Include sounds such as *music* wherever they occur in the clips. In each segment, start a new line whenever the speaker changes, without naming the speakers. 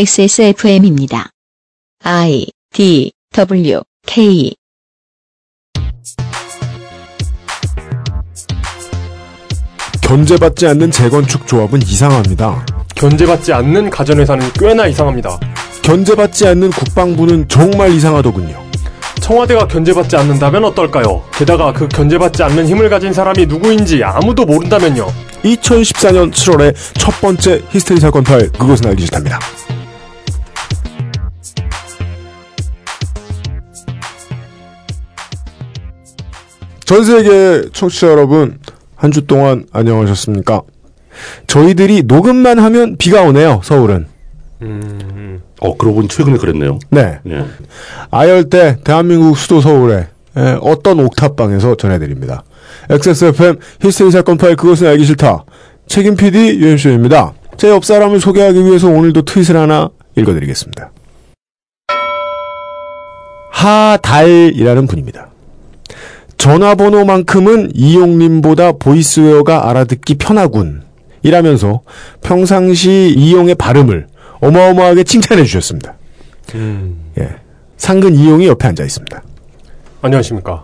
XSFM입니다. I D W K
견제받지 않는 재건축 조합은 이상합니다.
견제받지 않는 가전회사는 꽤나 이상합니다.
견제받지 않는 국방부는 정말 이상하더군요.
청와대가 견제받지 않는다면 어떨까요? 게다가 그 견제받지 않는 힘을 가진 사람이 누구인지 아무도 모른다면요.
2014년 7월에 첫 번째 히스테리 사건 파일 그것은 알기 싫답니다. 전 세계 청취자 여러분 한 주 동안 안녕하셨습니까? 저희들이 녹음만 하면 비가 오네요. 서울은
어, 그러고 보니 최근에 그랬네요.
네
예.
아열대 대한민국 수도 서울의 에, 어떤 옥탑방에서 전해드립니다. XSFM 히스테리 사건 파일 그것은 알기 싫다. 책임 PD 유현수입니다. 제 옆 사람을 소개하기 위해서 오늘도 트윗을 하나 읽어드리겠습니다. 하달이라는 분입니다. 전화번호만큼은 이용님보다 보이스웨어가 알아듣기 편하군. 이라면서 평상시 이용의 발음을 어마어마하게 칭찬해 주셨습니다. 예. 상근 이용이 옆에 앉아 있습니다.
안녕하십니까.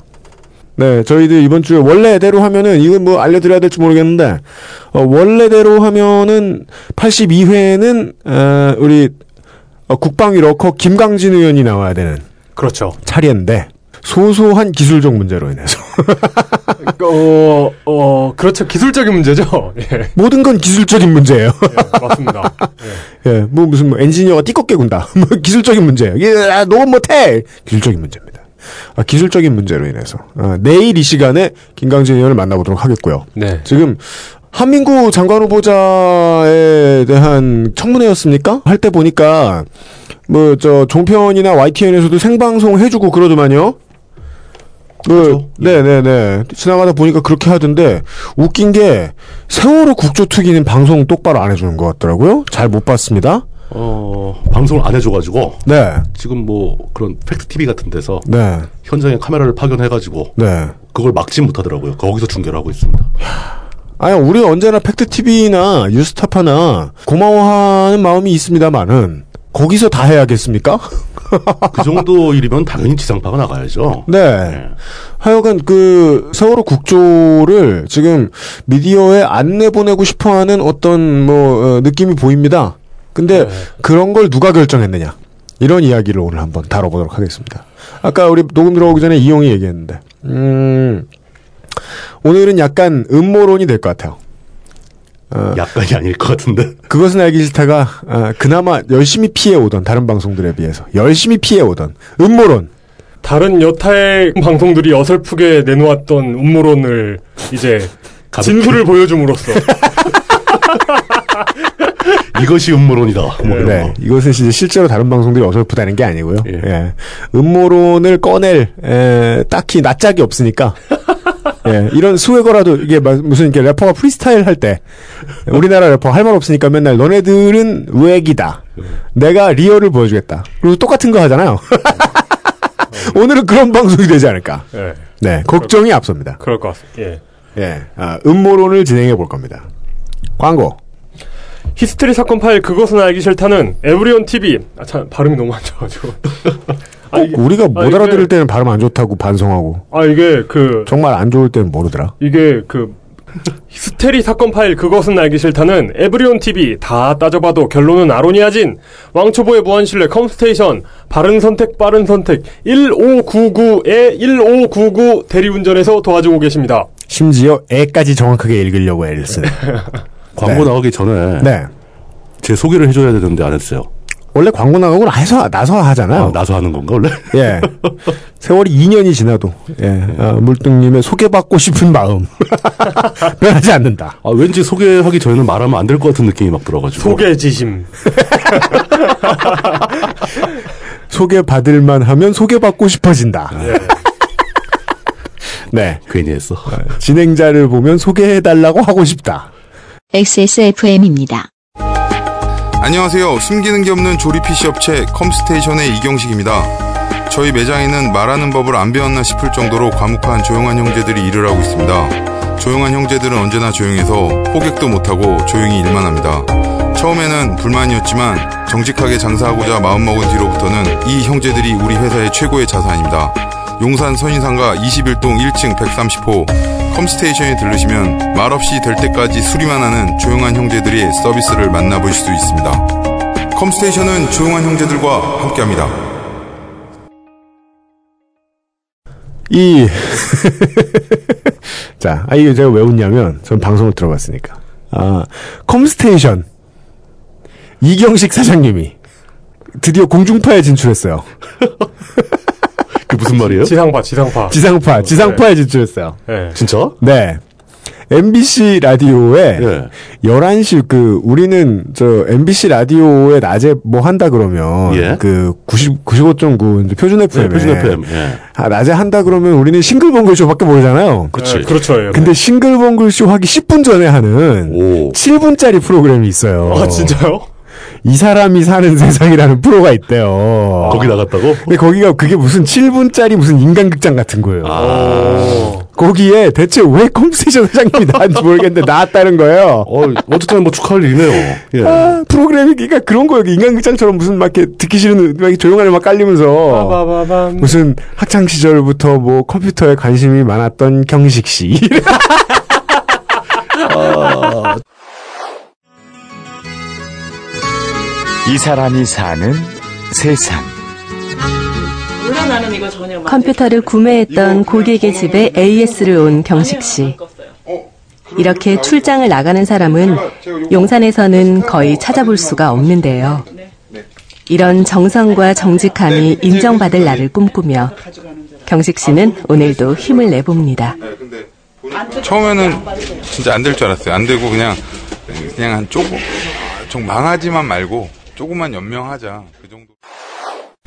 네, 저희들 이번 주에 원래대로 하면은 이건 뭐 알려드려야 될지 모르겠는데 어, 원래대로 하면은 82회에는 우리 어, 국방위 러커 김강진 의원이 나와야 되는
그렇죠.
차례인데 소소한 기술적 문제로 인해서 *laughs*
어, 어, 그렇죠. 기술적인 문제죠. *laughs* 예,
모든 건 기술적인 문제예요. *laughs*
예, 맞습니다. 예.
예, 뭐 무슨 뭐 엔지니어가 띠껍게 군다. *laughs* 뭐 기술적인 문제예요. 예, 아, 녹음 못해. 기술적인 문제입니다. 아, 기술적인 문제로 인해서 아, 내일 이 시간에 김강진 의원을 만나보도록 하겠고요.
네.
지금 한민구 장관 후보자에 대한 청문회였습니까? 할 때 보니까 뭐 저 종편이나 YTN에서도 생방송 해주고 그러더만요. 그,
그렇죠.
네네네. 지나가다 보니까 그렇게 하던데, 웃긴 게, 세월호 국조특위는 방송 똑바로 안 해주는 것 같더라고요. 잘 못 봤습니다.
어, 방송을 안 해줘가지고,
네,
지금 뭐, 그런 팩트TV 같은 데서
네,
현장에 카메라를 파견해가지고,
네.
그걸 막지 못하더라고요. 거기서 중계를 하고 있습니다.
아니, 우리 언제나 팩트TV나 유스타파나 고마워하는 마음이 있습니다만은, 거기서 다 해야겠습니까? *laughs*
그 정도 일이면 당연히 지상파가 나가야죠.
네.
예.
하여간 그 세월호 국조를 지금 미디어에 안 내보내고 싶어하는 어떤 뭐 어, 느낌이 보입니다. 근데
네.
그런 걸 누가 결정했느냐 이런 이야기를 오늘 한번 다뤄보도록 하겠습니다. 아까 우리 녹음 들어오기 전에 이용이 얘기했는데 음, 오늘은 약간 음모론이 될 것 같아요.
약간이 아닐 것 같은데. *laughs*
그것은 알기 싫다가 아, 그나마 열심히 피해 오던 다른 방송들에 비해서 열심히 피해 오던 음모론
다른 여타의 방송들이 어설프게 내놓았던 음모론을 이제
가볍게.
진술을 보여줌으로써
이것이 음모론이다. 뭐 이런
네,
거.
이것은 이제 실제로 다른 방송들이 어설프다는 게 아니고요.
예.
예. 음모론을 꺼낼 에, 딱히 낯짝이 없으니까.
*laughs*
예, 이런 스웨거라도 이게 막 무슨 이렇게 래퍼가 프리스타일 할 때 우리나라 래퍼 할 말 없으니까 맨날 너네들은 외기다. 내가 리얼을 보여주겠다. 그리고 똑같은 거 하잖아요. *laughs* 오늘은 그런 방송이 되지 않을까.
*laughs* 예,
네, 걱정이 앞섭니다.
그럴 것 같습니다. 예.
예, 아, 음모론을 진행해 볼 겁니다. 광고.
히스테리 사건 파일 그것은 알기 싫다는 에브리온 TV 아, 참 발음이 너무 안 좋아가지고 아, 이게,
우리가 못
아, 이게-
알아들을 때는 발음 안 좋다고 반성하고
아 이게 그
정말 안 좋을 때는 모르더라.
이게 그 히스테리 사건 파일 그것은 알기 싫다는 에브리온 TV 다 따져봐도 결론은 아로니아진 왕초보의 무한실내 컴스테이션 바른 선택 빠른 선택 1599에 1599 대리운전에서 도와주고 계십니다.
심지어 애까지 정확하게 읽으려고 애를 쓰네.
광고 나가기 전에
네.
제 소개를 해줘야 되는데 안 했어요.
원래 광고 나가고 나서, 나서 하잖아요.
아, 나서 하는 건가, 원래?
예. 세월이 2년이 지나도, 예. 아, 물뚱님의 소개받고 싶은 마음. *laughs* 변하지 않는다.
아, 왠지 소개하기 전에는 말하면 안 될 것 같은 느낌이 막 들어가지고.
뭐?
소개지심.
소개받을만 하면 소개받고 싶어진다. 네.
괜히 했어.
진행자를 보면 소개해달라고 하고 싶다.
XSFM입니다.
안녕하세요. 숨기는 게 없는 조립 PC 업체 컴스테이션의 이경식입니다. 저희 매장에는 말하는 법을 안 배웠나 싶을 정도로 과묵한 조용한 형제들이 일을 하고 있습니다. 조용한 형제들은 언제나 조용해서 호객도 못하고 조용히 일만 합니다. 처음에는 불만이었지만 정직하게 장사하고자 마음먹은 뒤로부터는 이 형제들이 우리 회사의 최고의 자산입니다. 용산 선인상가 21동 1층 130호 컴스테이션에 들르시면 말없이 될 때까지 수리만 하는 조용한 형제들의 서비스를 만나볼 수 있습니다. 컴스테이션은 조용한 형제들과 함께합니다.
이, *laughs* 자, 아, 이거 제가 왜 웃냐면, 전 방송을 들어봤으니까. 아, 컴스테이션. 이경식 사장님이 드디어 공중파에 진출했어요.
*laughs* 그 무슨 말이에요?
지상파, 지상파.
아,
지상파, 지상파에
네.
진출했어요.
예.
진짜?
네. MBC 라디오에
예.
11시 그 우리는 저 MBC 라디오에 낮에 뭐 한다 그러면
예.
그 90, 95.9 표준 FM
네, 표준 FM. 예.
아, 낮에 한다 그러면 우리는 싱글벙글쇼밖에 모르잖아요.
그렇지.
예, 그렇죠. 예.
근데 싱글벙글쇼 하기 10분 전에 하는
오.
7분짜리 프로그램이 있어요.
아, 진짜요?
이 사람이 사는 *laughs* 세상이라는 프로가 있대요. 아.
거기 나갔다고?
근데 거기가 그게 무슨 7분짜리 무슨 인간극장 같은 거예요.
아.
오.
거기에 대체 왜 컴스테이션 사장님이 나왔는지 모르겠는데 나왔다는 거예요.
어, 어쨌든 뭐 축하할 일이네요. 예.
아, 프로그램이 그러니까 그런 거예요. 인간극장처럼 무슨 막 이렇게 듣기 싫은 막 조용한 음악 깔리면서
빠바밤.
무슨 학창 시절부터 뭐 컴퓨터에 관심이 많았던 경식
*laughs*
씨.
어. 이 사람이 사는 세상.
컴퓨터를 구매했던 고객의 집에 AS를 온 경식 씨. 어, 이렇게 출장을 나가는 사람은 용산에서는 거의 찾아볼 수가 없는데요. 이런 정성과 네, 정직함이 인정받을 날을 꿈꾸며 경식 씨는 아, 오늘도 힘을 내봅니다.
처음에는 진짜 안 될 줄 알았어요. 안 되고 그냥 그냥 한 조금 아, 좀 망하지만 말고 조금만 연명하자. 그 정도.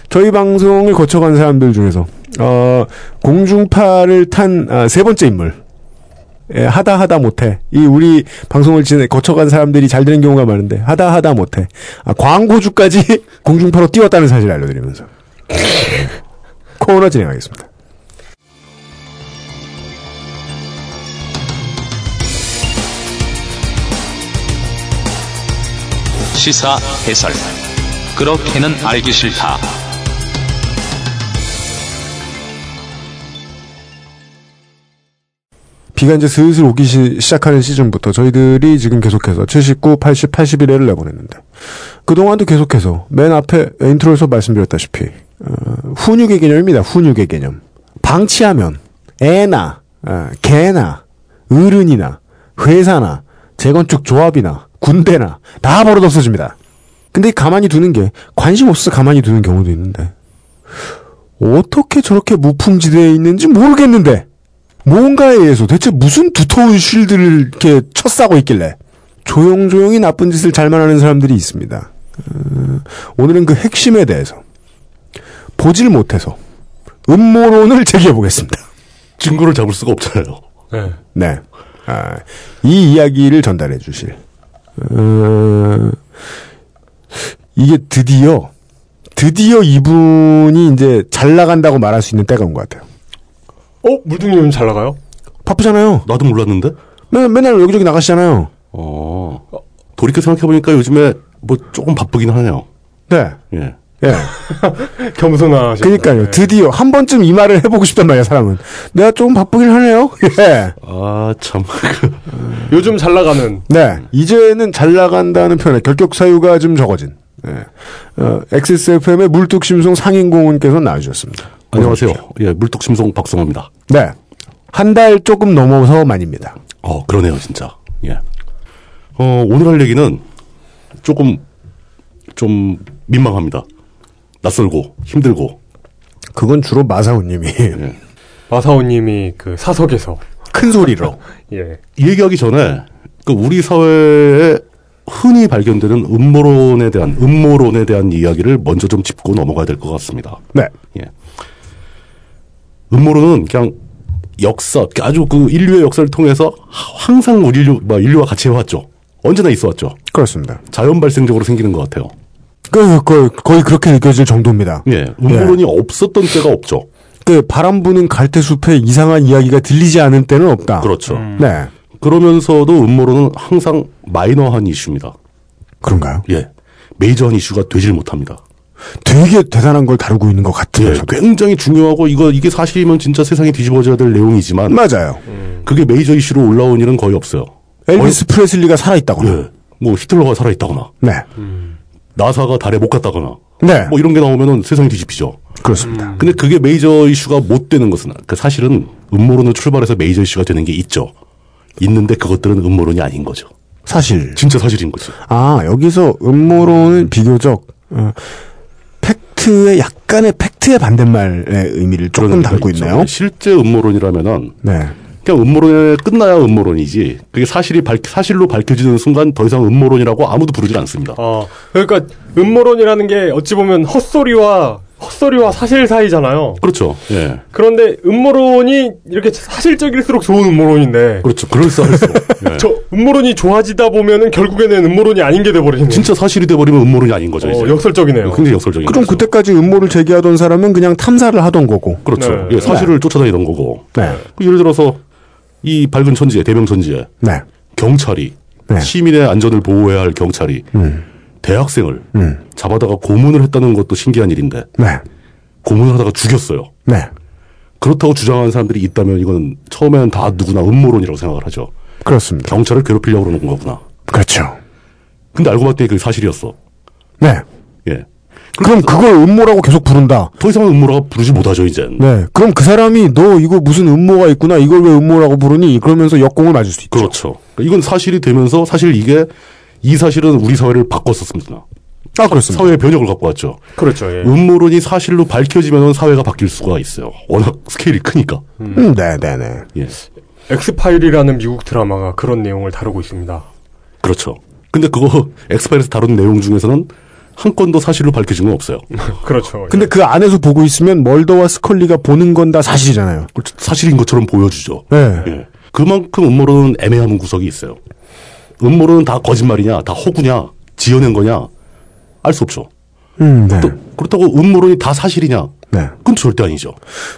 저희 방송을 거쳐간 사람들 중에서 어, 공중파를 탄 아, 세 번째 인물 예, 하다 하다 못해 이 우리 방송을 지내 거쳐간 사람들이 잘 되는 경우가 많은데 하다 하다 못해 아, 광고주까지 *laughs* 공중파로 뛰었다는 사실을 알려드리면서 코너 진행하겠습니다.
시사 해설. 그렇게는 알기 싫다.
비가 이제 슬슬 오기 시, 작하는 시즌부터 저희들이 지금 계속해서 79, 80, 81회를 내보냈는데 그동안도 계속해서 맨 앞에 인트로에서 말씀드렸다시피 어, 훈육의 개념입니다. 훈육의 개념. 방치하면 애나 어, 개나 어른이나 회사나 재건축 조합이나 군대나 다 버릇 없어집니다. 근데 가만히 두는 게 관심 없어서 가만히 두는 경우도 있는데 어떻게 저렇게 무풍지대에 있는지 모르겠는데 뭔가에 의해서 대체 무슨 두터운 쉴드를 이렇게 쳐싸고 있길래 조용조용히 나쁜 짓을 잘만 하는 사람들이 있습니다. 음, 오늘은 그 핵심에 대해서 보질 못해서 음모론을 *laughs* 제기해 보겠습니다.
증거를 잡을 수가 없잖아요.
예.
네. 아, 이 이야기를 전달해 주실. 어, 이게 드디어, 드디어 이분이 이제 잘 나간다고 말할 수 있는 때가 온 것 같아요.
어, 물등님은 잘 나가요?
바쁘잖아요.
나도 몰랐는데.
맨- 맨날 여기저기 나가시잖아요.
어. 돌이켜 생각해보니까 요즘에 뭐 조금 바쁘긴 하네요.
네.
예.
예.
겸손하시.
그니까요. 드디어 한 번쯤 이 말을 해보고 싶단 말이야, 사람은. 내가 좀 바쁘긴 하네요. *laughs* 예.
아, *laughs* 참.
요즘 잘 나가는.
네. 이제는 잘 나간다는 표현에 결격 사유가 좀 적어진. 예. 어, XSFM의 물뚝심송 상인공원께서 나와주셨습니다.
안녕하세요. 예, 물뚝심송 박성호입니다.
네. 한 달 조금 넘어서 만입니다.
어, 그러네요, 진짜. 예. 어, 오늘 할 얘기는 조금, 좀 민망합니다. 낯설고, 힘들고.
그건 주로 마사오님이
마사오님이 그 사석에서.
큰 소리로.
예.
이 얘기하기 전에, 그 우리 사회에 흔히 발견되는 음모론에 대한, 음모론에 대한 이야기를 먼저 좀 짚고 넘어가야 될 것 같습니다.
네.
예. 음모론은 그냥 역사, 아주 그 인류의 역사를 통해서 하- 항상 우리 인류, 막 인류와 같이 해왔죠. 언제나 있어 왔죠.
그렇습니다.
자연 발생적으로 생기는 것 같아요.
그, 그, 거의 그렇게 느껴질 정도입니다.
예. 음모론이 없었던 때가 없죠.
그 바람 부는 갈대숲에 이상한 이야기가 들리지 않은 때는 없다.
그렇죠.
네.
그러면서도 음모론은 항상 마이너한 이슈입니다.
그런가요?
예. 메이저한 이슈가 되질 못합니다.
되게 대단한 걸 다루고 있는 것
예,
같으면서도.
굉장히 중요하고 이거 이게 사실이면 진짜 세상이 뒤집어져야 될 내용이지만
맞아요.
그게 메이저 이슈로 올라온 일은 거의 음. 없어요.
엘비스 프레슬리가 살아있다거나.
예. 뭐 히틀러가 살아있다거나
네.
나사가 달에 못 갔다거나
네.
뭐 이런 음. 게 나오면은 세상이 뒤집히죠.
그렇습니다.
근데 그게 메이저 이슈가 못 되는 것은 그 사실은 음모론을 출발해서 메이저 이슈가 되는 게 있죠. 있는데 그것들은 음모론이 아닌 거죠.
사실.
진짜 사실인 거죠.
아, 여기서 음모론은 비교적, 어, 팩트의, 약간의 팩트의 반대말의 의미를 조금
그런
담고
의미가
있네요.
있죠. 예. 실제 음모론이라면은
네.
그냥 음모론에 끝나야 음모론이지. 그게 사실이 밝- 사실로 밝혀지는 순간 더 이상 음모론이라고 아무도 부르질 않습니다.
아, 그러니까 음모론이라는 게 어찌 보면 헛소리와 헛소리와 사실 사이잖아요.
그렇죠. 예.
그런데 음모론이 이렇게 사실적일수록 좋은 음모론인데
그렇죠. 그럴싸할수록.
*laughs*
예.
저 음모론이 좋아지다 보면은 결국에는 음모론이 아닌 게 돼버리는
진짜 사실이 돼버리면 음모론이 아닌 거죠.
어,
이제.
역설적이네요.
굉장히 역설적인
그럼
거죠.
그때까지 음모를 제기하던 사람은 그냥 탐사를 하던 거고.
그렇죠.
네.
예, 사실을 쫓아다니던 거고.
네.
그 예를 들어서 이 밝은 천지에 대명 천지에
네.
경찰이
네.
시민의 안전을 보호해야 할 경찰이 대학생을
음.
잡아다가 고문을 했다는 것도 신기한 일인데
네.
고문을 하다가 죽였어요.
네.
그렇다고 주장하는 사람들이 있다면 이건 처음에는 다 누구나 음모론이라고 생각을 하죠.
그렇습니다.
경찰을 괴롭히려고 그러는 거구나.
그렇죠.
근데 알고 봤더니 그게 사실이었어.
네.
예.
그럼 그걸 음모라고 계속 부른다.
더 이상은 음모라고 부르지 못하죠, 이제.
네. 그럼 그 사람이 너 이거 무슨 음모가 있구나. 이걸 왜 음모라고 부르니? 그러면서 역공을 맞을 수 있죠.
그렇죠. 그러니까 이건 사실이 되면서 사실 이게 이 사실은 우리 사회를 바꿨었습니다.
아, 그렇습니다.
사회의 변혁을 갖고 왔죠.
그렇죠. 예.
음모론이 사실로 밝혀지면 사회가 바뀔 수가 있어요. 워낙 스케일이 크니까.
음, 네, 네, 네.
예.
엑스파일이라는 미국 드라마가 그런 내용을 다루고 있습니다. *laughs*
그렇죠. 근데 그거 *laughs* 엑스파일에서 다룬 내용 중에서는 한 건도 사실로 밝혀진 건 없어요.
그렇죠.
근데 그 안에서 보고 있으면 멀더와 스컬리가 보는 건 다 사실이잖아요.
그걸 사실인 것처럼 보여주죠.
네.
예. 그만큼 음모론은 애매한 구석이 있어요. 음모론은 다 거짓말이냐, 다 호구냐, 지어낸 거냐, 알 수 없죠.
음, 네.
또 그렇다고 음모론이 다 사실이냐?
네.
그건 절대 아니죠.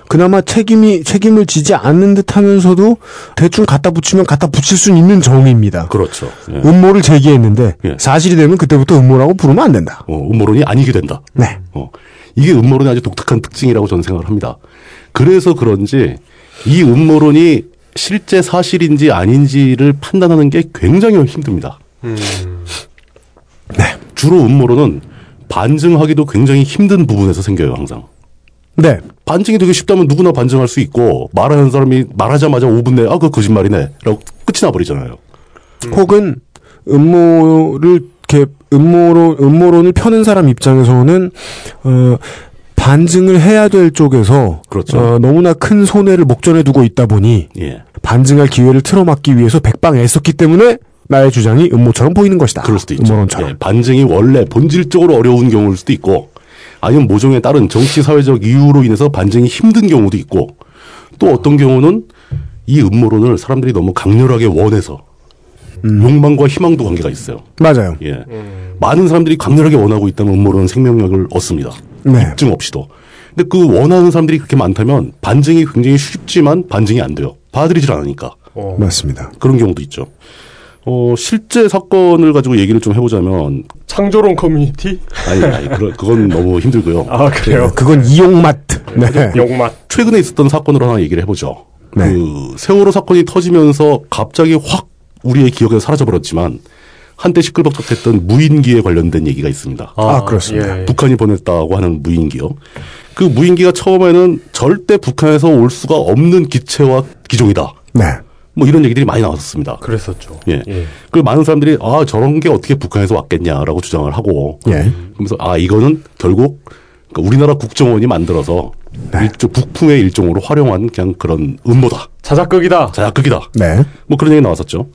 그나마 책임이, 책임을 지지 않는 듯 하면서도 대충 갖다 붙이면 갖다 붙일 수 있는 정의입니다.
그렇죠. 예.
음모를 제기했는데
예.
사실이 되면 그때부터 음모라고 부르면 안 된다.
어, 음모론이 아니게 된다.
네.
어, 이게 음모론의 아주 독특한 특징이라고 저는 생각을 합니다. 그래서 그런지 이 음모론이 실제 사실인지 아닌지를 판단하는 게 굉장히 힘듭니다. 네. 주로 음모론은 반증하기도 굉장히 힘든 부분에서 생겨요, 항상.
네.
반증이 되게 쉽다면 누구나 반증할 수 있고 말하는 사람이 말하자마자 5분 내에 아, 그거 거짓말이네. 라고 끝이 나버리잖아요. 음.
혹은 음모를 이렇게 음모로 음모론을 펴는 사람 입장에서는 어 반증을 해야 될 쪽에서
그렇죠.
어, 너무나 큰 손해를 목전에 두고 있다 보니
예.
반증할 기회를 틀어막기 위해서 백방 애썼기 때문에 나의 주장이 음모처럼 보이는 것이다.
그럴 수도 있죠.
음모론처럼.
예, 반증이 원래 본질적으로 어려운 경우일 수도 있고, 아니면 모종에 따른 정치 사회적 이유로 인해서 반증이 힘든 경우도 있고, 또 어떤 경우는 이 음모론을 사람들이 너무 강렬하게 원해서
음.
욕망과 희망도 관계가 있어요.
맞아요.
예, 많은 사람들이 강렬하게 원하고 있다면 음모론은 생명력을 얻습니다.
네.
입증 없이도. 근데 그 원하는 사람들이 그렇게 많다면 반증이 굉장히 쉽지만 반증이 안 돼요. 받아들이질 않으니까.
맞습니다.
그런 경우도 있죠. 어, 실제 사건을 가지고 얘기를 좀 해보자면
창조론 커뮤니티?
아니, 아니 그 그건 너무 힘들고요.
아 그래요.
예.
그건 이용맛. 네.
영맛.
최근에 있었던 사건으로 하나 얘기를 해보죠.
네.
그 세월호 사건이 터지면서 갑자기 확 우리의 기억에서 사라져버렸지만 한때 시끌벅적했던 무인기에 관련된 얘기가 있습니다.
아, 그렇습니다.
예.
북한이 보냈다고 하는 무인기요. 그 무인기가 처음에는 절대 북한에서 올 수가 없는 기체와 기종이다.
네.
뭐 이런 얘기들이 많이 나왔었습니다.
그랬었죠.
예. 그리고 많은 사람들이 아 저런 게 어떻게 북한에서 왔겠냐라고 주장을 하고
예.
그러면서 아 이거는 결국 그러니까 우리나라 국정원이 만들어서 일종 북풍의 일종으로 활용한 그냥 그런 음모다
자작극이다.
자작극이다
네.
뭐 그런 얘기 나왔었죠.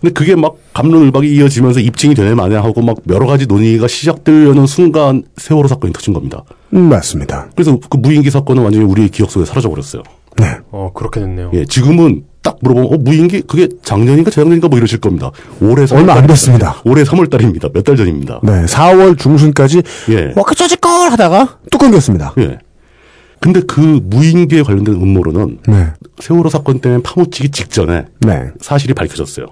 근데 그게 막 감론을박이 이어지면서 입증이 되네 마네 하고 막 여러 가지 논의가 시작되려는 순간 세월호 사건이 터진 겁니다.
음, 맞습니다.
그래서 그 무인기 사건은 완전히 우리의 기억 속에 사라져 버렸어요.
네.
어 그렇게 됐네요.
예, 지금은 딱 물어보면 어 무인기 그게 작년인가 재작년인가 뭐 이러실 겁니다. 올해 삼월
얼마 안
달입니다.
됐습니다.
올해 3월 달입니다. 몇 달 전입니다.
네. 4월 중순까지 뭐
예.
와그 저지걸 하다가 또 끊겼습니다.
예. 근데 그 무인기에 관련된 음모론은
네.
세월호 사건 때문에 파묻히기 직전에
네.
사실이 밝혀졌어요.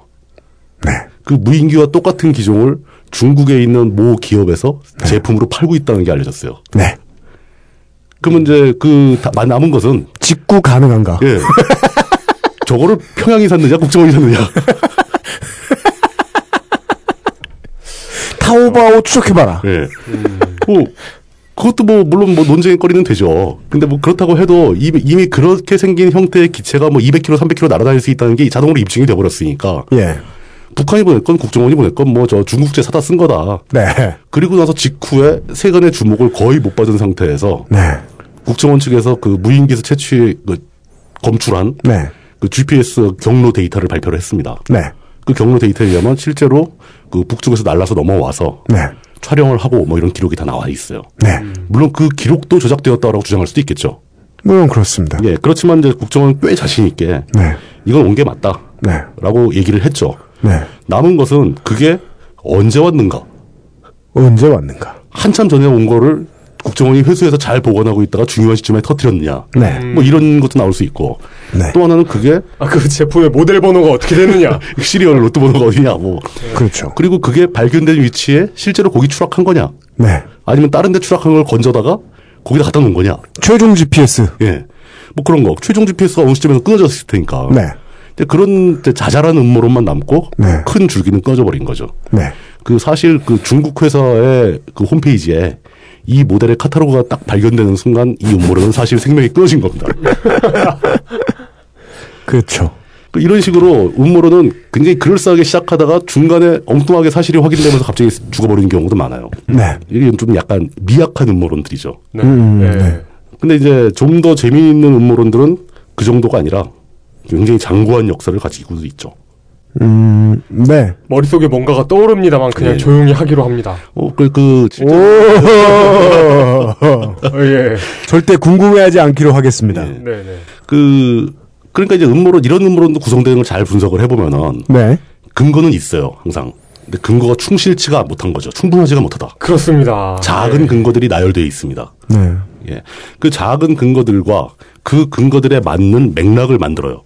네.
그 무인기와 똑같은 기종을 중국에 있는 모 기업에서 제품으로 팔고 있다는 게 알려졌어요.
네.
그러면 이제 그 다- 남은 것은
직구 가능한가?
예.
*laughs*
저거를 평양이 샀느냐 국정원이 샀느냐
타오바오 추적해봐라.
예. 뭐 그것도 뭐 물론 뭐 논쟁거리는 되죠. 근데 뭐 그렇다고 해도 이미, 이미 그렇게 생긴 형태의 기체가 뭐 200km, 300km 날아다닐 수 있다는 게 자동으로 입증이 돼버렸으니까
예.
북한이 보냈건 국정원이 보냈건 뭐 저 중국제 사다 쓴 거다.
네.
그리고 나서 직후에 세간의 주목을 거의 못 받은 상태에서
네.
국정원 측에서 그 무인기에서 채취 그 검출한
네.
그 GPS 경로 데이터를 발표를 했습니다.
네.
그 경로 데이터에 의하면 실제로 그 북쪽에서 날라서 넘어와서
네.
촬영을 하고 뭐 이런 기록이 다 나와 있어요.
네.
물론 그 기록도 조작되었다라고 주장할 수도 있겠죠.
물론 그렇습니다.
예, 그렇지만 이제 국정원 꽤 자신 있게
네.
이건 온 게 맞다라고
네.
얘기를 했죠.
네.
남은 것은 그게 언제 왔는가?
언제 왔는가?
한참 전에 온 거를 국정원이 회수해서 잘 보관하고 있다가 중요한 시점에 터뜨렸느냐.
네.
뭐 이런 것도 나올 수 있고
네.
또 하나는 그게 *laughs*
아, 그 제품의 모델 번호가 어떻게 되느냐.
시리얼 로또 번호가 어디냐고
그렇죠.
그리고 그게 발견된 위치에 실제로 고기 추락한 거냐
네.
아니면 다른 데 추락한 걸 건져다가 거기다 갖다 놓은 거냐
최종 GPS.
예. 뭐 그런 거. 최종 GPS가 온 시점에서 끊어졌을 테니까.
네.
근데 그런 이제 자잘한 음모론만 남고
네.
큰 줄기는 끊어져 버린 거죠.
네.
그 사실 그 중국 회사의 그 홈페이지에 이 모델의 카타로그가 딱 발견되는 순간 이 음모론은 사실 생명이 끊어진 겁니다.
그렇죠.
그 이런 식으로 음모론은 굉장히 그럴싸하게 시작하다가 중간에 엉뚱하게 사실이 확인되면서 갑자기 죽어버리는 경우도 많아요.
네.
이게 좀 약간 미약한 음모론들이죠.
네.
음,
네.
네.
근데 이제 좀 더 재미있는 음모론들은 그 정도가 아니라 굉장히 장구한 역사를 가지고 있죠.
음, 네.
머릿속에 뭔가가 떠오릅니다만 그냥
예.
조용히 하기로
*laughs*
합니다.
어, 그, 그, *laughs* 실제-
오!
어, 예.
절대 궁금해하지 않기로 하겠습니다.
예.
네, 네.
그, 그러니까 이제 음모론, 이런 음모론도 구성되는 걸 잘 분석을 해보면은
네.
근거는 있어요, 항상. 근데 근거가 충실치가 못한 거죠. 충분하지가 못하다.
그렇습니다.
작은
예.
근거들이 나열되어 있습니다.
네.
예. 그 작은 근거들과 그 근거들에 맞는 맥락을 만들어요.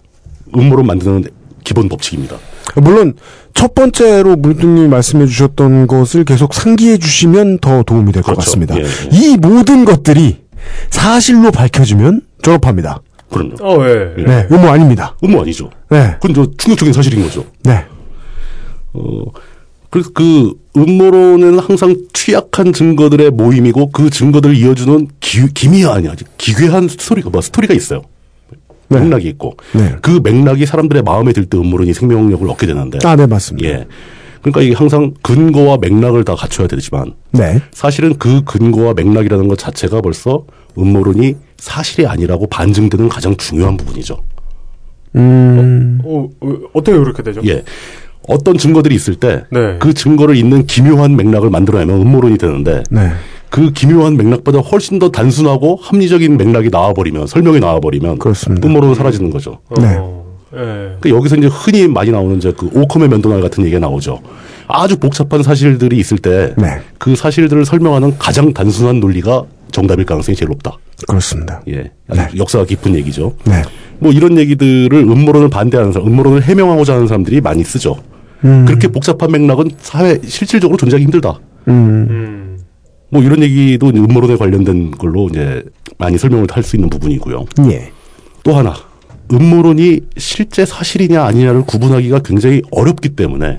음모론 만드는 기본 법칙입니다.
물론 첫 번째로 물뚱님이 말씀해 주셨던 것을 계속 상기해 주시면 더 도움이 될 것
그렇죠.
같습니다.
예, 예.
이 모든 것들이 사실로 밝혀지면 졸업합니다.
그럼요.
어, 예.
예.
네, 음모 아닙니다.
음모 아니죠.
네,
그건 저 충격적인 사실인 거죠.
네,
어, 그래서 그 음모론에는 항상 취약한 증거들의 모임이고 그 증거들을 이어주는 기, 기미한 아니 기괴한 스토리가 뭐 스토리가 있어요.
네.
맥락이 있고
네.
그 맥락이 사람들의 마음에 들 때 음모론이 생명력을 얻게 되는데
아, 네 맞습니다.
예 그러니까 이게 항상 근거와 맥락을 다 갖춰야 되지만
네,
사실은 그 근거와 맥락이라는 것 자체가 벌써 음모론이 사실이 아니라고 반증되는 가장 중요한 부분이죠.
어, 어, 어떻게 그렇게 되죠?
예. 어떤 증거들이 있을 때 그
네.
증거를 잇는 기묘한 맥락을 만들어내면 음모론이 되는데
네,
그 기묘한 맥락보다 훨씬 더 단순하고 합리적인 맥락이 나와버리면 설명이 나와버리면
그렇습니다.
음모론은 사라지는 거죠.
네.
어, 예.
그러니까 여기서 이제 흔히 많이 나오는 이제 그 오컴의 면도날 같은 얘기가 나오죠. 아주 복잡한 사실들이 있을 때 그
네.
사실들을 설명하는 가장 단순한 논리가 정답일 가능성이 제일 높다.
그렇습니다.
예. 아주 역사가 깊은 얘기죠.
네,
뭐 이런 얘기들을 음모론을 반대하는 사람, 음모론을 해명하고자 하는 사람들이 많이 쓰죠.
음.
그렇게 복잡한 맥락은 사회 실질적으로 존재하기 힘들다.
음.
뭐 이런 얘기도 이제 음모론에 관련된 걸로 이제 많이 설명을 할 수 있는 부분이고요.
예,
또 하나 음모론이 실제 사실이냐 아니냐를 구분하기가 굉장히 어렵기
*laughs*
때문에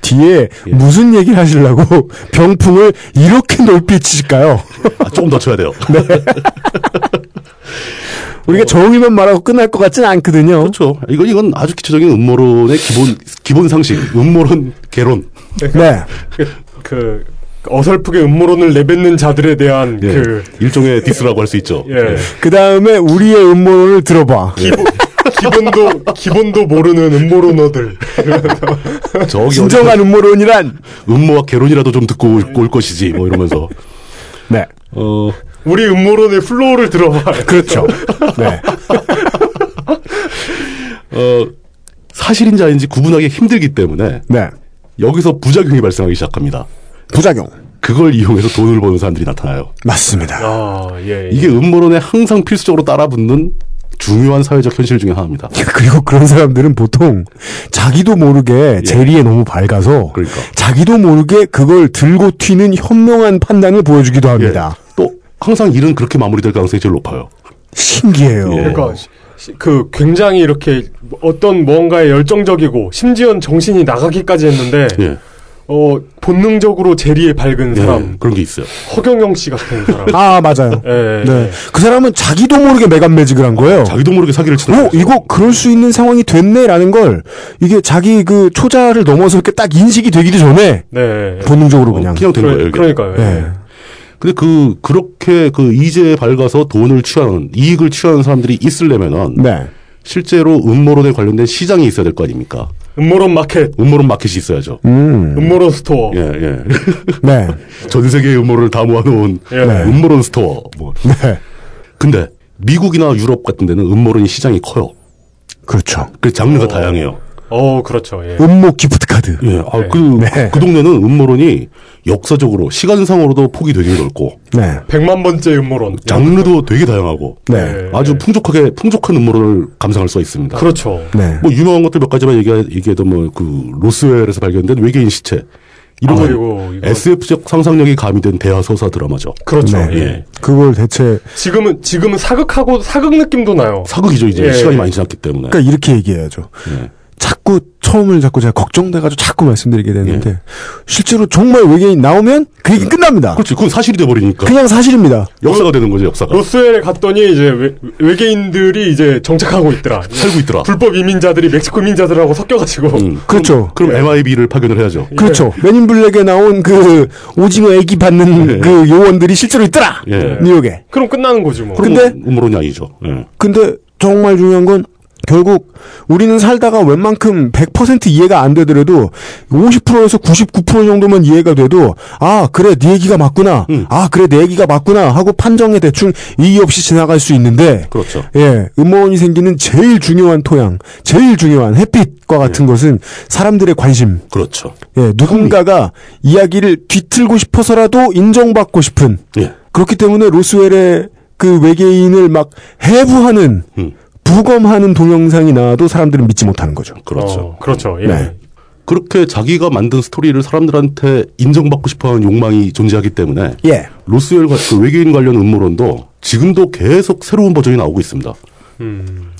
뒤에
예.
무슨 얘기를 하시려고 *laughs* 병풍을 이렇게 넓히 치실까요?
아, 조금 더 쳐야 돼요.
네? 우리가 정의만 말하고 끝날 것 같진 않거든요.
어. 그렇죠. 이건 이건 아주 기초적인 음모론의 기본 기본 상식, 음모론 개론.
네,
그 어설프게 음모론을 내뱉는 자들에 대한
예.
그
일종의 디스라고 할 수 있죠. 네.
예.
그 다음에 우리의 음모론을 들어봐.
*laughs*
예,
기본도 기본도 모르는 음모론어들
저기 어디
진정한 음모론이란
음모와 개론이라도 좀 듣고 올, 올 것이지 뭐 이러면서
네,
어
우리 음모론의 플로우를 들어봐.
그렇죠. 네,
어, 사실인지 아닌지 구분하기 힘들기 때문에
네,
여기서 부작용이 발생하기 시작합니다.
부작용
그걸 이용해서 돈을 버는 사람들이 나타나요.
맞습니다.
아 예. 예.
이게 음모론에 항상 필수적으로 따라붙는 중요한 사회적 현실 중에 하나입니다.
그리고 그런 사람들은 보통 자기도 모르게 재리에 너무 밝아서
예. 그러니까.
자기도 모르게 그걸 들고 튀는 현명한 판단을 보여주기도 합니다.
예. 또 항상 일은 그렇게 마무리될 가능성이 제일 높아요.
신기해요.
예.
그러니까 시- 시- 그 굉장히 이렇게 어떤 무언가에 열정적이고 심지어는 정신이 나가기까지 했는데
네.
예.
어 본능적으로 재리에 밝은
예,
사람
그런 게 있어요.
허경영 씨 같은 사람.
아 맞아요.
예, 예.
네. 그 사람은 자기도 모르게 매감 매직을 한 거예요.
아, 자기도 모르게 사기를 치는
오,
거죠.
어, 이거 그럴 수 있는 상황이 됐네라는 걸 이게 자기 그 초자를 넘어서 이렇게 딱 인식이 되기도 전에
네.
본능적으로
어,
그냥.
그냥 된 거예요.
그러,
이게. 네.
그러니까요. 예.
예.
근데 그 그렇게 그 이제에 밝아서 돈을 취하는 이익을 취하는 사람들이 있으려면은
네.
실제로 음모론에 관련된 시장이 있어야 될 거 아닙니까?
음모론 마켓,
음모론 마켓이 있어야죠.
음.
음모론 스토어.
예, *laughs* 예.
네.
전 세계의 음모론을 다 모아놓은
예. 네.
음모론 스토어. 뭐.
네.
근데 미국이나 유럽 같은 데는 음모론이 시장이 커요.
그렇죠.
그 장르가 다양해요.
어, 그렇죠. 예.
음모 기프트 카드.
예, 아, 그,
네.
그 동네는 음모론이 역사적으로 시간상으로도 폭이 되게 넓고
네.
백만 번째 음모론.
장르도 되게 다양하고
네.
예.
아주 풍족하게 풍족한 음모론을 감상할 수가 있습니다.
그렇죠.
네.
뭐 유명한 것들 몇 가지만 얘기, 얘기해도 뭐 그 로스웰에서 발견된 외계인 시체 이런
아,
거
그리고 이거-
SF적 상상력이 가미된 대하 소사 드라마죠.
그렇죠.
네.
예.
그걸 대체
지금은 지금은 사극하고 사극 느낌도 나요.
사극이죠 이제
예.
시간이 많이 지났기 때문에.
그러니까 이렇게 얘기해야죠.
예.
자꾸 처음을 자꾸 제가 걱정돼가지고 자꾸 말씀드리게 되는데 실제로 정말 외계인 나오면 그 얘기 끝납니다.
예. 그렇지 그건 사실이 돼버리니까
그냥 사실입니다.
역사가 되는 거죠 역사가
로스웰에 갔더니 이제 외, 외계인들이 이제 정착하고 있더라.
*laughs* 살고 있더라.
불법 이민자들이 멕시코 이민자들하고 섞여가지고
음.
그렇죠.
그럼
예.
MIB를 파견을 해야죠.
그렇죠. 맨인 블랙에 나온 그 오징어 애기 받는
예.
그 요원들이 실제로 있더라.
예.
뉴욕에.
그럼 끝나는 거죠 뭐.
그럼
근데-
음모론이 아니죠. 예.
근데 정말 중요한 건 결국 우리는 살다가 웬만큼 100% 이해가 안 되더라도 50%에서 99% 정도만 이해가 돼도 아 그래 네 얘기가 맞구나
음.
아 그래 내 얘기가 맞구나 하고 판정에 대충 이의 없이 지나갈 수 있는데
그렇죠.
예 음모원이 생기는 제일 중요한 토양 제일 중요한 햇빛과
예.
같은 것은 사람들의 관심
그렇죠.
예, 누군가가
음.
이야기를 뒤틀고 싶어서라도 인정받고 싶은
예.
그렇기 때문에 로스웰의 그 외계인을 막 해부하는
음.
부검하는 동영상이 나와도 사람들은 믿지 못하는 거죠.
그렇죠.
어, 그렇죠. 예.
네.
그렇게 자기가 만든 스토리를 사람들한테 인정받고 싶어하는 욕망이 존재하기 때문에
예.
로스웰 같은 외계인 관련 음모론도 지금도 계속 새로운 버전이 나오고 있습니다.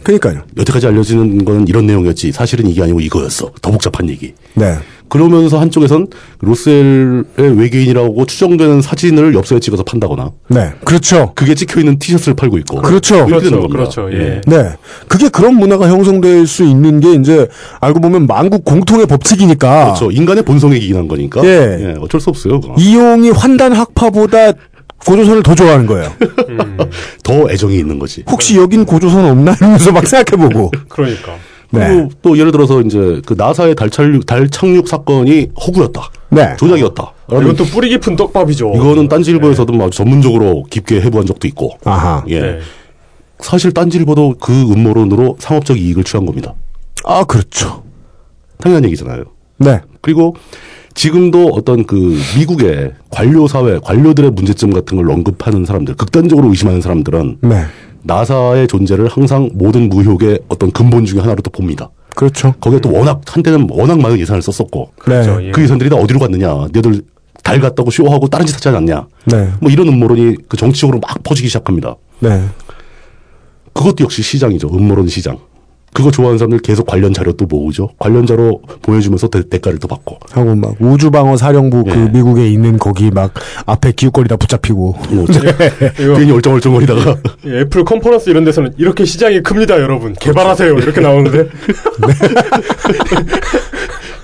그러니까요.
여태까지 알려지는 건 이런 내용이었지 사실은 이게 아니고 이거였어. 더 복잡한 얘기.
네.
그러면서 한쪽에선 로스웰의 외계인이라고 추정되는 사진을 엽서에 찍어서 판다거나
네. 그렇죠.
그게 찍혀 있는 티셔츠를 팔고 있고
그렇죠.
이렇게
그렇죠.
되는 겁니다.
그렇죠. 예.
네. 그게 그런 문화가 형성될 수 있는 게 이제 알고 보면 만국 공통의 법칙이니까
그렇죠. 인간의 본성이긴 한 거니까
예.
예, 어쩔 수 없어요. 그건.
이용이 환단 학파보다 고조선을 더 좋아하는 거예요.
더 애정이 있는 거지.
혹시 여긴 고조선 없나 이러면서 막 생각해보고.
그러니까.
네.
그리고 또 예를 들어서 이제 그 나사의 달 착륙, 달 착륙 사건이 허구였다.
네.
조작이었다.
이것도 뿌리 깊은 떡밥이죠.
이거는 딴지일보에서도 막 전문적으로 깊게 해부한 적도 있고.
아하.
예.
네.
사실 딴지일보도 그 음모론으로 상업적 이익을 취한 겁니다.
아, 그렇죠.
당연한 얘기잖아요.
네.
그리고 지금도 어떤 그 미국의 관료 사회, 관료들의 문제점 같은 걸 언급하는 사람들, 극단적으로 의심하는 사람들은
네.
나사의 존재를 항상 모든 무효의 어떤 근본 중에 하나로 또 봅니다.
그렇죠.
거기에 또 워낙 한때는 워낙 많은 예산을 썼었고
그렇죠.
네.
예.
그 예산들이 다 어디로 갔느냐 너희들 달 갔다고 쇼하고 다른 짓 하지 않았냐
네.
뭐 이런 음모론이 그 정치적으로 막 퍼지기 시작합니다
네.
그것도 역시 시장이죠 음모론 시장 그거 좋아하는 사람들 계속 관련 자료 또 모으죠 관련 자료 보여주면서 대, 대가를 또 받고
하고 막 우주방어 사령부 그
예.
미국에 있는 거기 막 앞에 기웃거리다 붙잡히고
뭐 괜히 얼쩡얼쩡거리다가
예, 애플 컨퍼런스 이런 데서는 이렇게 시장이 큽니다, 여러분. 개발하세요. 이렇게 나오는데. *laughs*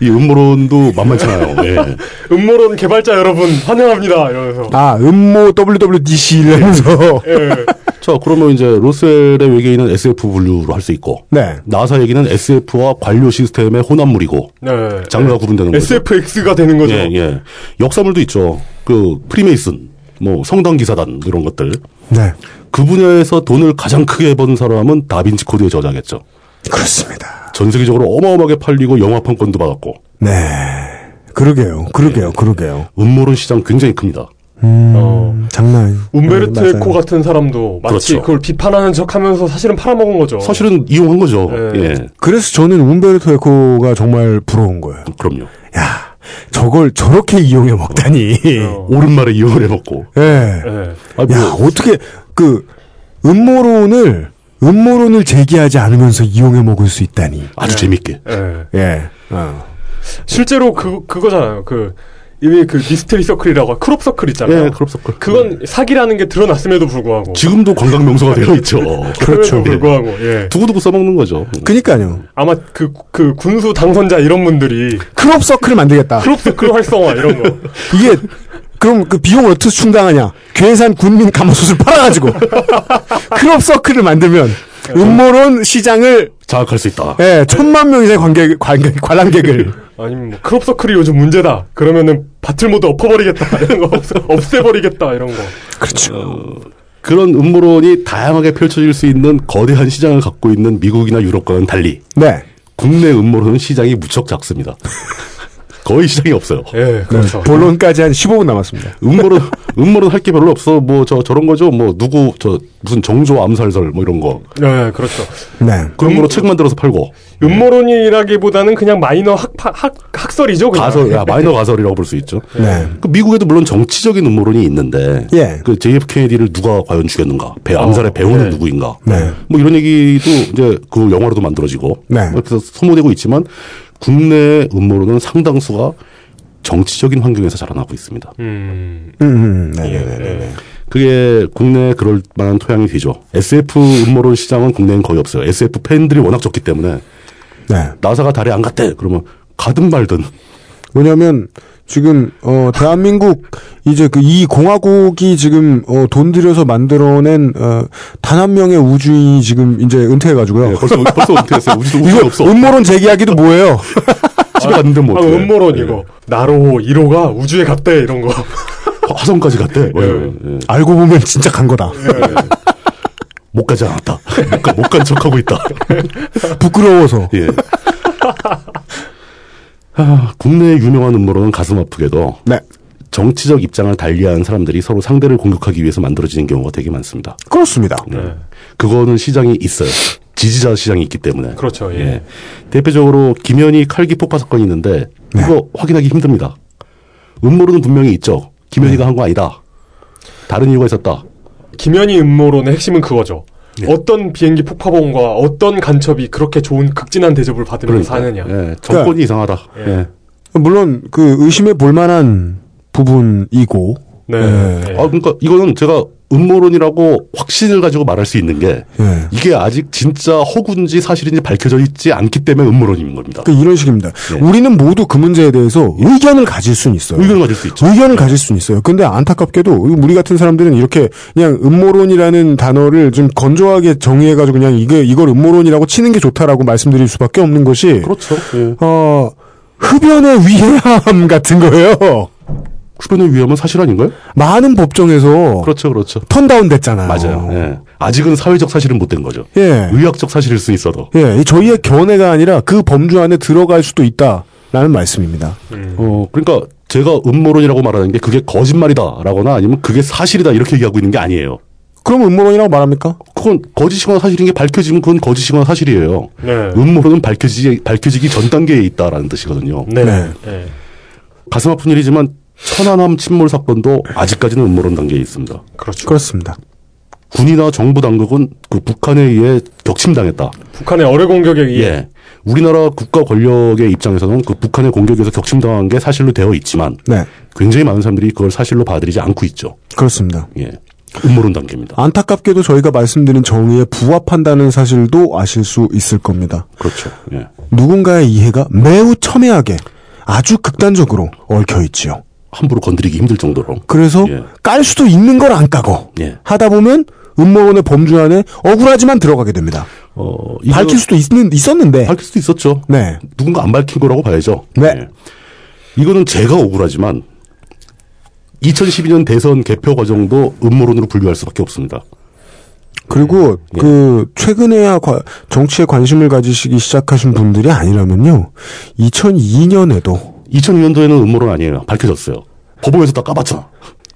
이 음모론도 만만찮아요 예.
음모론 개발자 여러분 환영합니다. 이러면서.
아 음모 WWDC
*laughs*
이러면서
예.
자 그러면 이제 로셀의 외계인은 SF 분류로 할 수 있고
네.
나사 얘기는 SF와 관료 시스템의 혼합물이고
네.
장르가 구분되는 거죠
SFX가 되는 거죠.
예, 예. 역사물도 있죠. 그 프리메이슨, 뭐 성당 기사단 이런 것들.
네.
그 분야에서 돈을 가장 크게 번 사람은 다빈치 코드의 저자겠죠.
그렇습니다.
전 세계적으로 어마어마하게 팔리고 영화판권도 받았고
네.
예.
그러게요. 그러게요. 그러게요.
음모론 시장 굉장히 큽니다.
어.
장난 아니에요.
움베르트
네,
에코
맞아요.
같은 사람도 마치
그렇죠.
그걸 비판하는 척하면서 사실은 팔아먹은 거죠.
사실은 이용한 거죠.
예.
예.
그래서 저는 움베르토 에코가 정말 부러운 거예요.
그럼요.
야, 저걸 저렇게 이용해 먹다니.
어.
오른말에 이용을 해먹고.
예.
예.
아, 뭐,
야, 어떻게 그 음모론을 음모론을 제기하지 않으면서 이용해 먹을 수 있다니.
아주 재밌게.
예.
예. 어.
실제로 그 그거잖아요. 그 이미 그 미스테리 서클이라고 크롭 서클 있잖아요.
예, 크롭서클.
그건 사기라는 게 드러났음에도 불구하고
지금도 관광 명소가 되어 있죠.
그럼에도
예.
불구하고 예.
두고두고 써먹는 거죠. 음,
그니까요.
아마 그 그 군수 당선자 이런 분들이
크롭 서클을 만들겠다.
크롭 서클 활성화 이런 거
이게 그럼 그 비용을 어떻게 충당하냐? 괴산 군민 가마솥을 팔아가지고 *laughs* 크롭 서클을 만들면 음모론 시장을
자학할 수 있다.
예, 천만 명 이상의 관객, 관객 관람객을
아니면 뭐 크롭 서클이 요즘 문제다. 그러면은 바틀모드 엎어버리겠다 이런 거 없애, 없애버리겠다 이런 거.
그렇죠.
그런 음모론이 다양하게 펼쳐질 수 있는 거대한 시장을 갖고 있는 미국이나 유럽과는 달리
네.
국내 음모론은 시장이 무척 작습니다. *laughs* 거의 시장이 없어요.
예, 그렇죠.
본론까지 한 15분 남았습니다.
음모론 음모론 할 게 별로 없어. 뭐 저 저런 거죠. 뭐 누구 저 무슨 정조 암살설 뭐 이런 거
예, 그렇죠.
네.
그런 거로 책 만들어서 팔고
음모론이라기보다는 그냥 마이너 학파, 학 학설이죠. 그냥.
가설 야, 마이너 가설이라고 볼 수 있죠.
어, 네.
그 미국에도 물론 정치적인 음모론이 있는데
예. 어,
그 JF 케네디를 누가 과연 죽였는가? 배 암살의 배우는
네.
누구인가?
네.
뭐 이런 얘기도 이제 그 영화로도 만들어지고
네.
그래서 소모되고 있지만 국내 음모론은 상당수가 정치적인 환경에서 자라나고 있습니다.
음,
음, 음, 네.
예,
네.
예.
그게 국내에 그럴 만한 토양이 되죠. SF 음모론 시장은 국내엔 거의 없어요. SF 팬들이 워낙 적기 때문에
네.
나사가 달에 안 갔대 그러면 가든 말든
뭐냐면 지금 어 대한민국 이제 그 이 공화국이 지금 어돈 들여서 만들어낸 어단 한 명의 우주인이 지금 이제 은퇴해 가지고요.
네, 벌써 벌써 은퇴했어요. 우리도 우리 없어.
음모론 제기하기도 뭐예요.
집에 갔는데 뭐
아,
어떡해.
음모론
예.
이거. 나로호 1호가 우주에 갔대 이런 거. *laughs*
예, 화성까지 갔대. 뭐 이런. 예.
알고 보면 진짜 간 거다.
못 가지 않았다. 못간 척하고 있다. *laughs*
부끄러워서.
예. 하, 국내의 유명한 음모론은 가슴 아프게도
네.
정치적 입장을 달리하는 사람들이 서로 상대를 공격하기 위해서 만들어지는 경우가 되게 많습니다.
그렇습니다.
네. 그거는 시장이 있어요. 지지자 시장이 있기 때문에.
그렇죠. 예.
예. 대표적으로 김현희 칼기 폭파 사건이 있는데 이거 확인하기 힘듭니다. 음모론은 분명히 있죠. 김현희가 한 거 아니다. 다른 이유가 있었다.
김현희 음모론의 핵심은 그거죠.
예.
어떤 비행기 폭파범과 어떤 간첩이 그렇게 좋은 극진한 대접을 받으면서 사느냐.
예, 정권이 이상하다. 예.
물론 그 의심해 볼 만한 부분이고
네. 예.
아, 그러니까 이거는 제가 음모론이라고 확신을 가지고 말할 수 있는 게
예.
이게 아직 진짜 허구인지 사실인지 밝혀져 있지 않기 때문에 음모론인 겁니다.
그러니까 이런 식입니다. 우리는 모두 그 문제에 대해서 의견을 가질 수는 있어요.
네. 예. 의견을 가질 네. 수 있죠.
의견을 가질 수는 있어요. 근데 안타깝게도 우리 같은 사람들은 이렇게 그냥 음모론이라는 단어를 좀 건조하게 정의해가지고 그냥 이게 이걸 음모론이라고 치는 게 좋다라고 말씀드릴 수밖에 없는 것이
그렇죠. 예.
어 흡연의 위해함 같은 거예요.
쿠변의 위험은 사실 아닌가요?
많은 법정에서
그렇죠, 그렇죠.
턴다운 됐잖아요.
맞아요. 예. 아직은 사회적 사실은 못 된 거죠.
예.
의학적 사실일 수 있어도.
예, 이 저희의 견해가 아니라 그 범주 안에 들어갈 수도 있다라는 말씀입니다.
어, 그러니까 제가 음모론이라고 말하는 게 그게 거짓말이다라거나 아니면 그게 사실이다 이렇게 얘기하고 있는 게 아니에요.
그럼 음모론이라고 말합니까?
그건 거짓이거나 사실인 게 밝혀지면 그건 거짓이거나 사실이에요.
네.
음모론은 밝혀지기, 밝혀지기 전 단계에 있다라는 뜻이거든요.
네.
네.
예.
가슴 아픈 일이지만 천안함 침몰 사건도 아직까지는 음모론 단계에 있습니다.
그렇죠.
그렇습니다.
군이나 정부 당국은 그 북한에 의해 격침당했다.
북한의 어뢰 공격에 의해
예. 우리나라 국가 권력의 입장에서는 그 북한의 공격에서 격침당한 게 사실로 되어 있지만
네,
굉장히 많은 사람들이 그걸 사실로 받아들이지 않고 있죠.
그렇습니다.
예. 음모론 단계입니다.
아. 안타깝게도 저희가 말씀드린 정의에 부합한다는 사실도 아실 수 있을 겁니다.
그렇죠. 예.
누군가의 이해가 매우 첨예하게 아주 극단적으로 얽혀 있지요.
함부로 건드리기 힘들 정도로.
그래서
예.
깔 수도 있는 걸 안 까고
예.
하다 보면 음모론의 범주 안에 억울하지만 들어가게 됩니다.
어,
밝힐 수도 있는 있었는데
밝힐 수도 있었죠.
네.
누군가 안 밝힌 거라고 봐야죠. 예.
네.
이거는 제가 억울하지만 2012년 대선 개표 과정도 음모론으로 분류할 수밖에 없습니다.
그리고
예.
그 최근에야 과- 정치에 관심을 가지시기 시작하신 분들이 아니라면요. 2002년에도
2002년도에는 음모론 아니에요. 밝혀졌어요. 법원에서 다 까봤잖아.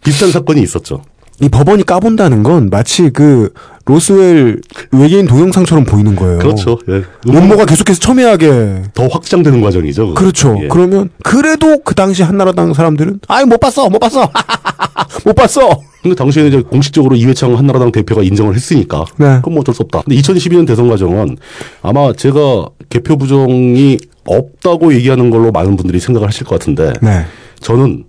비슷한 사건이 있었죠.
이 법원이 까본다는 건 마치 그 로스웰 외계인 동영상처럼 보이는 거예요.
그렇죠. 예.
음모가 계속해서 첨예하게.
더 확장되는 과정이죠. 그건.
그렇죠.
예.
그러면 그래도 그 당시 한나라당 사람들은 아이 못 봤어, 못 봤어, *laughs* 못 봤어.
근데 당시에는 이제 공식적으로 이회창 한나라당 대표가 인정을 했으니까
네.
그건 뭐 어쩔 수 없다. 근데 2012년 대선 과정은 아마 제가 개표 부정이 없다고 얘기하는 걸로 많은 분들이 생각을 하실 것 같은데
네,
저는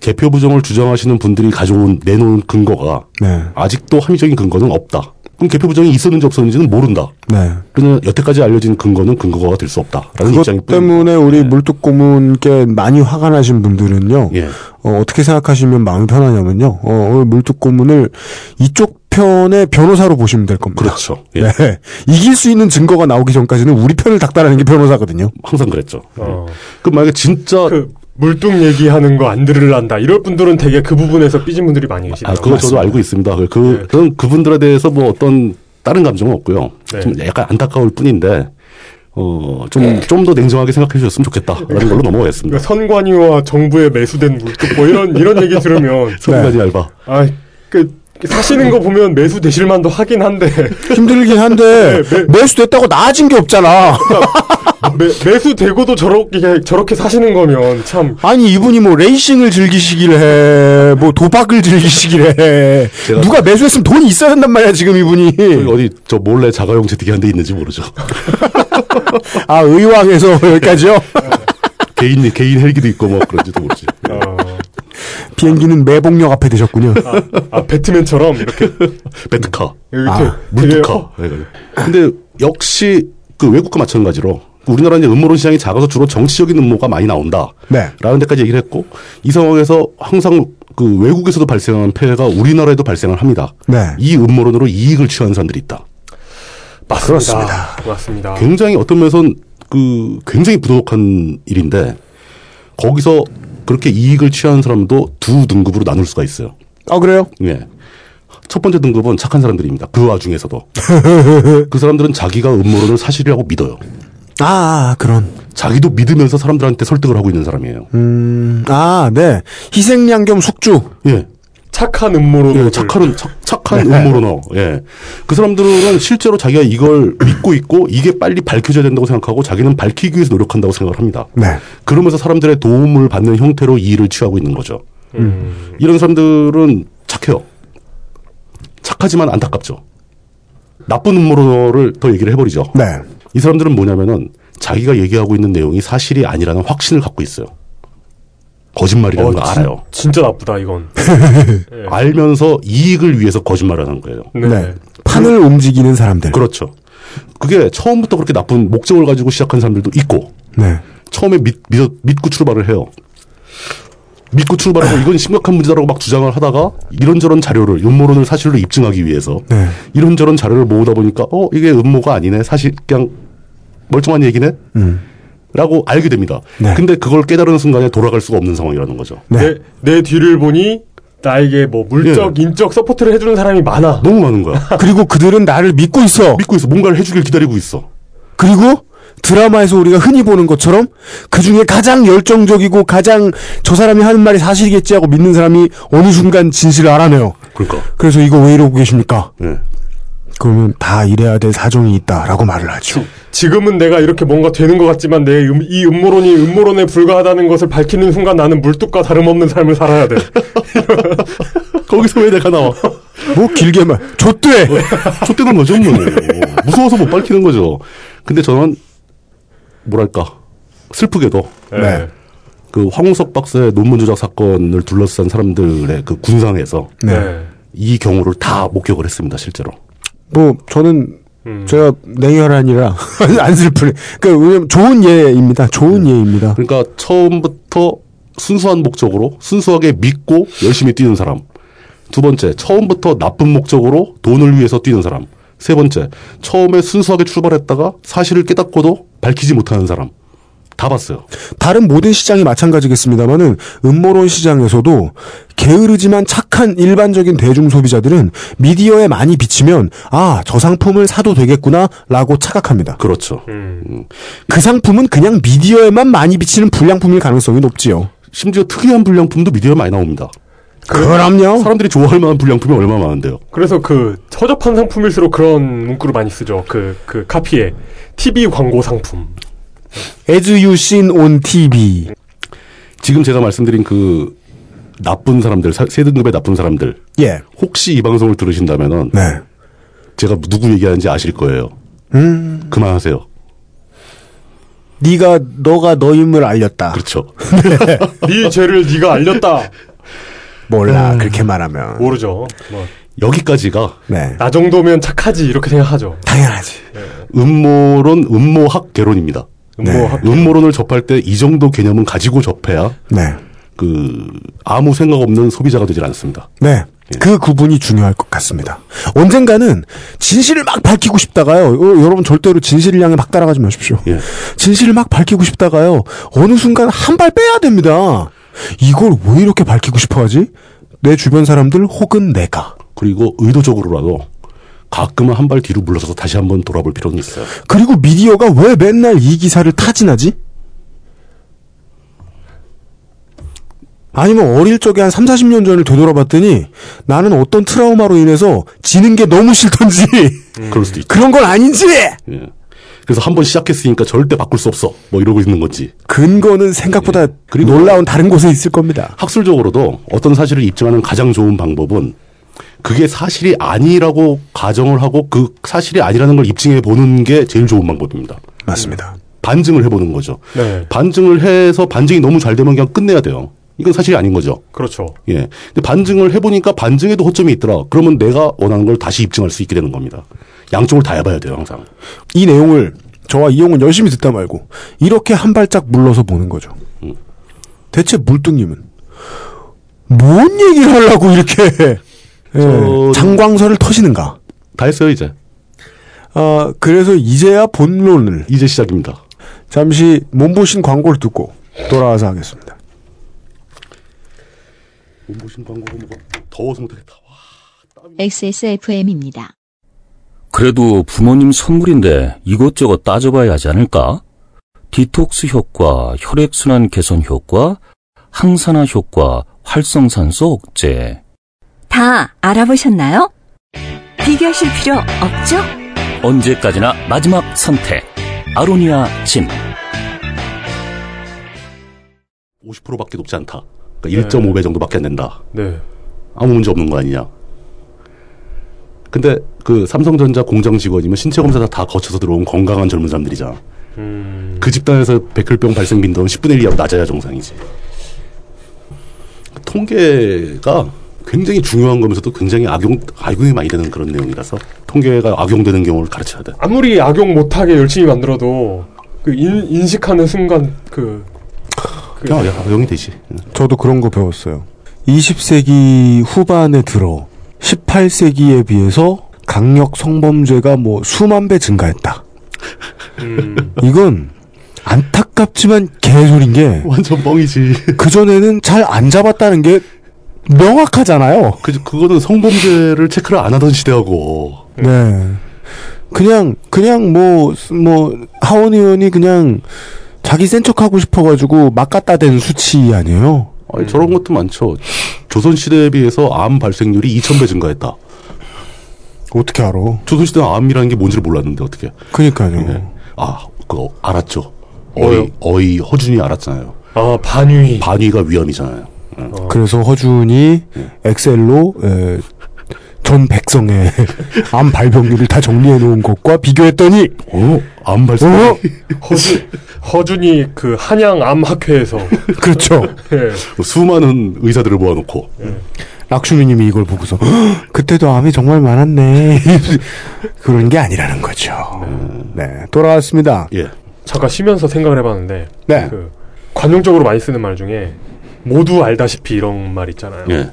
개표 부정을 주장하시는 분들이 가져온 내놓은 근거가
네,
아직도 합리적인 근거는 없다. 그럼 개표 부정이 있었는지 없었는지는 모른다.
네.
그러나 여태까지 알려진 근거는 근거가 될 수 없다라는
그것
입장이
때문에 우리 물뚝고문께 많이 화가 나신 분들은요.
예.
어, 어떻게 생각하시면 마음이 편하냐면요. 어, 오늘 물뚝고문을 이쪽 편의 변호사로 보시면 될 겁니다.
그렇죠. 예.
네. 이길 수 있는 증거가 나오기 전까지는 우리 편을 닥달하는 게 변호사거든요.
항상 그랬죠. 예.
어.
그럼 만약에 진짜
그 물뚱 얘기하는 거 안 들으란다. 이럴 분들은 되게 그 부분에서 삐진 분들이 많이 네.
아,
계시더라고요.
그거 저도 알고 있습니다. 그, 그, 저는 그분들에 대해서 뭐 어떤 다른 감정은 없고요.
네.
좀 약간 안타까울 뿐인데, 어, 좀, 좀 더 냉정하게 생각해 주셨으면 좋겠다라는 걸로 넘어가겠습니다.
그러니까 선관위와 정부에 매수된 물뚝 뭐 이런 이런 얘기 들으면
소리까지 알바.
아그 사시는 거 보면 매수 되실 만도 하긴 한데
힘들긴
*laughs*
한데
네,
매수됐다고 나아진 게 없잖아.
매, 매수 되고도 저렇게 저렇게 사시는 거면 참
아니 이분이 뭐 레이싱을 즐기시길 해, 뭐 도박을 즐기시길 해.
제가-
누가 매수했으면 돈이 있어야 한단 말이야 지금 이분이.
네.
저기 어디 저 몰래 자가용 채택이 한 대 있는지 모르죠. *laughs*
아 의왕에서 여기까지요.
*laughs* 개인, 개인 헬기도 있고 뭐 그런지도 모르지. *laughs*
어,
비행기는 매봉역 앞에 되셨군요.
아 배트맨처럼 이렇게
벤트카.
이렇게
아,
되게
물특허. 근데 역시 그 외국과 마찬가지로 그 우리나라는 이제 음모론 시장이 작아서 주로 정치적인 음모가 많이 나온다.
네.
라는 데까지 얘기를 했고 이 상황에서 항상 그 외국에서도 발생한 폐해가 우리나라에도 발생을 합니다.
네.
이 음모론으로 이익을 취하는 사람들이 있다.
아, 맞습니다. 맞습니다.
굉장히 어떤 면에선 그 굉장히 부도덕한 일인데 거기서 그렇게 이익을 취하는 사람도 두 등급으로 나눌 수가 있어요.
아 그래요?
예. 첫 번째 등급은 착한 사람들입니다. 그 와중에서도. *laughs* 그 사람들은 자기가 음모론을 사실이라고 믿어요.
아, 아, 그런.
자기도 믿으면서 사람들한테 설득을 하고 있는 사람이에요.
음, 아 네. 희생양 겸 숙주.
예.
착한 음모로
예, 착한, 착, 착한
네.
음모론어. 예. 그 사람들은 실제로 자기가 이걸 믿고 있고 이게 빨리 밝혀져야 된다고 생각하고 자기는 밝히기 위해서 노력한다고 생각을 합니다.
네.
그러면서 사람들의 도움을 받는 형태로 이 일을 취하고 있는 거죠.
음.
이런 사람들은 착해요. 착하지만 안타깝죠. 나쁜 음모론어를 더 얘기를 해버리죠.
네.
이 사람들은 뭐냐면은 자기가 얘기하고 있는 내용이 사실이 아니라는 확신을 갖고 있어요.
어,
거짓말이라는 걸 알아요.
어, 진짜 나쁘다 이건.
네. 알면서 이익을 위해서 거짓말을 하는 거예요.
네.
네. 판을 움직이는 사람들.
그렇죠. 그게 처음부터 그렇게 나쁜 목적을 가지고 시작한 사람들도 있고
네.
처음에 믿, 믿, 고 출발을 해요. 믿고 출발하고 이건 심각한 문제다라고 막 주장을 하다가 이런저런 자료를 음모론을 사실로 입증하기 위해서
네.
이런저런 자료를 모으다 보니까 어 이게 음모가 아니네 사실 그냥 멀쩡한 얘기네 라고 알게 됩니다.
네.
근데 그걸 깨달은 순간에 돌아갈 수가 없는 상황이라는 거죠.
네.
내, 내 뒤를 보니 나에게 뭐 물적,
예.
인적 서포트를 해주는 사람이 많아.
너무 많은 거야.
그리고 그들은 나를 믿고 있어.
믿고 있어. 뭔가를 해주길 기다리고 있어.
그리고 드라마에서 우리가 흔히 보는 것처럼 그 중에 가장 열정적이고 가장 저 사람이 하는 말이 사실이겠지 하고 믿는 사람이 어느 순간 진실을 알아내요.
그러니까.
그래서 이거 왜 이러고 계십니까?
예.
그러면 다 이래야 될 사정이 있다라고 말을 하죠.
지금은 내가 이렇게 뭔가 되는 것 같지만 내 이 음모론이 음모론에 불과하다는 것을 밝히는 순간 나는 물뚝과 다름없는 삶을 살아야 돼.
거기서 왜 내가 나와?
뭐 길게 말. 좆돼.
쫓대는 거죠, 뭐. 무서워서 못 밝히는 거죠. 근데 저는 뭐랄까 슬프게도
*laughs* 네.
그 황우석 박사의 논문 조작 사건을 둘러싼 사람들의 그 군상에서
네.
이 경우를 다 목격을 했습니다, 실제로.
뭐 저는 제가 냉혈한이라 *laughs* 안 슬프네. 그 왜냐면 좋은 예입니다. 좋은 예입니다.
그러니까 처음부터 순수한 목적으로 순수하게 믿고 열심히 뛰는 사람. 두 번째, 처음부터 나쁜 목적으로 돈을 위해서 뛰는 사람. 세 번째, 처음에 순수하게 출발했다가 사실을 깨닫고도 밝히지 못하는 사람. 다 봤어요.
다른 모든 시장이 마찬가지겠습니다만은 음모론 시장에서도 게으르지만 착한 일반적인 대중 소비자들은 미디어에 많이 비치면 아 저 상품을 사도 되겠구나라고 착각합니다.
그렇죠.
그 상품은 그냥 미디어에만 많이 비치는 불량품일 가능성이 높지요.
심지어 특이한 불량품도 미디어에 많이 나옵니다.
그럼요.
사람들이 좋아할 만한 불량품이 얼마나 많은데요.
그래서 그 허접한 상품일수록 그런 문구를 많이 쓰죠. 그 그 카피에 TV 광고 상품.
As you seen on TV.
지금 제가 말씀드린 그 나쁜 사람들, 사- 세 등급의 나쁜 사람들.
예.
혹시 이 방송을 들으신다면은
네.
제가 누구 얘기하는지 아실 거예요. 음. 그만하세요.
네가 너가 너임을 알렸다.
그렇죠. *laughs*
네 죄를 네가 알렸다.
몰라 그렇게 말하면.
모르죠. 뭐,
여기까지가
네.
나 정도면 착하지 이렇게 생각하죠.
당연하지.
음모론, 음모학 개론입니다.
음모
네.
학-
음모론을 접할 때 이 정도 개념은 가지고 접해야
네.
그 아무 생각 없는 소비자가 되질 않습니다.
네. 그 구분이 중요할 것 같습니다. 언젠가는 진실을 막 밝히고 싶다가요. 어, 여러분 절대로 진실을 향해 막 따라가지 마십시오.
예.
진실을 막 밝히고 싶다가요. 어느 순간 한 발 빼야 됩니다. 이걸 왜 이렇게 밝히고 싶어 하지? 내 주변 사람들 혹은 내가.
그리고 의도적으로라도 가끔은 한 발 뒤로 물러서서 다시 한번 돌아볼 필요는 있어요.
그리고 미디어가 왜 맨날 이 기사를 타진하지? 아니면 어릴 적에 한 3, 40년 전을 되돌아봤더니 나는 어떤 트라우마로 인해서 지는 게 너무 싫던지 *laughs*
그럴 수도 있죠.
그런 건 아닌지
예. 그래서 한 번 시작했으니까 절대 바꿀 수 없어. 뭐 이러고 있는 건지.
근거는 생각보다
그리고-
놀라운 다른 곳에 있을 겁니다.
학술적으로도 어떤 사실을 입증하는 가장 좋은 방법은 그게 사실이 아니라고 가정을 하고 그 사실이 아니라는 걸 입증해 보는 게 제일 좋은 방법입니다.
맞습니다.
반증을 해보는 거죠.
네.
반증을 해서 반증이 너무 잘 되면 그냥 끝내야 돼요. 이건 사실이 아닌 거죠.
그렇죠.
예. 근데 반증을 해보니까 반증에도 허점이 있더라. 그러면 내가 원하는 걸 다시 입증할 수 있게 되는 겁니다. 양쪽을 다 해봐야 돼요, 항상.
이 내용을 저와 이용은 열심히 듣다 말고 이렇게 한 발짝 물러서 보는 거죠. 대체 물뚱님은 뭔 얘기를 하려고 *laughs* 이렇게 예,
저는-
장광설을 터시는가?
다 했어요, 이제.
아 그래서 이제야 본론을
이제 시작입니다.
잠시 몸보신 광고를 듣고 돌아와서 하겠습니다.
보신 광고가 뭐가 더워서 못하겠다.
XSFM입니다.
그래도 부모님 선물인데 이것저것 따져봐야 하지 않을까? 디톡스 효과, 혈액순환 개선 효과, 항산화 효과, 활성산소 억제.
다 알아보셨나요? 비교하실 필요 없죠?
언제까지나 마지막 선택. 아로니아 진.
50%밖에 높지 않다. 그러니까 1.5배 정도밖에 안 된다.
네.
아무 문제 없는 거 아니냐. 근데 그 삼성전자 공장 직원이면 신체 검사 다 거쳐서 들어온 건강한 젊은 사람들이잖아. 그 집단에서 백혈병 발생 빈도는 10분의 1 이하로 낮아야 정상이지. 통계가 굉장히 중요한 거면서도 굉장히 악용, 악용이 많이 되는 그런 내용이라서 통계가 악용되는 경우를 가르쳐야 돼.
아무리 악용 못하게 열심히 만들어도 그 인, 인식하는 순간 그
그냥 악용이 되지.
저도 그런 거 배웠어요. 20세기 후반에 들어 18세기에 비해서 강력 성범죄가 뭐 수만 배 증가했다.
음,
이건 안타깝지만 개소린 게
완전 뻥이지. *laughs*
그전에는 잘 안 잡았다는 게 명확하잖아요.
그, 그거는 성범죄를 체크를 안 하던 시대하고
네. 그냥, 그냥 뭐, 뭐, 하원 의원이 그냥 자기 센 척하고 싶어가지고 막 갖다 댄 수치 아니에요?
아니, 저런 것도 많죠. 조선시대에 비해서 암 발생률이 2,000배 증가했다.
어떻게 알아?
조선시대는 암이라는 게 뭔지를 몰랐는데, 어떻게.
그니까요.
예. 아, 그거 알았죠. 어이, 어이, 허준이 알았잖아요.
*laughs* 아 반위.
반위가 위험이잖아요. 예.
그래서 허준이 엑셀로, 에, 전 백성의 암 발병률을 다 정리해 놓은 것과 비교했더니,
어? 암 발생.
어?
허준 허준이 그 한양 암학회에서
그렇죠.
예.
수많은 의사들을 모아놓고.
락슈미님이 이걸 보고서 "헉, 그때도 암이 정말 많았네 *laughs* 그런 게 아니라는 거죠. 네 돌아왔습니다.
예.
잠깐 쉬면서 생각을 해봤는데
네.
그 관용적으로 많이 쓰는 말 중에 모두 알다시피 이런 말 있잖아요.
예.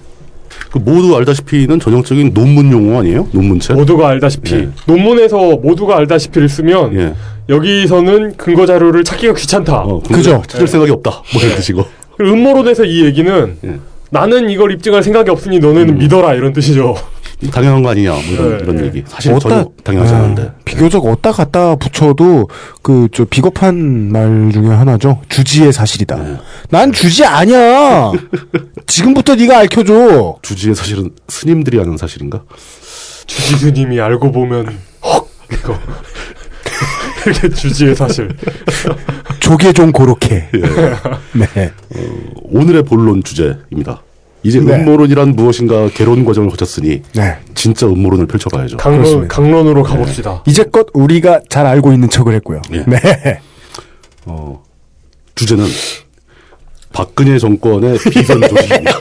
그 모두 알다시피는 전형적인 논문 용어 아니에요? 논문책?
모두가 알다시피
예.
논문에서 모두가 알다시피를 쓰면
예.
여기서는 근거 자료를 찾기가 귀찮다.
어,
그죠. 네.
찾을 생각이 없다. 뭐 이런 뜻이고.
그리고 음모론에서 이 얘기는
예. 음.
나는 이걸 입증할 생각이 없으니 너네는 믿어라 이런 뜻이죠.
당연한 거 아니냐 뭐 이런,
네,
이런
네.
얘기. 사실 전혀 당연하지
아,
않은데.
비교적 어디다 갖다 붙여도 그 저 비겁한 말 중에 하나죠. 주지의 사실이다.
네.
난 주지 아니야. 지금부터 네가 알켜줘.
주지의 사실은 스님들이 아는 사실인가?
주지스님이 알고 보면 헉 이거 *laughs* 이렇게 주지의 사실.
조개 좀 고렇게.
예.
*laughs* 네.
오늘의 본론 주제입니다. 이제
네.
음모론이란 무엇인가 개론 과정을 거쳤으니
네.
진짜 음모론을 펼쳐봐야죠.
강론 강론으로 가봅시다.
이제껏 우리가 잘 알고 있는 척을 했고요.
예.
네.
어, 주제는 박근혜 정권의 비선
*laughs*
조직입니다.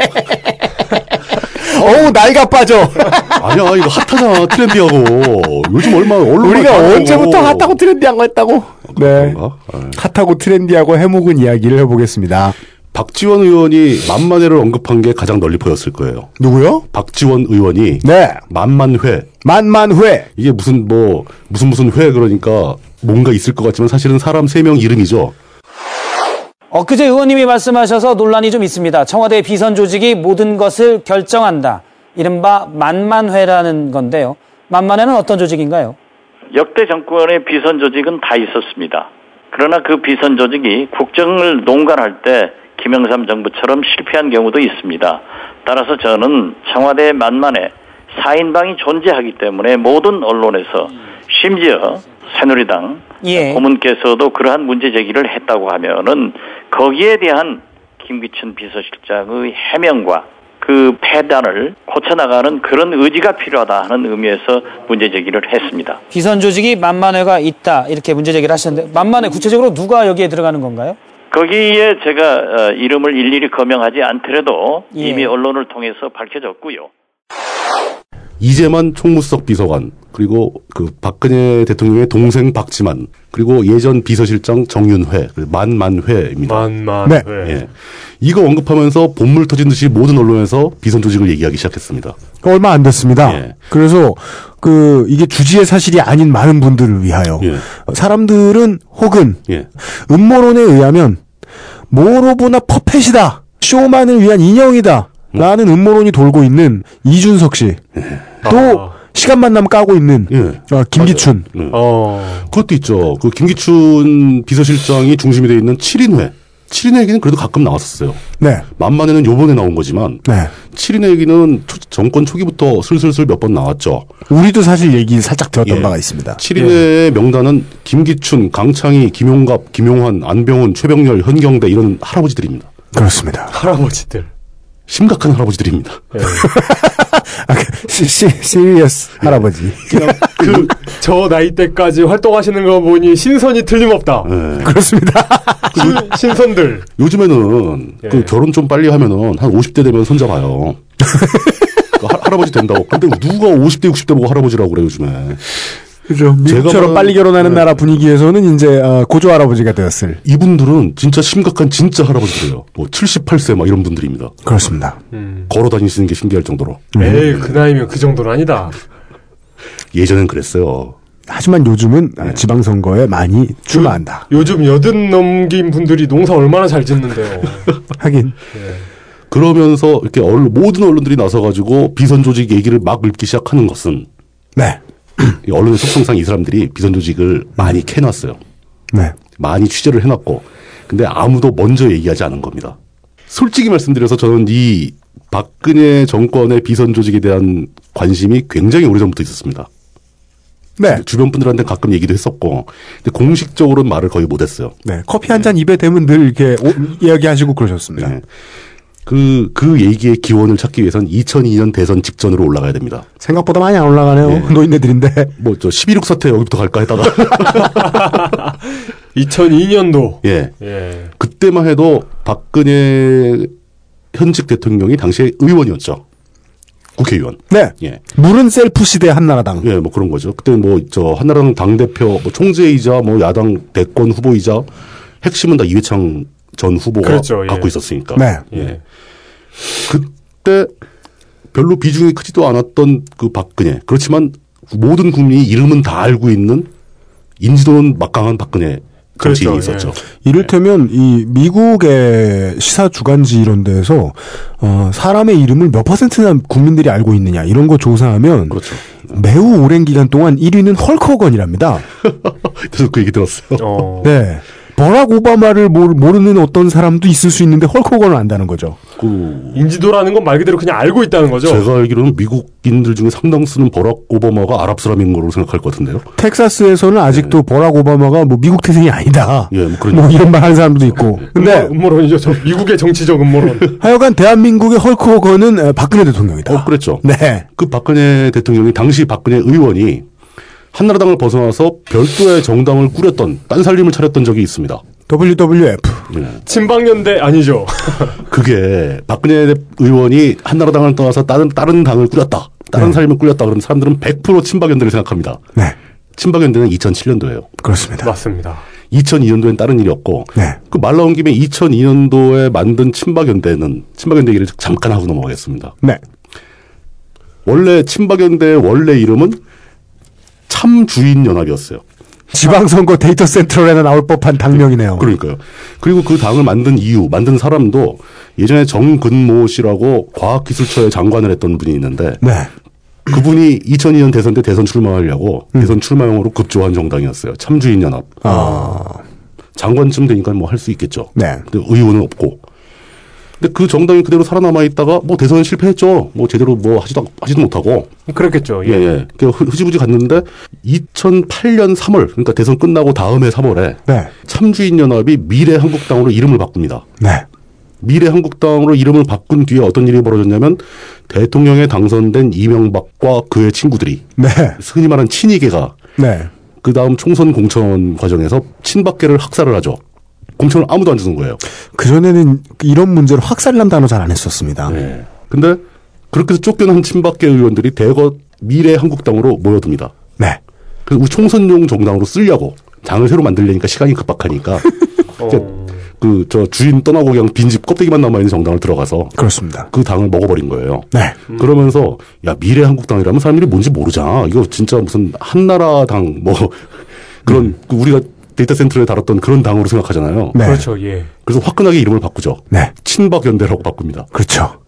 어우 나이가
*laughs*
빠져.
아니야 이거 핫하잖아 트렌디하고 요즘 얼마 언론
우리가 언제부터 핫하고 트렌디한 거 했다고? 네.
아, 그런가? 예.
핫하고 트렌디하고 해묵은 이야기를 해보겠습니다.
박지원 의원이 만만회를 언급한 게 가장 널리 퍼졌을 거예요.
누구요?
박지원 의원이
네.
만만회
만만회.
이게 무슨 뭐 무슨 무슨 회 그러니까 뭔가 있을 것 같지만 사실은 사람 세 명 이름이죠.
엊그제 의원님이 말씀하셔서 논란이 좀 있습니다. 청와대 비선 조직이 모든 것을 결정한다. 이른바 만만회라는 건데요. 만만회는 어떤 조직인가요?
역대 정권의 비선 조직은 다 있었습니다. 그러나 그 비선 조직이 국정을 농간할 때 김영삼 정부처럼 실패한 경우도 있습니다. 따라서 저는 청와대 만만에 4인방이 존재하기 때문에 모든 언론에서 심지어 새누리당
예.
고문께서도 그러한 문제 제기를 했다고 하면은 거기에 대한 김기춘 비서실장의 해명과 그 패단을 고쳐나가는 그런 의지가 필요하다 하는 의미에서 문제 제기를 했습니다.
비선 조직이 만만회가 있다. 이렇게 문제 제기를 하셨는데 만만회 구체적으로 누가 여기에 들어가는 건가요?
거기에 제가 어, 이름을 일일이 거명하지 않더라도
예.
이미 언론을 통해서 밝혀졌고요.
이재만 총무석 비서관 그리고 그 박근혜 대통령의 동생 박지만 그리고 예전 비서실장 정윤회 그리고 만만회입니다.
만만.
네.
회.
예. 이거 언급하면서 본물 터진 듯이 모든 언론에서 비선 조직을 얘기하기 시작했습니다.
그 얼마 안 됐습니다.
예.
그래서 그 이게 주지의 사실이 아닌 많은 분들을 위하여
예.
사람들은 혹은
예.
음모론에 의하면 모로보나 퍼펫이다. 쇼만을 위한 인형이다. 라는 음모론이 돌고 있는 이준석 씨. 또 시간만 나면 까고 있는
아. 예.
아, 김기춘.
음.
어.
그것도 있죠. 그 김기춘 비서실장이 중심이 되어 있는 7인회. 7인회 얘기는 그래도 가끔 나왔었어요.
네.
만만에는 요번에 나온 거지만
네.
7인회 얘기는 초- 정권 초기부터 슬슬슬 몇 번 나왔죠.
우리도 사실 얘기 살짝 들었던
예.
바가 있습니다.
7인회의 명단은 김기춘, 강창희, 김용갑, 김용환, 안병훈, 최병렬, 현경대 이런 할아버지들입니다.
그렇습니다.
할아버지들. 네.
심각한 할아버지들입니다.
*laughs* 아, 그 시, 시, 시리어스 할아버지.
그 저 나이 때까지 활동하시는 거 보니 신선이 틀림없다.
네.
예.
그렇습니다.
신- 신선들.
요즘에는
예.
그 결혼 좀 빨리 하면은 한 50대 되면 손잡아요. 그 할- 할아버지 된다고. 근데 누가 50대, 60대 보고 할아버지라고 그래, 요즘에.
그죠. 미국처럼
보는-
빨리 결혼하는 나라 분위기에서는 이제 어, 고조 할아버지가 되었을.
이분들은 진짜 심각한 진짜 할아버지들이에요. 뭐 78세 막 이런 분들입니다.
그렇습니다.
걸어 다니시는 게 신기할 정도로.
네.
에이 그 나이면 그 정도는 아니다.
예전엔 그랬어요.
하지만 요즘은 아, 지방선거에 많이 출마한다.
요즘 여든 넘긴 분들이 농사 얼마나 잘 짓는데요.
하긴.
그러면서 이렇게 언론, 모든 언론들이 나서가지고 비선 조직 얘기를 막 읽기 시작하는 것은
네.
이 언론의 속성상 이 사람들이 비선 조직을 많이 캐놨어요.
네.
많이 취재를 해놨고, 근데 아무도 먼저 얘기하지 않은 겁니다. 솔직히 말씀드려서 저는 이 박근혜 정권의 비선 조직에 대한 관심이 굉장히 오래전부터 있었습니다.
네.
주변 분들한테 가끔 얘기도 했었고, 근데 공식적으로는 말을 거의 못했어요.
네. 커피 한 잔 입에 대면 늘 이렇게 오- 이야기하시고 그러셨습니다.
네. 그, 그 얘기의 기원을 찾기 위해선 2002년 대선 직전으로 올라가야 됩니다.
생각보다 많이 안 올라가네요. 노인네들인데.
뭐, 저 11.6 사태 여기부터 갈까 했다가.
2002년도.
*laughs* 예.
예.
그때만 해도 박근혜 현직 대통령이 당시에 의원이었죠. 국회의원.
네.
예.
물은 셀프 시대 한나라당.
예, 뭐 그런 거죠. 그때 뭐, 저, 한나라당 당대표, 뭐 총재이자, 뭐, 야당 대권 후보이자, 핵심은 다 이회창 전 후보가
그렇죠, 예.
갖고 있었으니까.
네.
예. 그때 별로 비중이 크지도 않았던 그 박근혜. 그렇지만 모든 국민이 이름은 다 알고 있는 인지도는 막강한 박근혜 정치인이 있었죠.
예.
이를테면 이 미국의 시사 주간지 이런 데에서 어, 사람의 이름을 몇 퍼센트나 국민들이 알고 있느냐 이런 거 조사하면
그렇죠.
매우 오랜 기간 동안 1위는 헐크 호건이랍니다.
*laughs* 그래서 그 얘기 들었어요.
네. 버락 오바마를 모르- 모르는 어떤 사람도 있을 수 있는데 헐크 호건을 안다는 거죠.
그 인지도라는 건 말 그대로 그냥 알고 있다는 거죠.
제가 알기로는 미국인들 중에 상당수는 버락 오바마가 아랍 사람인 걸로 생각할 것 같은데요.
텍사스에서는 아직도 버락 오바마가 뭐 미국 태생이 아니다.
네. 예, 뭐 그런 네.
뭐 이런 말 하는 사람도 있고. 근데
음모론이죠. 저 미국의 정치적 음모론.
*laughs* 하여간 대한민국의 헐크 호건은 어, 박근혜 대통령이다.
어, 그랬죠.
네.
그 박근혜 대통령이 당시 박근혜 의원이 한나라당을 벗어나서 별도의 정당을 꾸렸던 딴살림을 차렸던 적이 있습니다.
WWF.
친박연대 아니죠.
그게 박근혜 의원이 한나라당을 떠나서 다른 다른 당을 꾸렸다.
네.
다른 살림을 꾸렸다. 그러면 사람들은 100% 친박연대를 생각합니다. 친박연대는 2007년도예요.
네. 그렇습니다.
맞습니다.
2002년도엔 다른 일이 없고
네.
그 말 나온 김에 2002년도에 만든 친박연대는 친박연대 얘기를 잠깐 하고 넘어가겠습니다.
네.
원래 친박연대의 원래 이름은 참주인연합이었어요.
지방선거 데이터 센트럴에나 나올 법한 당명이네요.
그러니까요. 그리고 그 당을 만든 이유, 만든 사람도 예전에 정근모 씨라고 과학기술처의 장관을 했던 분이 있는데
뭐.
그분이 2002년 대선 때 대선 출마하려고 대선 출마용으로 급조한 정당이었어요. 참주인연합.
아,
어. 장관쯤 되니까 뭐 할 수 있겠죠.
네.
근데 의원은 없고. 근데 그 정당이 그대로 살아남아 있다가 뭐 대선 실패했죠. 뭐 제대로 뭐 하지도 하지도 못하고.
그렇겠죠.
예, 예. 그 흐- 흐지부지 갔는데 2008년 3월 그러니까 대선 끝나고 다음해 3월에
네.
참주인 연합이 미래 한국당으로 이름을 바꿉니다.
네.
미래 한국당으로 이름을 바꾼 뒤에 어떤 일이 벌어졌냐면 대통령에 당선된 이명박과 그의 친구들이
네.
흔히 말하는 친이계가
네.
그 다음 총선 공천 과정에서 친박계를 학살을 하죠. 공천을 아무도 안 주는 거예요.
그전에는 이런 문제로 학살남 단어 잘 안 했었습니다.
네. 근데 그렇게 해서 쫓겨난 친박계 의원들이 대거 미래 한국당으로 모여듭니다.
네.
그래서 우리 총선용 정당으로 쓰려고 장을 새로 만들려니까 시간이 급박하니까 그 저 주인 떠나고 그냥 빈집 껍데기만 남아 있는 정당을 들어가서
그렇습니다.
그 당을 먹어버린 거예요. 음.
네.
그러면서 야 미래 한국당이라면 사람들이 뭔지 모르잖아. 이거 진짜 무슨 한나라당 뭐 *laughs* 그런 그 우리가 데이터 센터에 다뤘던 그런 당으로 생각하잖아요.
네. 그렇죠, 예.
그래서 화끈하게 이름을 바꾸죠.
네.
친박연대라고 바꿉니다.
그렇죠.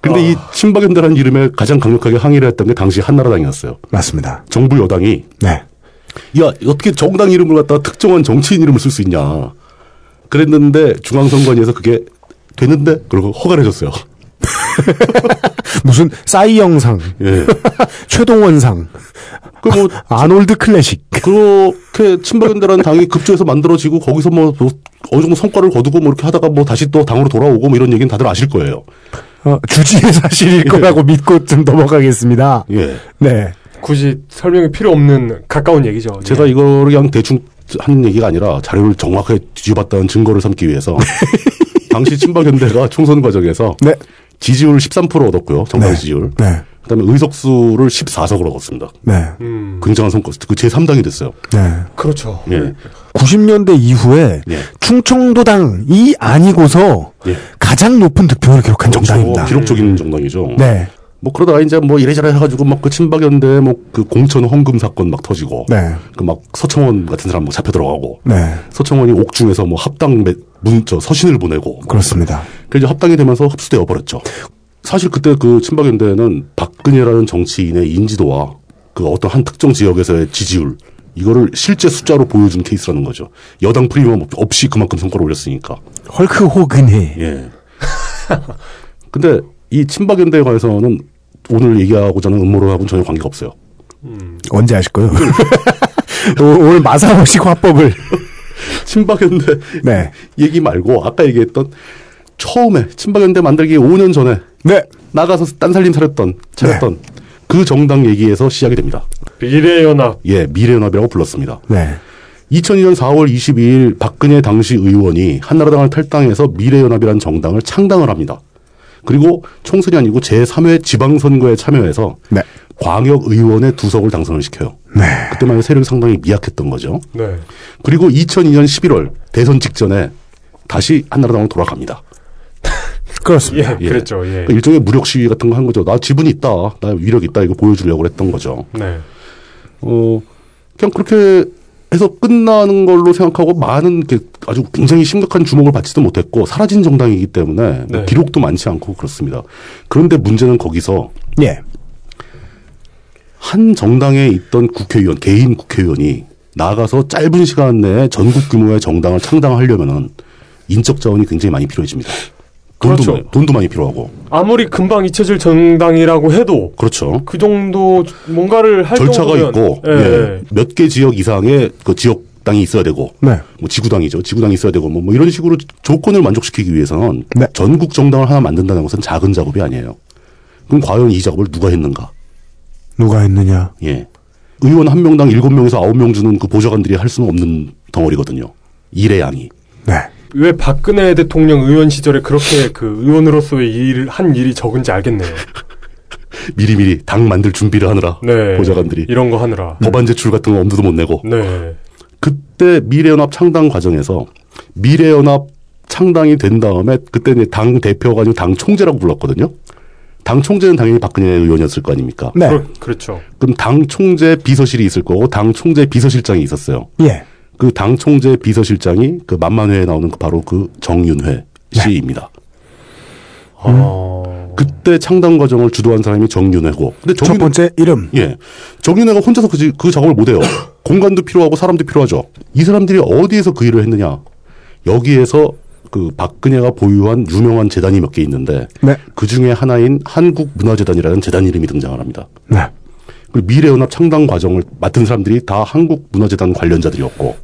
근데 이 친박연대라는 이름에 가장 강력하게 항의를 했던 게 당시 한나라당이었어요.
맞습니다.
정부 여당이
네.
야 어떻게 정당 이름을 갖다가 특정한 정치인 이름을 쓸 수 있냐 그랬는데 중앙선관위에서 그게 되는데 그러고 허가를 해줬어요.
무슨 싸이 영상, *laughs* 최동원상,
예. 그뭐
*laughs*
뭐
아놀드 클래식.
그렇게 친박연대라는 당이 급조해서 만들어지고 거기서 뭐, 뭐 어느 정도 성과를 거두고 뭐 이렇게 하다가 뭐 다시 또 당으로 돌아오고 뭐 이런 얘기는 다들 아실 거예요.
어, 주지의 사실일 거라고 믿고 좀 넘어가겠습니다.
예.
네.
굳이 설명이 필요 없는 가까운 얘기죠. 예.
예.
제가 이거를 그냥 대충 하는 얘기가 아니라 자료를 정확하게 뒤집었다는 증거를 삼기 위해서
네.
*laughs* 당시 친박연대가 총선 과정에서 지지율 13% 얻었고요. 정당 지지율.
네.
그다음에 의석수를 14석으로 얻었습니다.
네.
음.
굉장한 성과. 그 제3당이 됐어요.
네.
그렇죠.
예.
90년대 이후에 충청도당이 아니고서
예. 그렇죠.
가장 높은 득표를 기록한 정당입니다.
뭐 기록적인 정당이죠.
네.
뭐 그러다가 이제 뭐 이래저래 해가지고 막 그 친박연대 뭐 그 공천 헌금 사건 막 터지고
네.
그 막 서청원 같은 사람 막 잡혀 들어가고
네.
서청원이 옥중에서 뭐 합당 매- 문저 서신을 보내고
그렇습니다.
그래서 이제 합당이 되면서 흡수되어 버렸죠. 사실 그때 그 친박연대는 박근혜라는 정치인의 인지도와 그 어떤 한 특정 지역에서의 지지율 이거를 실제 숫자로 보여준 케이스라는 거죠. 여당 프리미엄 없- 없이 그만큼 성과를 올렸으니까.
헐크 호근해.
예. 근데 이 친박연대에 관해서는 오늘 얘기하고자 하는 음모론하고는 전혀 관계가 없어요. *laughs*
언제 아실 거예요? 오- 오늘 마사오식 화법을.
친박연대 얘기 말고 아까 얘기했던 처음에 친박연대 만들기 5년 전에
네.
나가서 딴살림 차렸던 차렸던 그 정당 얘기에서 시작이 됩니다.
미래연합.
예, 미래연합이라고 불렀습니다.
네.
2002년 4월 22일 박근혜 당시 의원이 한나라당을 탈당해서 미래연합이라는 정당을 창당을 합니다. 그리고 총선이 아니고 제3회 지방선거에 참여해서
네.
광역의원의 두석을 당선을 시켜요. 그때만 해도 세력이 상당히 미약했던 거죠.
네.
그리고 2002년 11월 대선 직전에 다시 한나라당으로 돌아갑니다.
그렇습니다.
예, 그랬죠. 예.
그러니까 일종의 무력 시위 같은 거 한 거죠. 나 지분이 있다. 나 위력 있다. 이거 보여주려고 했던 거죠.
네.
어, 그냥 그렇게 해서 끝나는 걸로 생각하고 많은 이렇게 아주 굉장히 심각한 주목을 받지도 못했고 사라진 정당이기 때문에 뭐
네.
기록도 많지 않고 그렇습니다. 그런데 문제는 거기서
예.
한 정당에 있던 국회의원 개인 국회의원이 나가서 짧은 시간 내에 전국 규모의 정당을 창당하려면은 인적 자원이 굉장히 많이 필요해집니다. 돈도
그렇죠.
많이- 돈도 많이 필요하고
아무리 금방 잊혀질 정당이라고 해도
그렇죠.
그 정도 뭔가를 할
절차가
정도면-
있고
예.
몇 개 지역 이상의 그 지역 당이 있어야 되고
네.
뭐 지구당이죠 지구당이 있어야 되고 뭐, 뭐 이런 식으로 조건을 만족시키기 위해서는 전국 정당을 하나 만든다는 것은 작은 작업이 아니에요. 그럼 과연 이 작업을 누가 했는가?
누가 했느냐?
예. 의원 한 명당 일곱 명에서 아홉 명 주는 그 보좌관들이 할 수는 없는 덩어리거든요. 일의 양이.
네.
왜 박근혜 대통령 의원 시절에 그렇게 그 의원으로서의 일을 한 일이 적은지 알겠네요.
미리미리 당 만들 준비를 하느라
네.
*laughs* 보좌관들이
이런 거 하느라.
법안 제출 같은 거 엄두도 못 내고
네.
그때 미래연합 창당 과정에서 미래연합 창당이 된 다음에 그때 이제 당 대표가 아니고 당 총재라고 불렀거든요. 당 총재는 당연히 박근혜 의원이었을 거 아닙니까?
네.
그, 렇죠
그럼 당 총재 비서실이 있을 거고 당 총재 비서실장이 있었어요.
예.
그 당 총재 비서실장이 그 만만회에 나오는 그 바로 그 정윤회
네.
씨입니다.
어.
음. 그때 창당 과정을 주도한 사람이 정윤회고. 근데 첫
번째 이름.
예. 정윤회가 혼자서 그, 지- 그
*laughs*
작업을 못해요. 공간도 필요하고 사람도 필요하죠. 이 사람들이 어디에서 그 일을 했느냐. 여기에서 그 박근혜가 보유한 유명한 재단이 몇 개 있는데
네.
그 중에 하나인 한국문화재단이라는 재단 이름이 등장을 합니다.
네.
그리고 미래연합 창당 과정을 맡은 사람들이 다 한국문화재단 관련자들이었고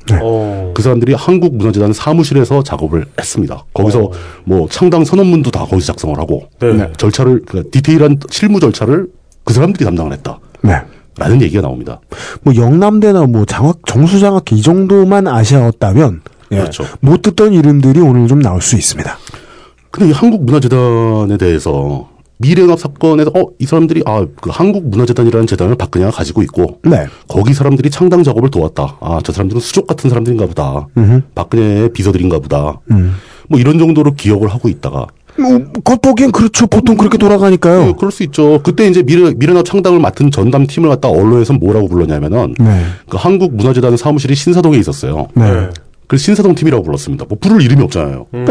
그 사람들이 한국문화재단 사무실에서 작업을 했습니다. 거기서 뭐 창당 선언문도 다 거기서 작성을 하고
네. 네.
절차를 그 디테일한 실무 절차를 그 사람들이 담당을 했다.
네.
라는 얘기가 나옵니다.
뭐 영남대나 뭐 장학 정수장학회 이 정도만 아시아였다면 예,
그렇죠.
못 듣던 이름들이 오늘 좀 나올 수 있습니다.
근데 이 한국문화재단에 대해서 미래연합 사건에서 어 이 사람들이 아그 한국문화재단이라는 재단을 박근혜가 가지고 있고
네.
거기 사람들이 창당 작업을 도왔다. 아 저 사람들은 수족 같은 사람들인가 보다.
음흠.
박근혜의 비서들인가 보다.
음.
뭐 이런 정도로 기억을 하고 있다가
뭐, 겉보기엔 그렇죠. 보통 그렇게 돌아가니까요.
예, 그럴 수 있죠. 그때 이제 미래, 미래나 창당을 맡은 전담 팀을 갖다 언론에서 뭐라고 불렀냐면은
네.
그 한국문화재단 사무실이 신사동에 있었어요.
네.
그래서 신사동 팀이라고 불렀습니다. 뭐 부를 이름이 없잖아요.
네.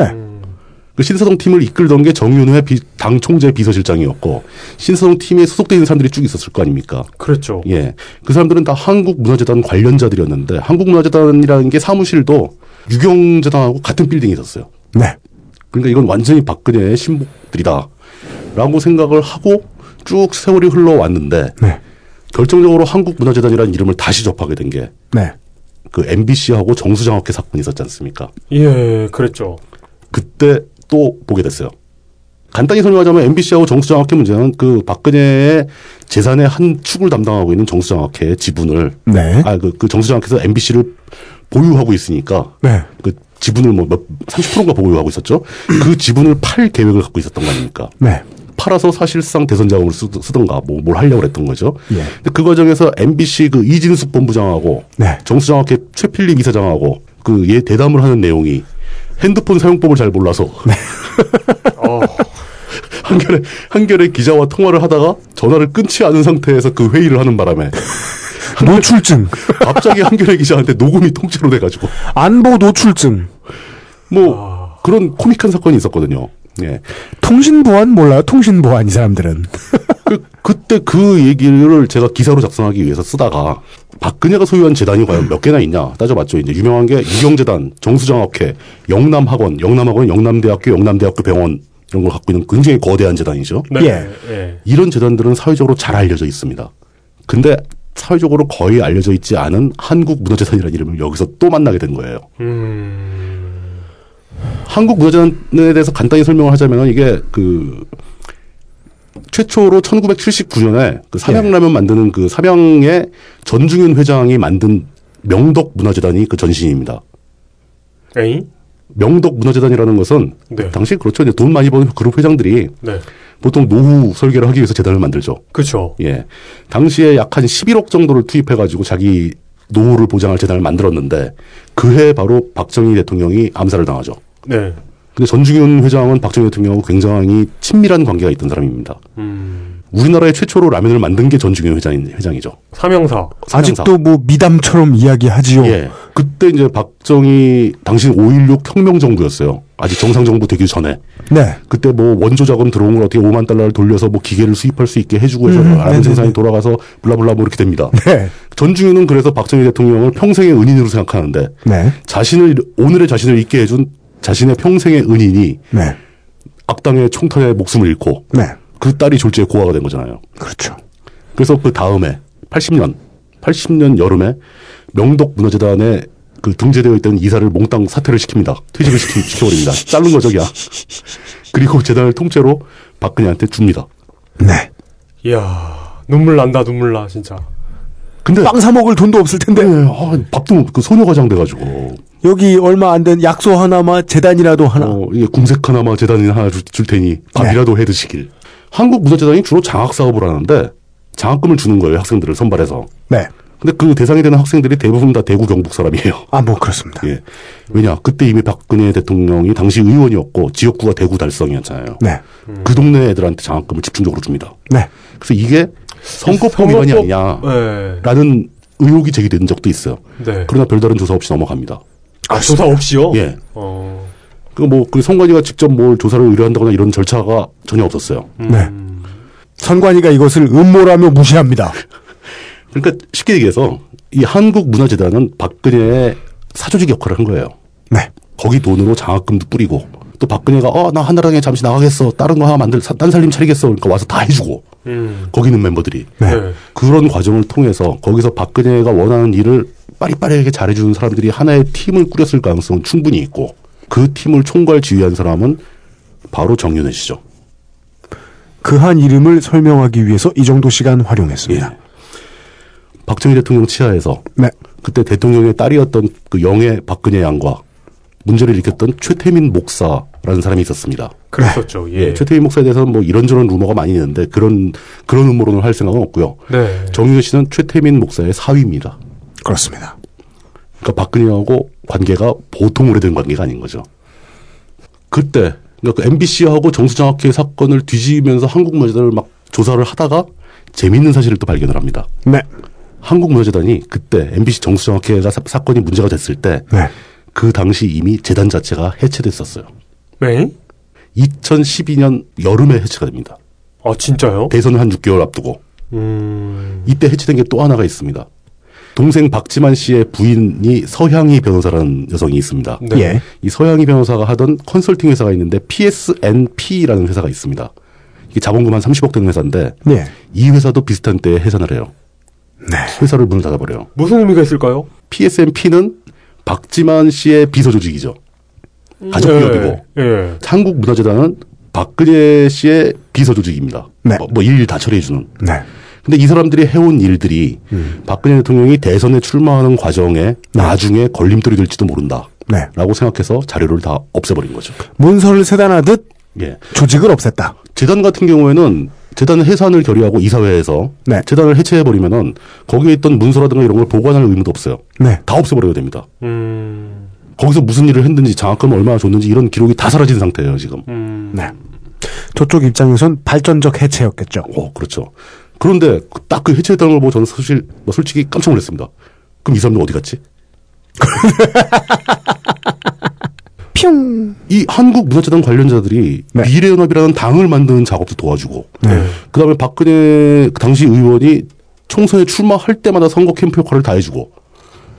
그 신사동 팀을 이끌던 게 정윤회 비- 당 총재 비서실장이었고 신사동 팀에 소속돼 있는 사람들이 쭉 있었을 거 아닙니까?
그렇죠.
예. 그 사람들은 다 한국문화재단 관련자들이었는데 한국문화재단이라는 게 사무실도 유경재단하고 같은 빌딩에 있었어요.
네.
그러니까 이건 완전히 박근혜의 신복들이다라고 생각을 하고 쭉 세월이 흘러왔는데
네.
결정적으로 한국문화재단이라는 이름을 다시 접하게 된 게 그
네.
MBC하고 정수장학회 사건이 있었지 않습니까?
예, 그랬죠.
그때 또 보게 됐어요. 간단히 설명하자면 MBC하고 정수장학회 문제는 그 박근혜의 재산의 한 축을 담당하고 있는 정수장학회의 지분을
네.
아 그 정수장학회에서 MBC를 보유하고 있으니까
네.
그 지분을 뭐 몇 30%인가 보유하고 있었죠. 그 지분을 팔 계획을 갖고 있었던 거 아닙니까?
네.
팔아서 사실상 대선 자금을 쓰- 쓰던가 뭐 뭘 하려고 그랬던 거죠.
예.
근데 그 과정에서 MBC 그 이진숙 본부장하고
네.
정수장학회 최필립 이사장하고 그 얘 대담을 하는 내용이 핸드폰 사용법을 잘 몰라서
네.
*laughs* 어. 한결에 한결에 기자와 통화를 하다가 전화를 끊지 않은 상태에서 그 회의를 하는 바람에 그
노출증
갑자기 한결의 기자한테 녹음이 통째로 돼가지고
안보 노출증
뭐 그런 코믹한 사건이 있었거든요. 예.
통신보안 몰라요. 통신보안 이 사람들은.
그때 그 얘기를 제가 기사로 작성하기 위해서 쓰다가 박근혜가 소유한 재단이 과연 몇 개나 있냐 따져봤죠. 이제 유명한 게 유경재단, 정수장학회, 영남학원, 영남학원, 영남대학교, 영남대학교 병원 이런 걸 갖고 있는 굉장히 거대한 재단이죠.
네. 예.
이런 재단들은 사회적으로 잘 알려져 있습니다. 근데 사회적으로 거의 알려져 있지 않은 한국문화재산이라는 이름을 여기서 또 만나게 된 거예요. 한국문화재단에 대해서 간단히 설명을 하자면 이게 그 최초로 1979년에 그 삼양라면 만드는 그 삼양의 전중윤 회장이 만든 명덕문화재단이 그 전신입니다.
에잉?
명덕문화재단이라는 것은
네.
당시 그렇죠. 이제 돈 많이 버는 그룹 회장들이
네.
보통 노후 설계를 하기 위해서 재단을 만들죠.
그렇죠.
예. 당시에 약 한 11억 정도를 투입해가지고 자기 노후를 보장할 재단을 만들었는데 그해 바로 박정희 대통령이 암살을 당하죠.
네.
음.
근데 전중현 회장은 박정희 대통령하고 굉장히 친밀한 관계가 있던 사람입니다. 우리나라에 최초로 라면을 만든 게 전중현 회장인 회장이죠.
어.
삼형사.
아직도 뭐 미담처럼 이야기하지요.
예. 그때 이제 박정희 당시 5.16 혁명 정부였어요. 아직 정상 정부 되기 전에.
네.
그때 뭐 원조 자금 들어온 걸 어떻게 5만 달러를 돌려서 뭐 기계를 수입할 수 있게 해주고 해서
음,
라면
네네네.
생산이 돌아가서 블라블라 뭐 이렇게 됩니다.
네.
전중현은 그래서 박정희 대통령을 평생의 은인으로 생각하는데
네.
자신을 오늘의 자신을 있게 해준 자신의 평생의 은인이
네.
악당의 총탄에 목숨을 잃고 그 딸이 졸지에 고아가 된 거잖아요.
그렇죠.
그래서 그 다음에 80년 80년 여름에 명덕 문화재단에 그 등재되어 있던 이사를 몽땅 사퇴를 시킵니다. 퇴직을 시키,
*laughs*
시켜버립니다. 자른 거죠, 그냥. 그리고 재단을 통째로 박근혜한테 줍니다.
네.
이야 눈물 난다 눈물 나 진짜.
근데
빵 사 먹을 돈도 없을 텐데.
밥도 그 소녀과장 돼가지고.
여기 얼마 안 된 약소 하나마 재단이라도 하나.
어, 이게 궁색 하나마 재단이 하나 줄, 줄 테니 밥이라도
네.
해 드시길. 한국 문화재단이 주로 장학 사업을 하는데 장학금을 주는 거예요, 학생들을 선발해서.
네.
근데 그 대상이 되는 학생들이 대부분 다 대구 경북 사람이에요. *laughs*
아, 뭐 그렇습니다.
예. 왜냐, 그때 이미 박근혜 대통령이 당시 의원이었고 지역구가 대구 달성이었잖아요.
네.
그 동네 애들한테 장학금을 집중적으로 줍니다.
네.
그래서 이게 선거법
선거법,
위반이
네.
아니냐라는 의혹이 제기된 적도 있어요.
네.
그러나 별다른 조사 없이 넘어갑니다.
아, 조사 없이요?
예.
어.
그뭐그 선관위가 직접 뭘 조사를 의뢰한다거나 이런 절차가 전혀 없었어요.
네. 선관위가 이것을 음모라며 무시합니다.
그러니까 쉽게 얘기해서 이 한국문화재단은 박근혜의 사조직 역할을 한 거예요.
네.
거기 돈으로 장학금도 뿌리고 또 박근혜가 어 나 한나라당에 잠시 나가겠어 다른 거 하나 만들 사- 딴 살림 차리겠어 그러니까 와서 다 해주고 거기 있는 멤버들이
네.
그런 과정을 통해서 거기서 박근혜가 원하는 일을 빠리빠리하게 잘해주는 사람들이 하나의 팀을 꾸렸을 가능성은 충분히 있고 그 팀을 총괄 지휘한 사람은 바로 정윤회 씨죠.
그 한 이름을 설명하기 위해서 이 정도 시간 활용했습니다.
예. 박정희 대통령 치하에서
네.
그때 대통령의 딸이었던 그 영애 박근혜 양과 문제를 일으켰던 최태민 목사라는 사람이 있었습니다.
그랬었죠. 예.
네. 최태민 목사에 대해서는 뭐 이런저런 루머가 많이 있는데 그런 그런 음모론을 할 생각은 없고요.
네.
정윤회 씨는 최태민 목사의 사위입니다.
그렇습니다.
그러니까 박근혜하고 관계가 보통 오래된 관계가 아닌 거죠. 그때 그러니까 그 MBC하고 정수장학회 사건을 뒤지면서 한국문화재단을 막 조사를 하다가 재미있는 사실을 또 발견을 합니다.
네.
한국문화재단이 그때 MBC 정수장학회가 사, 사건이 문제가 됐을 때
네.
그 당시 이미 재단 자체가 해체됐었어요.
네.
2012년 여름에 해체가 됩니다.
아 진짜요?
대선을 한 6개월 앞두고
음.
이때 해체된 게 또 하나가 있습니다. 동생 박지만 씨의 부인이 서향희 변호사라는 여성이 있습니다.
네. 예.
이 서향희 변호사가 하던 컨설팅 회사가 있는데 PSNP라는 회사가 있습니다. 이게 자본금 한 30억 되는 회사인데
네.
이 회사도 비슷한 때에 해산을 해요. 회사를 문을 닫아버려요.
무슨 의미가 있을까요?
PSNP는 박지만 씨의 비서 조직이죠. 가족 기업이고
예. 예.
한국문화재단은 박근혜 씨의 비서 조직입니다. 뭐 일 다 처리해주는.
네.
근데 이 사람들이 해온 일들이 박근혜 대통령이 대선에 출마하는 과정에 나중에 걸림돌이 될지도 모른다.
네.
라고 생각해서 자료를 다 없애버린 거죠.
문서를 세단하듯
예.
조직을 없앴다.
재단 같은 경우에는 재단 해산을 결의하고 이사회에서 재단을 해체해버리면은 거기에 있던 문서라든가 이런 걸 보관할 의무도 없어요.
네.
다 없애버려야 됩니다.
음.
거기서 무슨 일을 했는지 장학금 얼마나 줬는지 이런 기록이 다 사라진 상태예요 지금.
네. 저쪽 입장에선 발전적 해체였겠죠.
어, 그렇죠. 그런데 딱 그 해체했다는 걸 보고 저는 사실 뭐 솔직히 깜짝 놀랐습니다. 그럼 이 사람들 어디 갔지?
뿅.
이 한국문화재단 관련자들이 미래연합이라는 당을 만드는 작업도 도와주고 그다음에 박근혜 그 당시 의원이 총선에 출마할 때마다 선거 캠프 역할을 다 해주고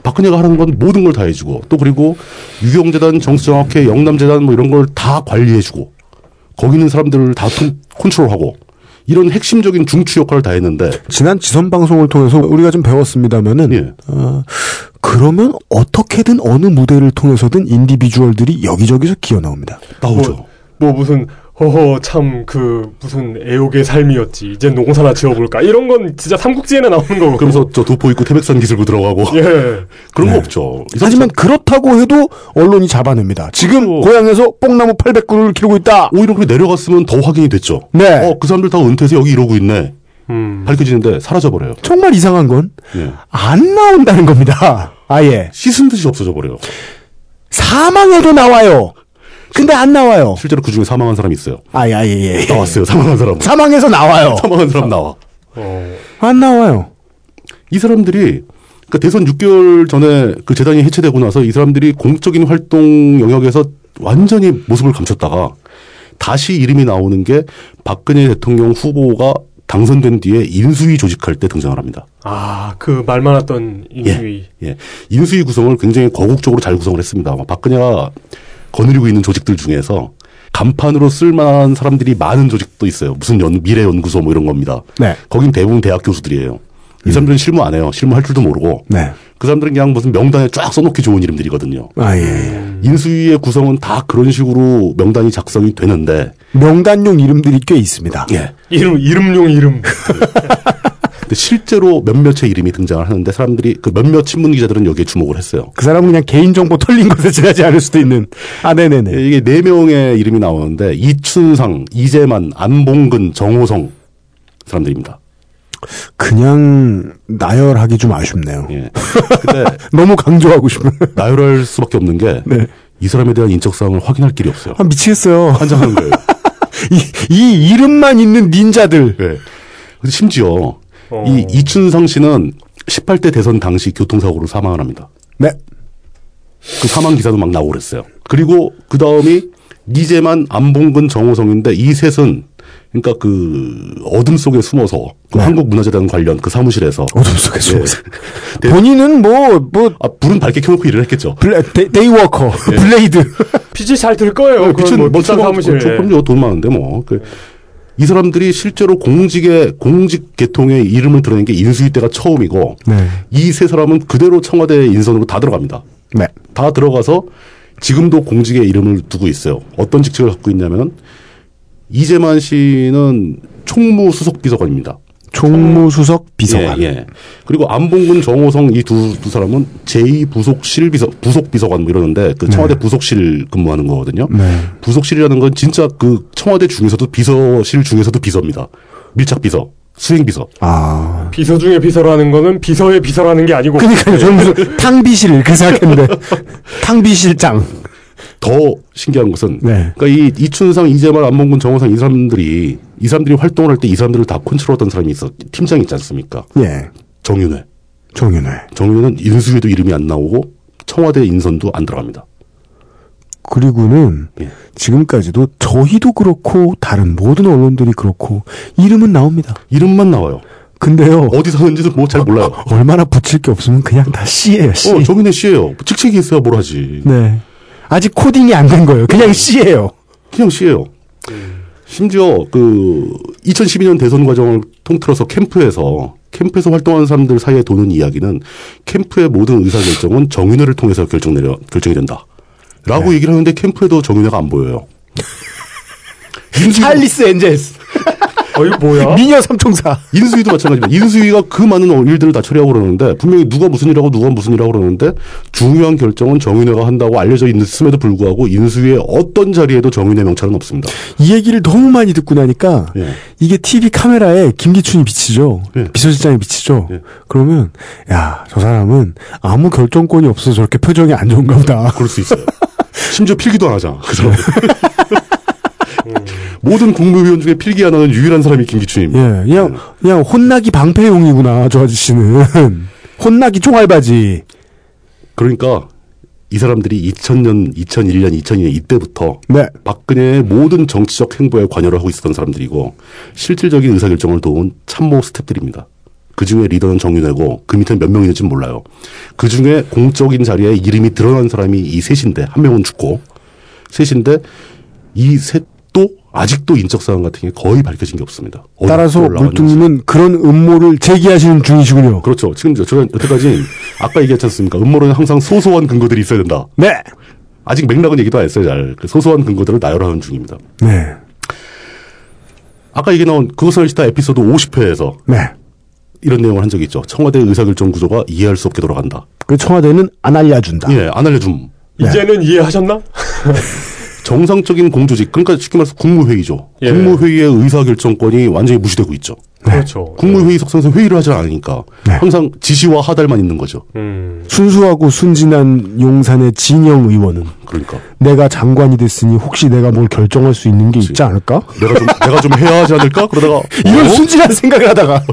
박근혜가 하라는 건 모든 걸 다 해주고 또 그리고 유경재단, 정수정학회, 영남재단 뭐 이런 걸 다 관리해주고 거기 있는 사람들을 다 통- 컨트롤하고 이런 핵심적인 중추 역할을 다 했는데
지난 지선 방송을 통해서 우리가 좀 배웠습니다면은
예.
어, 그러면 어떻게든 어느 무대를 통해서든 인디비주얼들이 여기저기서 기어 나옵니다.
나오죠.
뭐 무슨 허허 참 그 무슨 애옥의 삶이었지 이제 농사나 지어볼까 이런 건 진짜 삼국지에나 나오는 거고
그래서 저 도포 입고 태백산 기술부 들어가고
예
그런 거 없죠.
네. 하지만 그렇다고 해도 언론이 잡아냅니다. 지금 고향에서 뽕나무 800그루를 키우고 있다.
오히려 그 내려갔으면 더 확인이 됐죠.
네.
어, 그 사람들 다 은퇴해서 여기 이러고 있네.
음.
밝혀지는데 사라져버려요.
정말 이상한 건
예.
안 나온다는 *laughs* 겁니다. 아예
씻은 듯이 없어져 버려요.
사망해도 나와요. 근데 안 나와요.
실제로 그 중에 사망한 사람이 있어요.
아, 야, 예, 예.
나왔어요. 사망한 사람.
사망해서 나와요.
사망한 사람 나와.
안 나와요.
이 사람들이 그러니까 대선 6개월 전에 그 재단이 해체되고 나서 이 사람들이 공적인 활동 영역에서 완전히 모습을 감췄다가 다시 이름이 나오는 게 박근혜 대통령 후보가 당선된 뒤에 인수위 조직할 때 등장을 합니다.
아, 그 말 많았던 인수위.
예. 인수위 구성을 굉장히 거국적으로 잘 구성을 했습니다. 아마 박근혜가 거느리고 있는 조직들 중에서 간판으로 쓸만한 사람들이 많은 조직도 있어요. 무슨 연, 미래연구소 뭐 이런 겁니다.
네.
거긴 대부분 대학 교수들이에요. 이 사람들은 실무 안 해요. 실무할 줄도 모르고.
네.
그 사람들은 그냥 무슨 명단에 쫙 써놓기 좋은 이름들이거든요.
아, 예.
인수위의 구성은 다 그런 식으로 명단이 작성이 되는데.
명단용 이름들이 꽤 있습니다.
예.
이름, 이름용 이름.
근데 실제로 몇몇의 이름이 등장을 하는데 사람들이 그 몇몇 신문 기자들은 여기에 주목을 했어요.
그 사람은 그냥 개인정보 털린 것에 지나지 않을 수도 있는. 아, 네네네.
예, 이게 네 명의 이름이 나오는데 이춘상, 이재만, 안봉근, 정호성 사람들입니다.
그냥 나열하기 좀 아쉽네요. 너무 강조하고 싶은.
예. *laughs* 나열할 수밖에 없는 게 이 사람에 대한 인적사항을 확인할 길이 없어요.
아, 미치겠어요.
환장하는 거예요.
이, 이 이름만 있는 닌자들.
예. 근데 심지어 이 이춘상 씨는 18대 대선 당시 교통사고로 사망을 합니다.
네.
그 사망 기사도 막 나오고 그랬어요. 그리고 그 다음이 이재만, 안봉근, 정호성인데 이 셋은 그러니까 그 어둠 속에 숨어서 그 한국문화재단 관련 그 사무실에서
어둠 속에 숨어서 네. 본인은 뭐뭐
아, 불은 밝게 켜놓고 일을 했겠죠.
블레, 데, 데이워커, *laughs* 블레이드.
빚이 잘 들 거예요. 그건
미친
뭐
뭐
비싼
주범-
사무실.
주범료 돈 많은데 뭐. 그, 이 사람들이 실제로 공직의 공직 계통의 이름을 드러낸 게 인수위 때가 처음이고
네.
이 세 사람은 그대로 청와대 인선으로 다 들어갑니다.
네.
다 들어가서 지금도 공직의 이름을 두고 있어요. 어떤 직책을 갖고 있냐면 이재만 씨는 총무 수석 비서관입니다.
총무수석 비서관.
예, 예. 그리고 안봉근 정호성 이 두 두 사람은 제2 부속실 비서 부속 비서관 뭐 이러는데 그 청와대 부속실 근무하는 거거든요. 부속실이라는 건 진짜 그 청와대 중에서도 비서실 중에서도 비서입니다. 밀착 비서, 수행 비서.
아.
비서 중에 비서라는 거는 비서의 비서라는 게 아니고.
그러니까요. 저는 무슨 탕비실 이렇게 *laughs* 생각했는데 탕비실장.
더 신기한 것은 그러니까 이 이춘상, 이재만, 안봉근, 정호상 이 사람들이 이 사람들이 활동을 할 때 이 사람들을 다 컨트롤하던 사람이 있어 팀장이 있지 않습니까?
예.
정윤회.
정윤회.
정윤회는 인수위도 이름이 안 나오고 청와대 인선도 안 들어갑니다.
그리고는 지금까지도 저희도 그렇고 다른 모든 언론들이 그렇고 이름은 나옵니다.
이름만 나와요.
근데요.
어디 사는지도 뭐 잘 몰라요.
얼마나 붙일 게 없으면 그냥 다 C예요. C.
어, 정윤회 씨예요. 직책이 있어야 뭘 하지.
네. 아직 코딩이 안 된 거예요. 그냥 C예요.
그냥 C예요.
네.
심지어 그 2012년 대선 과정을 통틀어서 캠프에서 캠프에서 활동하는 사람들 사이에 도는 이야기는 캠프의 모든 의사 결정은 정윤회를 통해서 결정 내려 결정이 된다. 라고
네.
얘기를 하는데 캠프에도 정윤회가
*laughs*
안 보여요.
찰리스 엔젤스.
어, 이거 뭐야?
미녀 삼총사.
인수위도 마찬가지입니다. 인수위가 그 많은 어- 일들을 다 처리하고 그러는데 분명히 누가 무슨 일하고 누가 무슨 일하고 그러는데 중요한 결정은 정윤회가 한다고 알려져 있음에도 불구하고 인수위의 어떤 자리에도 정윤회 명찰은 없습니다.
이 얘기를 너무 많이 듣고 나니까
예.
이게 TV 카메라에 김기춘이 비치죠. 비서실장이 비치죠.
예.
그러면 야 저 사람은 아무 결정권이 없어서 저렇게 표정이 안 좋은가 보다. *laughs*
그럴 수 있어요. 심지어 필기도 안 하잖아. 그 사람.
음.
모든 국무위원 중에 필기 안 하는 유일한 사람이 김기춘입니다. 네.
예, 그냥 그냥 혼나기 방패용이구나 저 아저씨는 *laughs* 혼나기 총알바지.
그러니까 이 사람들이 2000년, 2001년, 2002년 이때부터
네.
박근혜의 모든 정치적 행보에 관여를 하고 있었던 사람들이고 실질적인 의사결정을 도운 참모 스탭들입니다. 그중에 리더는 정윤회고 그 밑에 몇 명이는지 는 몰라요. 그중에 공적인 자리에 이름이 드러난 사람이 이 셋인데 한 명은 죽고 셋인데 이 셋도 아직도 인적사항 같은 게 거의 밝혀진 게 없습니다. 어디
따라서
올라왔는지.
물뚱님은 그런 음모를 제기하시는 중이시군요.
그렇죠. 지금 저- 저는 여태까지 아까 얘기했지 않습니까? 음모론은 항상 소소한 근거들이 있어야 된다.
네.
아직 맥락은 얘기도 안 했어요. 잘. 그 소소한 근거들을 나열하는 중입니다.
네.
아까 얘기 나온 그것을 시다 에피소드 50회에서
네.
이런 내용을 한 적이 있죠. 청와대 의사결정 구조가 이해할 수 없게 돌아간다.
그 청와대는 안 알려준다.
예, 안 알려줌.
이제는 이해하셨나?
정상적인 공조직 그러니까 쉽게 말해서 국무회의죠.
예.
국무회의의 의사결정권이 완전히 무시되고 있죠.
그렇죠.
국무회의 석상에서 회의를 하지 않으니까
네.
항상 지시와 하달만 있는 거죠.
음. 순수하고 순진한 용산의 진영 의원은
그러니까
내가 장관이 됐으니 혹시 내가 뭘 결정할 수 있는 게 있지 않을까?
내가 좀 내가 좀 해야 하지 않을까?
*laughs*
그러다가 어?
이런 순진한 생각을 하다가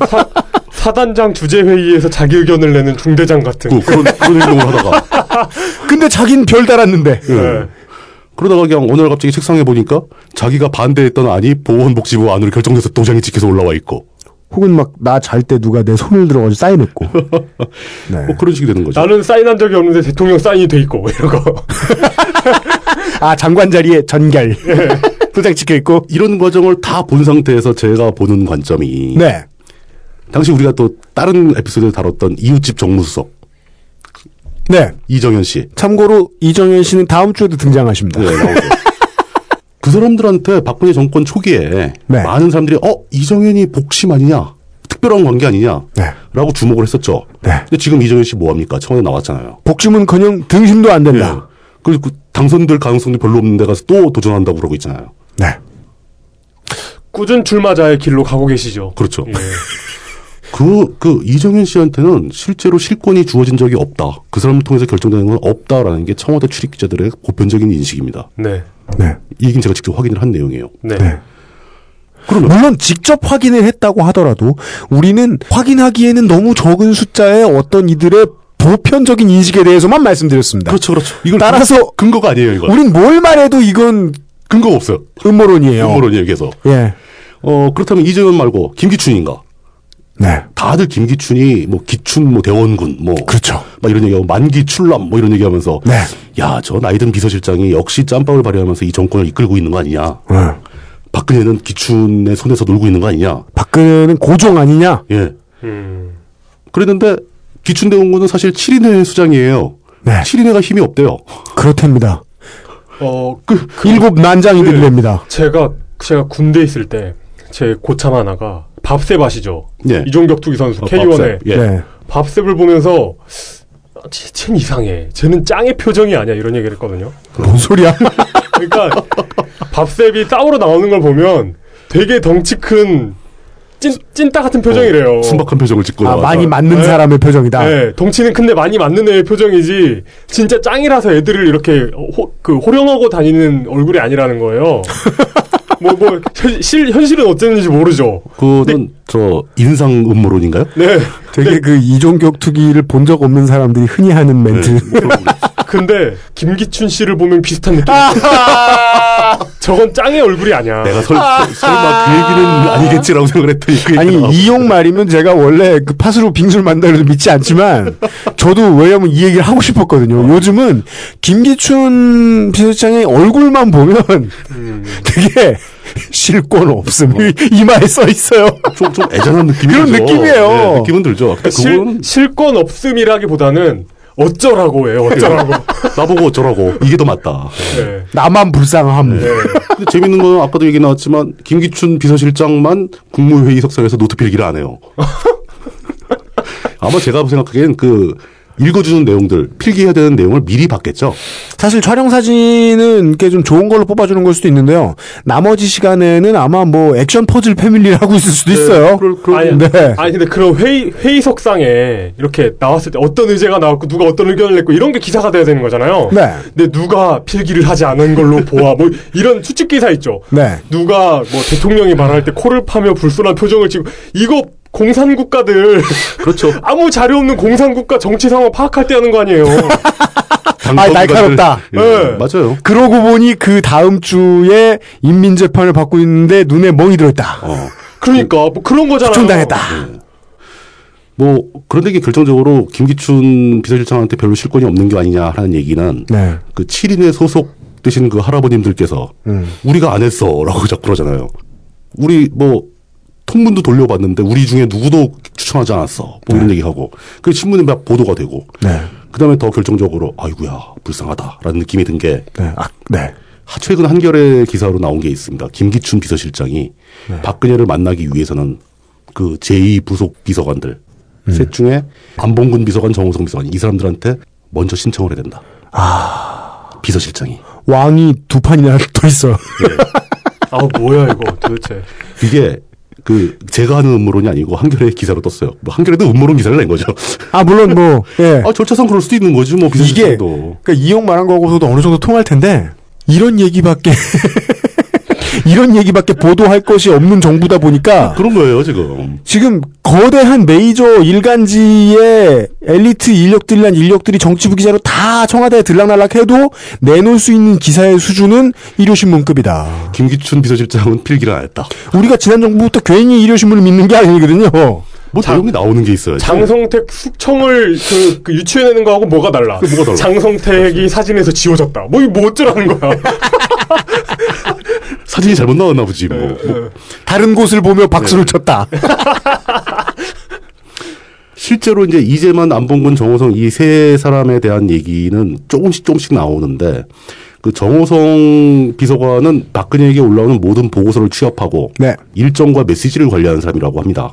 사단장 주재 회의에서 자기 의견을 내는 중대장 같은
그런 그런 행동을 하다가
근데 자긴 별 달았는데.
네.
그러다가 그냥 어느 날 갑자기 책상에 보니까 자기가 반대했던 안이 보건복지부 안으로 결정돼서 도장이 찍혀서 올라와 있고 *laughs*
혹은 막 나 잘 때 누가 내 손을 들어가지고 사인했고. 네.
뭐 그런 식이 되는 거죠.
나는 사인한 적이 없는데 대통령 사인이 돼 있고 *laughs* 이런 거.
아 장관 자리에 전결. 도장 찍혀 있고
이런 과정을 다 본 상태에서 제가 보는 관점이
네.
당시 우리가 또 다른 에피소드에 다뤘던 이웃집 정무수석
네.
이정현 씨. 네,
참고로 이정현 씨는 다음 주에도 등장하십니다. *laughs*
그 사람들한테 박근혜 정권 초기에
네.
많은 사람들이 어 이정현이 복심 아니냐 특별한 관계 아니냐라고
네.
주목을 했었죠. 근데 지금 이정현 씨 뭐합니까? 청와대 나왔잖아요.
복심은커녕 등심도 안 된다.
그리고 그 당선될 가능성도 별로 없는 데 가서 또 도전한다고 그러고 있잖아요.
꾸준 출마자의 길로 가고 계시죠. 예.
그렇죠. 그, 그, 이정현 씨한테는 실제로 실권이 주어진 적이 없다. 그 사람을 통해서 결정되는 건 없다라는 게 청와대 출입 기자들의 보편적인 인식입니다.
네.
이긴 제가 직접 확인을 한 내용이에요.
네.
물론 직접 확인을 했다고 하더라도 우리는 확인하기에는 너무 적은 숫자의 어떤 이들의 보편적인 인식에 대해서만 말씀드렸습니다.
그렇죠, 그렇죠.
따라서
근거가 아니에요, 이건.
우린 뭘 말해도 이건
근거가 없어요.
음모론이에요.
음모론이에요, 계속.
예.
어, 그렇다면 이정현 말고 김기춘인가?
네.
다들 김기춘이 뭐 기춘 뭐 대원군 뭐
그렇죠.
막 이런 얘기하고 만기 출남 뭐 이런 얘기하면서
네.
야, 저 나이든 비서실장이 역시 짬밥을 발휘하면서 이 정권을 이끌고 있는 거 아니냐?
네.
박근혜는 기춘의 손에서 놀고 있는 거 아니냐?
박근혜는 고종 아니냐?
예. 그랬는데 기춘 대원군은 사실 7인회 수장이에요.
네.
칠 7인회가 힘이 없대요.
그렇답니다.
어,
일곱 난장이들이
네.
됩니다.
제가 제가 군대 있을 때 제 고참 하나가 밥셉 아시죠?
예.
이종격 투기 선수
어,
K1에
밥셉, 예. 네.
밥셉을 보면서 아, 쟤- 쟤는 이상해. 쟤는 짱의 표정이 아니야 이런 얘기를 했거든요.
뭔 소리야?
그러니까 *laughs* 밥셉이 싸우러 나오는 걸 보면 되게 덩치 큰 찐, 찐따 같은 표정이래요.
어, 순박한 아. 표정을
*laughs*
짓고
아,
나와서.
많이 맞는
네.
사람의 표정이다.
네, 덩치는 큰데 많이 맞는 애의 표정이지 진짜 짱이라서 애들을 이렇게 호, 그 호령하고 다니는 얼굴이 아니라는
*laughs*
거예요. 뭐, 뭐, 현, 실, 현실은 어땠는지 모르죠.
네.
그거는 저 인상 음모론인가요?
네.
되게 그 이종격 투기를 본 적 없는 사람들이 흔히 하는 멘트.
근데 김기춘 씨를 보면 비슷한 느낌. *laughs* 저건 짱의 얼굴이 아니야.
아! 내가 설, 설마 그 얘기는 아니겠지라고 생각을 했더니 그
아니
얘기가 나왔고.
이용 말이면 제가 원래 그 팥으로 빙수를 만들어도 믿지 않지만 저도 왜냐면 이 얘기를 하고 싶었거든요. 요즘은 김기춘 비서실장의 얼굴만 보면 *laughs* 되게 실권 없음 이, 말에 써 있어요.
좀, 좀 애잔한 느낌이
그런
들죠.
느낌이에요.
네, 느낌은 들죠. 근데 그건
실, 실권 없음이라기보다는 어쩌라고예요. 어쩌라고.
나보고 어쩌라고 이게 더 맞다.
네.
나만 불쌍함.
근데 재밌는 건 아까도 얘기 나왔지만 김기춘 비서실장만 국무회의 석상에서 노트 필기를 안
*laughs*
해요. 아마 제가 생각하기엔 그 읽어주는 내용들 필기해야 되는 내용을 미리 봤겠죠.
사실 촬영 사진은 이렇게 좀 좋은 걸로 뽑아주는 걸 수도 있는데요. 나머지 시간에는 아마 뭐 액션 퍼즐 패밀리를 하고 있을 수도 있어요.
아니,
네.
아니 근데 그런 회의 회의석상에 이렇게 나왔을 때 어떤 의제가 나왔고 누가 어떤 의견을 냈고 이런 게 기사가 돼야 되는 거잖아요.
네.
근데 누가 필기를 하지 않은 걸로 보아 뭐 이런 추측 기사 있죠.
네.
누가 뭐 대통령이 말할 때 코를 파며 불손한 표정을 지고 이거 공산 국가들
그렇죠.
아무 자료 없는 공산 국가 정치 상황 파악할 때 하는 거 아니에요.
아, 날카롭다.
예, 맞아요.
그러고 보니 그 다음 주에 인민 재판을 받고 있는데 눈에 멍이 들었다.
어.
그러니까 뭐 그런 거잖아요.
추천당했다.
뭐 그런데 이게 결정적으로 김기춘 비서실장한테 별로 실권이 없는 게 아니냐라는 얘기는
네.
그 7인의 소속 되신 그 할아버님들께서
음.
우리가 안 했어라고 자꾸 그러잖아요. 우리 뭐 통문도 돌려봤는데 우리 중에 누구도 추천하지 않았어. 뭐 이런 얘기하고 그 신문에 막 보도가 되고
네.
그다음에 더 결정적으로 아이구야 불쌍하다라는 느낌이 든 게
네. 아, 네.
하- 최근 한겨레 기사로 나온 게 있습니다. 김기춘 비서실장이
네.
박근혜를 만나기 위해서는 그 제2 부속 비서관들
음.
셋 중에
아.
안봉근 비서관, 정호성 비서관 이 사람들한테 먼저 신청을 해야 된다. 비서실장이
왕이 두 판이나 *laughs* 더 있어요.
아 뭐야 이거 도대체.
이게 그 제가 하는 음모론이 아니고 한겨레 기사로 떴어요. 뭐 한겨레도 음모론 기사를 낸 거죠.
아 물론 뭐 예.
아 절차상 그럴 수도 있는 거지 뭐
이게
비선조도.
그러니까 이용 말한 거하고서도 어느 정도 통할 텐데 이런 얘기밖에 *laughs* 이런 얘기밖에 보도할 것이 없는 정부다 보니까
아, 그런 거예요 지금.
지금 거대한 메이저 일간지의 엘리트 인력들이란 인력들이 정치부 기자로 다 청와대에 들락날락해도 내놓을 수 있는 기사의 수준은 일요신문급이다.
김기춘 비서실장은 필기를 안 했다.
우리가 지난 정부부터 괜히 일요신문을 믿는 게 아니거든요.
뭐 내용이 나오는 게 있어요.
장성택 숙청을 그, 그 유추해내는 거하고 뭐가 달라?
뭐가 달라?
장성택이 사진에서 지워졌다. 뭐 이거 뭐 어쩌라는
*laughs*
거야?
사진이 잘못 나왔나 보지. 뭐. 뭐.
다른 곳을 보며 박수를 쳤다.
실제로 이제 이재만 안봉근 정호성 이 세 사람에 대한 얘기는 조금씩 조금씩 나오는데 그 정호성 비서관은 박근혜에게 올라오는 모든 보고서를 취합하고
네.
일정과 메시지를 관리하는 사람이라고 합니다.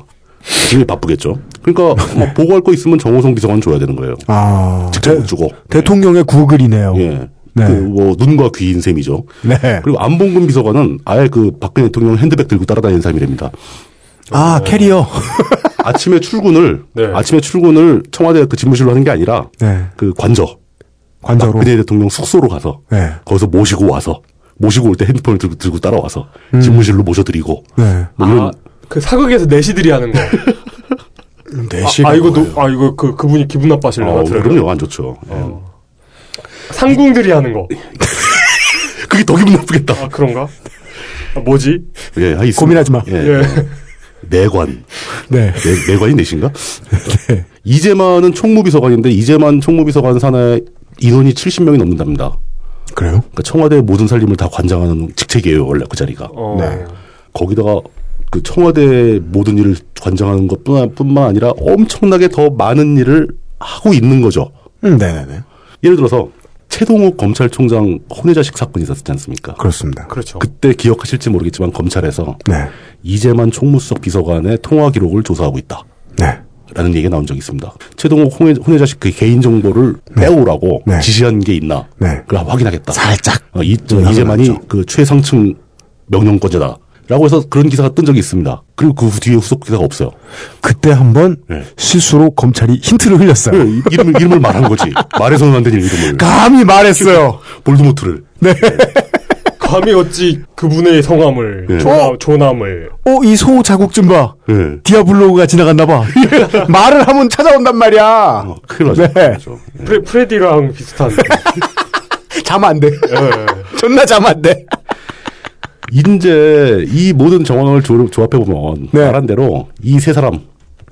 굉장히 바쁘겠죠. 그러니까
*laughs*
뭐 보고할 거 있으면 정호성 비서관 줘야 되는 거예요.
*laughs* 네. 아,
직접 못 주고.
대통령의 구글이네요.
예. 그 뭐 눈과 귀인 셈이죠.
네.
그리고 안봉근 비서관은 아예 그 박근혜 대통령 핸드백 들고 따라다니는 사람이랍니다.
아, 캐리어.
아침에 출근을
네.
아침에 출근을 청와대 그 집무실로 하는 게 아니라
네.
그 관저
관저로
박근혜 대통령 숙소로 가서
네.
거기서 모시고 와서 모시고 올 때 핸드폰을 들고, 들고 따라와서
음.
집무실로 모셔드리고
네.
뭐 이런
그 사극에서 내시들이 하는 거.
내시가
아, 아, 이거 노- 아 이거 그 그분이 기분 나빠하실려나
어,
들어요. 어.
그럼요 안 좋죠. 예.
상궁들이 하는 거.
그게 더 기분 나쁘겠다.
아 그런가? 아, 뭐지?
예, 아, 있습니다.
고민하지 마.
예.
예. *laughs*
내관.
네.
내, 내관이 내신가? 이재만은 총무비서관인데 이재만 총무비서관 산하에 인원이 70명이 넘는답니다.
그래요?
그러니까 청와대 모든 살림을 다 관장하는 직책이에요 원래 그 자리가.
어.
네.
거기다가 그 청와대 모든 일을 관장하는 것뿐만 뿐만 아니라 엄청나게 더 많은 일을 하고 있는 거죠.
음, 네네네.
예를 들어서 최동욱 검찰총장 혼외자식 사건이 있었지 않습니까?
그렇습니다.
그렇죠.
그때 기억하실지 모르겠지만 검찰에서
네.
이재만 총무수석 비서관의 통화 기록을 조사하고 있다.
네.
라는 얘기가 나온 적이 있습니다. 최동욱 혼외, 혼외자식 그 개인 정보를 빼오라고 지시한 게 있나?
네.
그걸 확인하겠다.
살짝.
어, 이, 저, 이재만이 그 최상층 명령권자다. 라고 해서 그런 기사가 뜬 적이 있습니다. 그리고 그 뒤에 후속 기사가 없어요.
그때 한번 실수로 검찰이 힌트를 흘렸어요.
예, 이름을, 이름을 말한 *laughs* 거지. 말해서는 안 되는 뭐 이름을.
감히 말했어요.
볼드모트를.
감히 어찌 그분의 성함을
예.
조나, 조남을
어, 이 소 자국 좀 봐.
예.
디아블로가 지나갔나 *laughs* 봐. 말을 하면 찾아온단 말이야.
어, 큰일 그렇죠.
나죠. 네.
프레, 프레디랑 비슷한.
자면 안 돼. *laughs* 존나 자면 안 돼.
이제 이 모든 정황을 조, 조합해보면 말한 대로 이 세 사람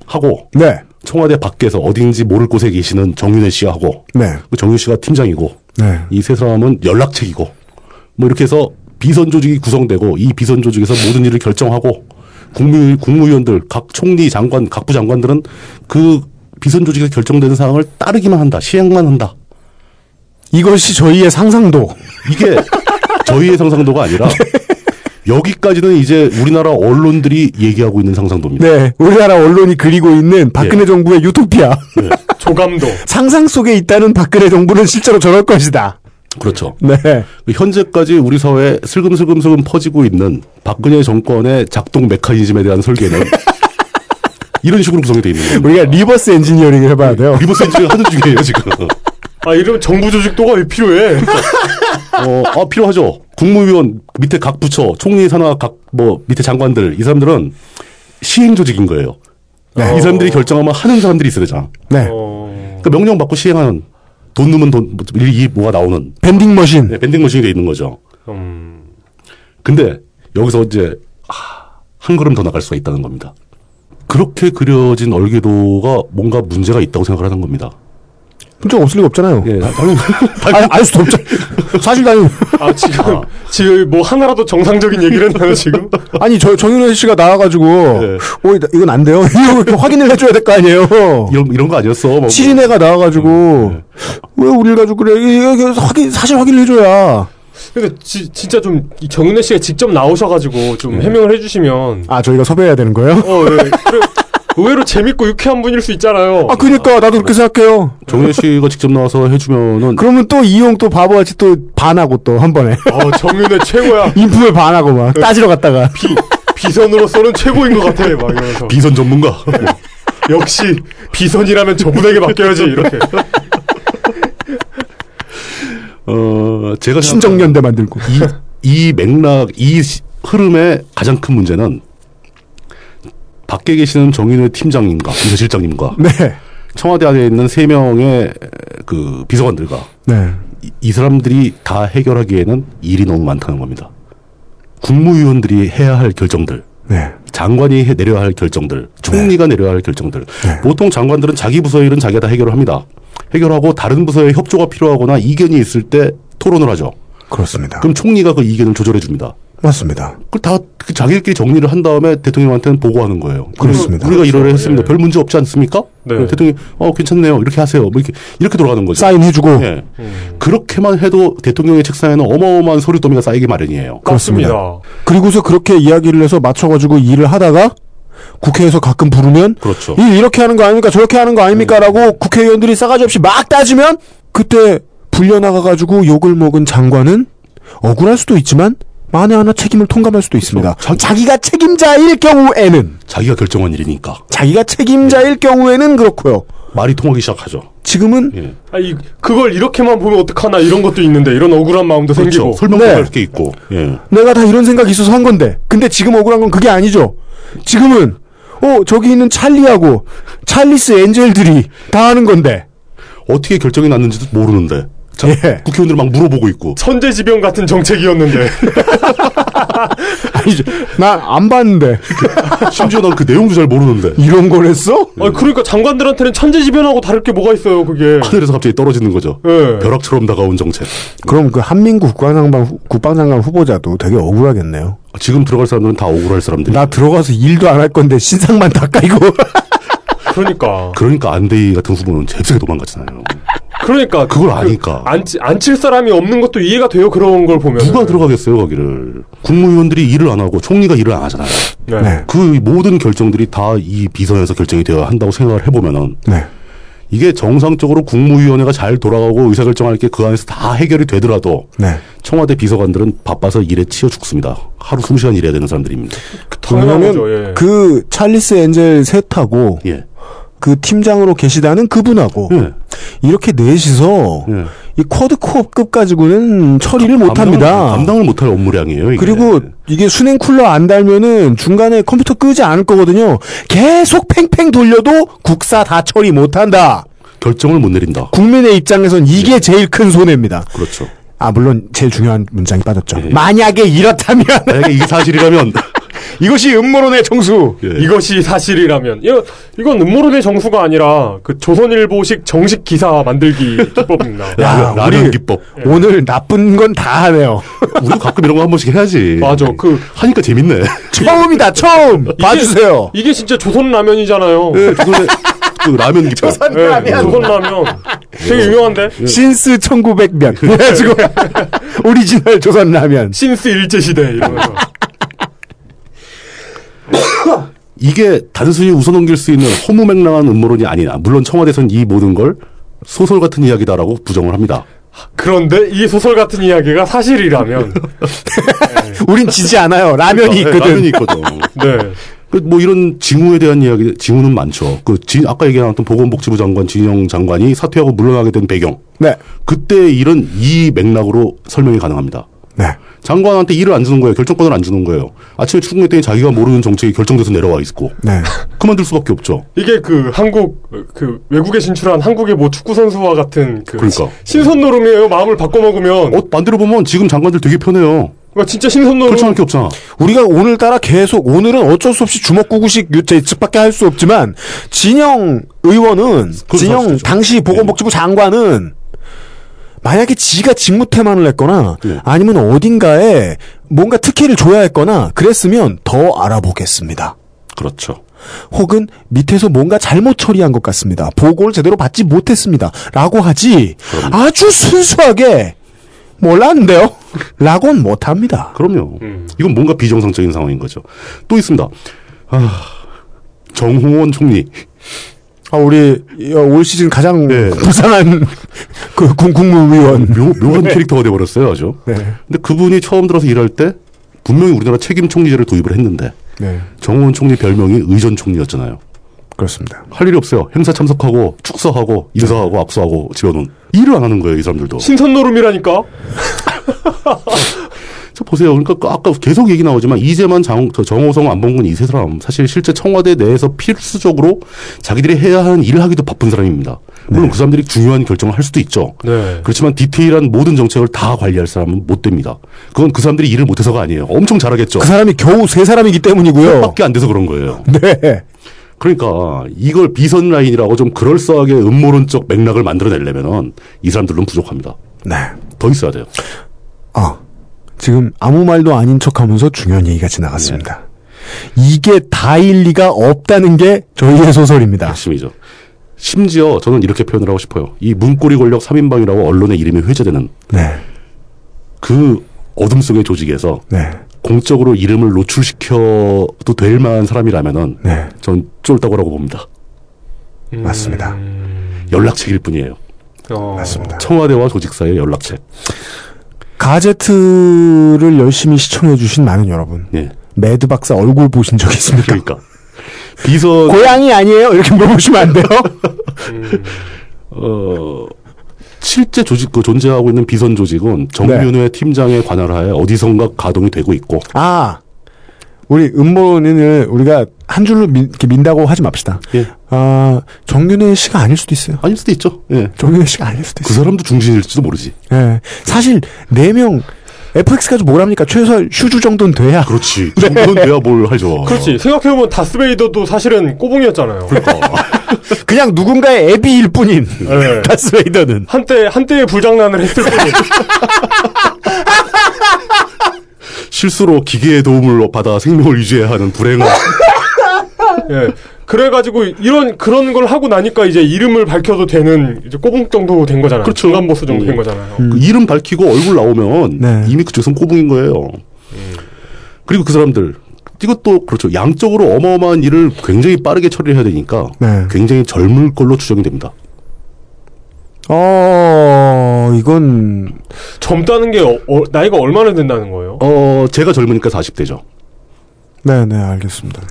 하고
네.
청와대 밖에서 어딘지 모를 곳에 계시는 정윤혜 씨하고
네.
그 정윤 씨가 팀장이고
네.
이 세 사람은 연락책이고 뭐 이렇게 해서 비선 조직이 구성되고 이 비선 조직에서 모든 일을 결정하고 국무 국무위원들 각 총리 장관 각 부장관들은 그 비선 조직에서 결정되는 사항을 따르기만 한다 시행만 한다
이것이 저희의 상상도
이게 저희의 상상도가 아니라 여기까지는 이제 우리나라 언론들이 얘기하고 있는 상상도입니다.
네. 우리나라 언론이 그리고 있는 박근혜
예.
정부의 유토피아.
네.
조감도.
상상 속에 있다는 박근혜 정부는 실제로 저럴 것이다.
그렇죠.
네.
현재까지 우리 사회에 슬금슬금슬금 퍼지고 있는 박근혜 정권의 작동 메커니즘에 대한 설계는 이런 식으로 구성이 되어 있는 거예요.
우리가 리버스 엔지니어링을 해봐야 돼요.
리버스 엔지니어 하는 중이에요, 지금. *laughs*
아 이러면 정부 조직도가 왜 필요해?
어, 아, 필요하죠. 국무위원, 밑에 각 부처, 총리 산하 각, 뭐, 밑에 장관들, 이 사람들은 시행조직인 거예요. 이 사람들이 결정하면 하는 사람들이 있어야 되잖아.
네.
그러니까 명령 받고 시행하는, 돈 넣으면 돈, 이 뭐가 나오는.
밴딩 머신.
네, 밴딩 머신이 돼 있는 거죠. 근데 여기서 이제 하, 한 걸음 더 나갈 수가 있다는 겁니다. 그렇게 그려진 얼기도가 뭔가 문제가 있다고 생각을 하는 겁니다.
문제 없을 리가 없잖아요.
예,
아, 알 수도 없죠. 사실 나는
아 지금 지금 뭐 하나라도 정상적인 얘기를 했나요 지금?
아니 저 정윤호 씨가 나와가지고
예.
어 이거- 이건 안 돼요. *laughs* 이거 이렇게 확인을 해줘야 될 거 아니에요.
이런 이런 거 아니었어? 뭐.
시린애가 나와가지고
예.
왜 우리를 가지고 그래? 이거 이거 확인 사실 확인을 해줘야.
근데 지- 진짜 좀이 정윤혜 네. 씨가 직접 나오셔가지고 좀 해명을 해주시면
아 저희가 섭외해야 되는 거예요?
어, 예. 그래, 의외로 재밌고 유쾌한 분일 수 있잖아요.
아, 그니까, 나도 그렇게 생각해요.
정현 씨가 직접 나와서 해주면은.
그러면 또 이용 또 바보같이 또 반하고 또 한 번에. *laughs*
어, 정윤의 최고야.
인품에 반하고 막 따지러 *laughs* 갔다가.
비선으로서는 최고인 것 같아. 막 이러면서.
비선 전문가.
역시 비선이라면 저분에게 맡겨야지 이렇게.
어, 제가
신정연대 만들고.
이, 이 맥락, 이 시- 흐름의 가장 큰 문제는 밖에 계시는 정인의 팀장님과 비서실장님과
네.
청와대 안에 있는 세 명의 그 비서관들과
네.
이, 이 사람들이 다 해결하기에는 일이 너무 많다는 겁니다. 국무위원들이 해야 할 결정들,
네.
장관이 해- 내려야 할 결정들, 총리가 내려야 할 결정들.
네.
보통 장관들은 자기 부서의 일은 자기가 다 해결을 합니다. 해결하고 다른 부서의 협조가 필요하거나 이견이 있을 때 토론을 하죠.
그렇습니다.
그럼 총리가 그 이견을 조절해 줍니다.
맞습니다.
그다 자기들끼리 정리를 한 다음에 대통령한테는 보고하는 거예요.
그렇습니다. 그렇죠.
우리가 이러려 했습니다. 별 문제 없지 않습니까?
네.
대통령이 어 괜찮네요. 이렇게 하세요. 뭐 이렇게 이렇게 돌아가는 거죠.
사인해주고.
예. 그렇게만 해도 대통령의 책상에는 어마어마한 서류 더미가 쌓이기 마련이에요.
그렇습니다.
네.
그리고서 그렇게 이야기를 해서 맞춰가지고 일을 하다가 국회에서 가끔 부르면
그렇죠.
이 이렇게 하는 거 아닙니까? 저렇게 하는 거 아닙니까?라고 국회의원들이 싸가지 없이 막 따지면 그때 불려 나가가지고 욕을 먹은 장관은 억울할 수도 있지만 만에 하나 책임을 통감할 수도 있습니다. 그렇죠. 자기가 책임자일 경우에는
자기가 결정한 일이니까
자기가 책임자일 경우에는 그렇고요.
말이 통하기 시작하죠. 예.
지금은
아, 이, 그걸 이렇게만 보면 어떡하나 이런 것도 있는데 이런 억울한 마음도
그렇죠.
생기고
설명도 네. 할
게 있고 예.
내가 다 이런 생각이 있어서 한 건데. 근데 지금 억울한 건 그게 아니죠. 지금은, 어, 저기 있는 찰리하고, 찰리스 엔젤들이 다 하는 건데. *laughs*
어떻게 결정이 났는지도 모르는데 자,
예.
국회의원들 막
*laughs*
물어보고 있고
천재지변 같은 정책이었는데
난 안 봤는데 *laughs*
심지어 난 그 내용도 잘 모르는데
이런 걸 했어?
아, 그러니까 장관들한테는 천재지변하고 다를 게 뭐가 있어요 그게
하늘에서 갑자기 떨어지는 거죠.
예.
벼락처럼 다가온 정책.
그럼 그 한민구 국방장관, 후- 국방장관 후보자도 되게 억울하겠네요.
지금 들어갈 사람들은 다 억울할 사람들이.
나 들어가서 일도 안 할 건데 신상만 *laughs* 닦아이고.
그러니까
그러니까 안대희 같은 후보는 잽싸게 도망갔잖아요.
예.
그러니까
그걸 아니까.
안안칠 사람이 없는 것도 이해가 돼요 그런 걸 보면
누가 들어가겠어요 거기를 국무위원들이 일을 안 하고 총리가 일을 안 하잖아요.
네.
그 모든 결정들이 다 이 비선에서 결정이 되어야 한다고 생각을 해보면은
네.
이게 정상적으로 국무위원회가 잘 돌아가고 의사결정할 게 그 안에서 다 해결이 되더라도
네.
청와대 비서관들은 바빠서 일에 치여 죽습니다. 하루 20시간 일해야 되는 사람들입니다.
왜냐면,
예.
그 찰리스 엔젤 셋하고,
예.
그 팀장으로 계시다는 그분하고, 이렇게 넷이서,
예.
이 쿼드 코업급 가지고는 처리를 못 합니다.
아, 감당을 못할 업무량이에요. 이게.
그리고 이게 수냉 쿨러 안 달면은 중간에 컴퓨터 끄지 않을 거거든요. 계속 팽팽 돌려도 국사 다 처리 못 한다.
결정을 못 내린다.
국민의 입장에선 이게 제일 큰 손해입니다.
예. 그렇죠. 예.
아, 물론 제일 중요한 문장이 빠졌죠. 만약에 이렇다면 *laughs*
만약에 이게 사실이라면
이것이 음모론의 정수.
예.
이것이 사실이라면 이거 이건 음모론의 정수가 아니라 그 조선일보식 정식 기사 만들기 *laughs* 기법입니다.
*laughs* 야, 우리
기법.
오늘 나쁜 건 다 하네요.
우리도 가끔 이런 거 한 번씩 해야지.
맞아. 그
하니까 재밌네.
처음이다. 처음.
이게-
봐주세요.
이게 진짜 조선 라면이잖아요.
예, 조선의 *laughs* 그
*laughs*
라면 기법.
네. 조선
예,
라면.
조선 라면 되게 유명한데
신스 1900년. 그래가지고 *laughs* 오리지널 조선 라면.
신스 일제 시대 이러면서
이게 단순히 웃어넘길 수 있는 허무맹랑한 음모론이 아니라 물론 청와대에서는 이 모든 걸 소설 같은 이야기다라고 부정을 합니다.
그런데 이 소설 같은 이야기가 사실이라면
우린 지지 않아요. 그러니까. 라면이
네,
있거든.
라면이 있거든.
네.
*laughs* 그 뭐 이런 징후에 대한 이야기, 징후는 많죠. 그 진, 아까 얘기했던 보건복지부 장관 진영 장관이 사퇴하고 물러나게 된 배경.
네.
그때 일은 이 맥락으로 설명이 가능합니다.
네.
장관한테 일을 안 주는 거예요. 결정권을 안 주는 거예요. 아침에 출근했더니 자기가 모르는 정책이 결정돼서 내려와 있고.
네.
그만둘 수밖에 없죠.
이게 그 한국 그 외국에 진출한 한국의 뭐 축구 선수와 같은 그
그러니까.
신선노름이에요. 마음을 바꿔 먹으면
어, 만들어 보면 지금 장관들 되게 편해요.
그러니까 진짜 신선노름
결정할 게 없잖아.
우리가 오늘따라 계속 오늘은 어쩔 수 없이 주먹구구식 유체 측밖에 할 수 없지만 진영 의원은 진영 당시 보건복지부 장관은 만약에 지가 직무태만을 했거나 아니면 어딘가에 뭔가 특혜를 줘야 했거나 그랬으면 더 알아보겠습니다.
그렇죠.
혹은 밑에서 뭔가 잘못 처리한 것 같습니다. 보고를 제대로 받지 못했습니다. 라고 하지 아주 순수하게 몰랐는데요? 라고는 못합니다.
음. 그럼요. 이건 뭔가 비정상적인 상황인 거죠. 또 있습니다. 아, 정홍원 총리.
아, 우리 올 시즌 가장 부상한 *laughs* 그 군, 국무위원.
네. 묘, 묘한 캐릭터가 돼버렸어요, 아주. 근데 그분이 처음 들어서 일할 때 분명히 우리나라 책임 총리제를 도입을 했는데
네.
정홍원 총리 별명이 의전 총리였잖아요.
그렇습니다.
할 일이 없어요. 행사 참석하고 축서하고 인사하고 악수하고 집어넣은 일을 안 하는 거예요, 이 사람들도.
신선 노름이라니까.
저 보세요. 그러니까 그 아까 계속 얘기 나오지만 이재만 장, 저 정호성 안봉근 이 세 사람 사실 실제 청와대 내에서 필수적으로 자기들이 해야 하는 일을 하기도 바쁜 사람입니다.
네.
물론 그 사람들이 중요한 결정을 할 수도 있죠.
네.
그렇지만 디테일한 모든 정책을 다 관리할 사람은 못 됩니다. 그건 그 사람들이 일을 못해서가 아니에요. 엄청 잘하겠죠.
그 사람이 겨우 세 사람이기 때문이고요.
밖에 안 돼서 그런 거예요.
네.
그러니까 이걸 비선 라인이라고 좀 그럴싸하게 음모론적 맥락을 만들어내려면은 이 사람들은 부족합니다.
네.
더 있어야 돼요.
아, 지금 아무 말도 아닌 척 하면서 중요한 얘기가
네.
지나갔습니다. 이게 다일 리가 없다는 게 저희의 소설입니다.
핵심이죠. 심지어 저는 이렇게 표현을 하고 싶어요. 이 문고리 권력 3인방이라고 언론의 이름이 회자되는
네.
그 어둠 속의 조직에서
네.
공적으로 이름을 노출시켜도 될 만한 사람이라면은
네.
전 쫄따구라고 봅니다. 음.
맞습니다.
연락책일 뿐이에요.
맞습니다.
청와대와 조직 사이의 연락책.
가제트를 열심히 시청해주신 많은 여러분.
예.
매드 박사 얼굴 보신 적 있습니까?
그러니까.
*laughs*
비선
고양이 아니에요? 이렇게 물어보시면 안 돼요?
어 실제 조직 그 존재하고 있는 비선 조직은 정윤회
네.
팀장의 관할하에 어디선가 가동이 되고 있고
아, 우리 음모론을 우리가 한 줄로 민, 이렇게 민다고 하지 맙시다.
예.
아, 정윤회 씨가 아닐 수도 있어요.
아닐 수도 있죠. 예.
정윤회 씨가 아닐 수도
그 사람도 중진일지도 모르지.
예. 사실 네 명 FX 가지고 뭘 합니까? 최소한 슈즈 정도는 돼야.
그렇지. 그 정도는 돼야 뭘 하죠.
그렇지. 생각해보면 다스베이더도 사실은 꼬붕이었잖아요.
그냥 누군가의 애비일 뿐인 *laughs* 다스베이더는
한때 한때의 불장난을 했을 뿐.
실수로 기계의 도움을 받아 생명을 유지해야 하는 불행한
예. 그래가지고 이런 그런 걸 하고 나니까 이제 이름을 밝혀도 되는 이제 꼬붕 정도 된 거잖아요.
그렇죠.
중간 보스 정도 된 거잖아요.
그 이름 밝히고 얼굴 나오면 이미 그쪽에선 꼬붕인 거예요. 그리고 그 사람들 이것도 그렇죠. 양적으로 어마어마한 일을 굉장히 빠르게 처리해야 되니까
네.
굉장히 젊을 걸로 추정이 됩니다.
어, 이건
젊다는 게 어- 어- 나이가 얼마나 된다는 거예요?
어 제가 젊으니까 40대죠.
네, 네, 알겠습니다.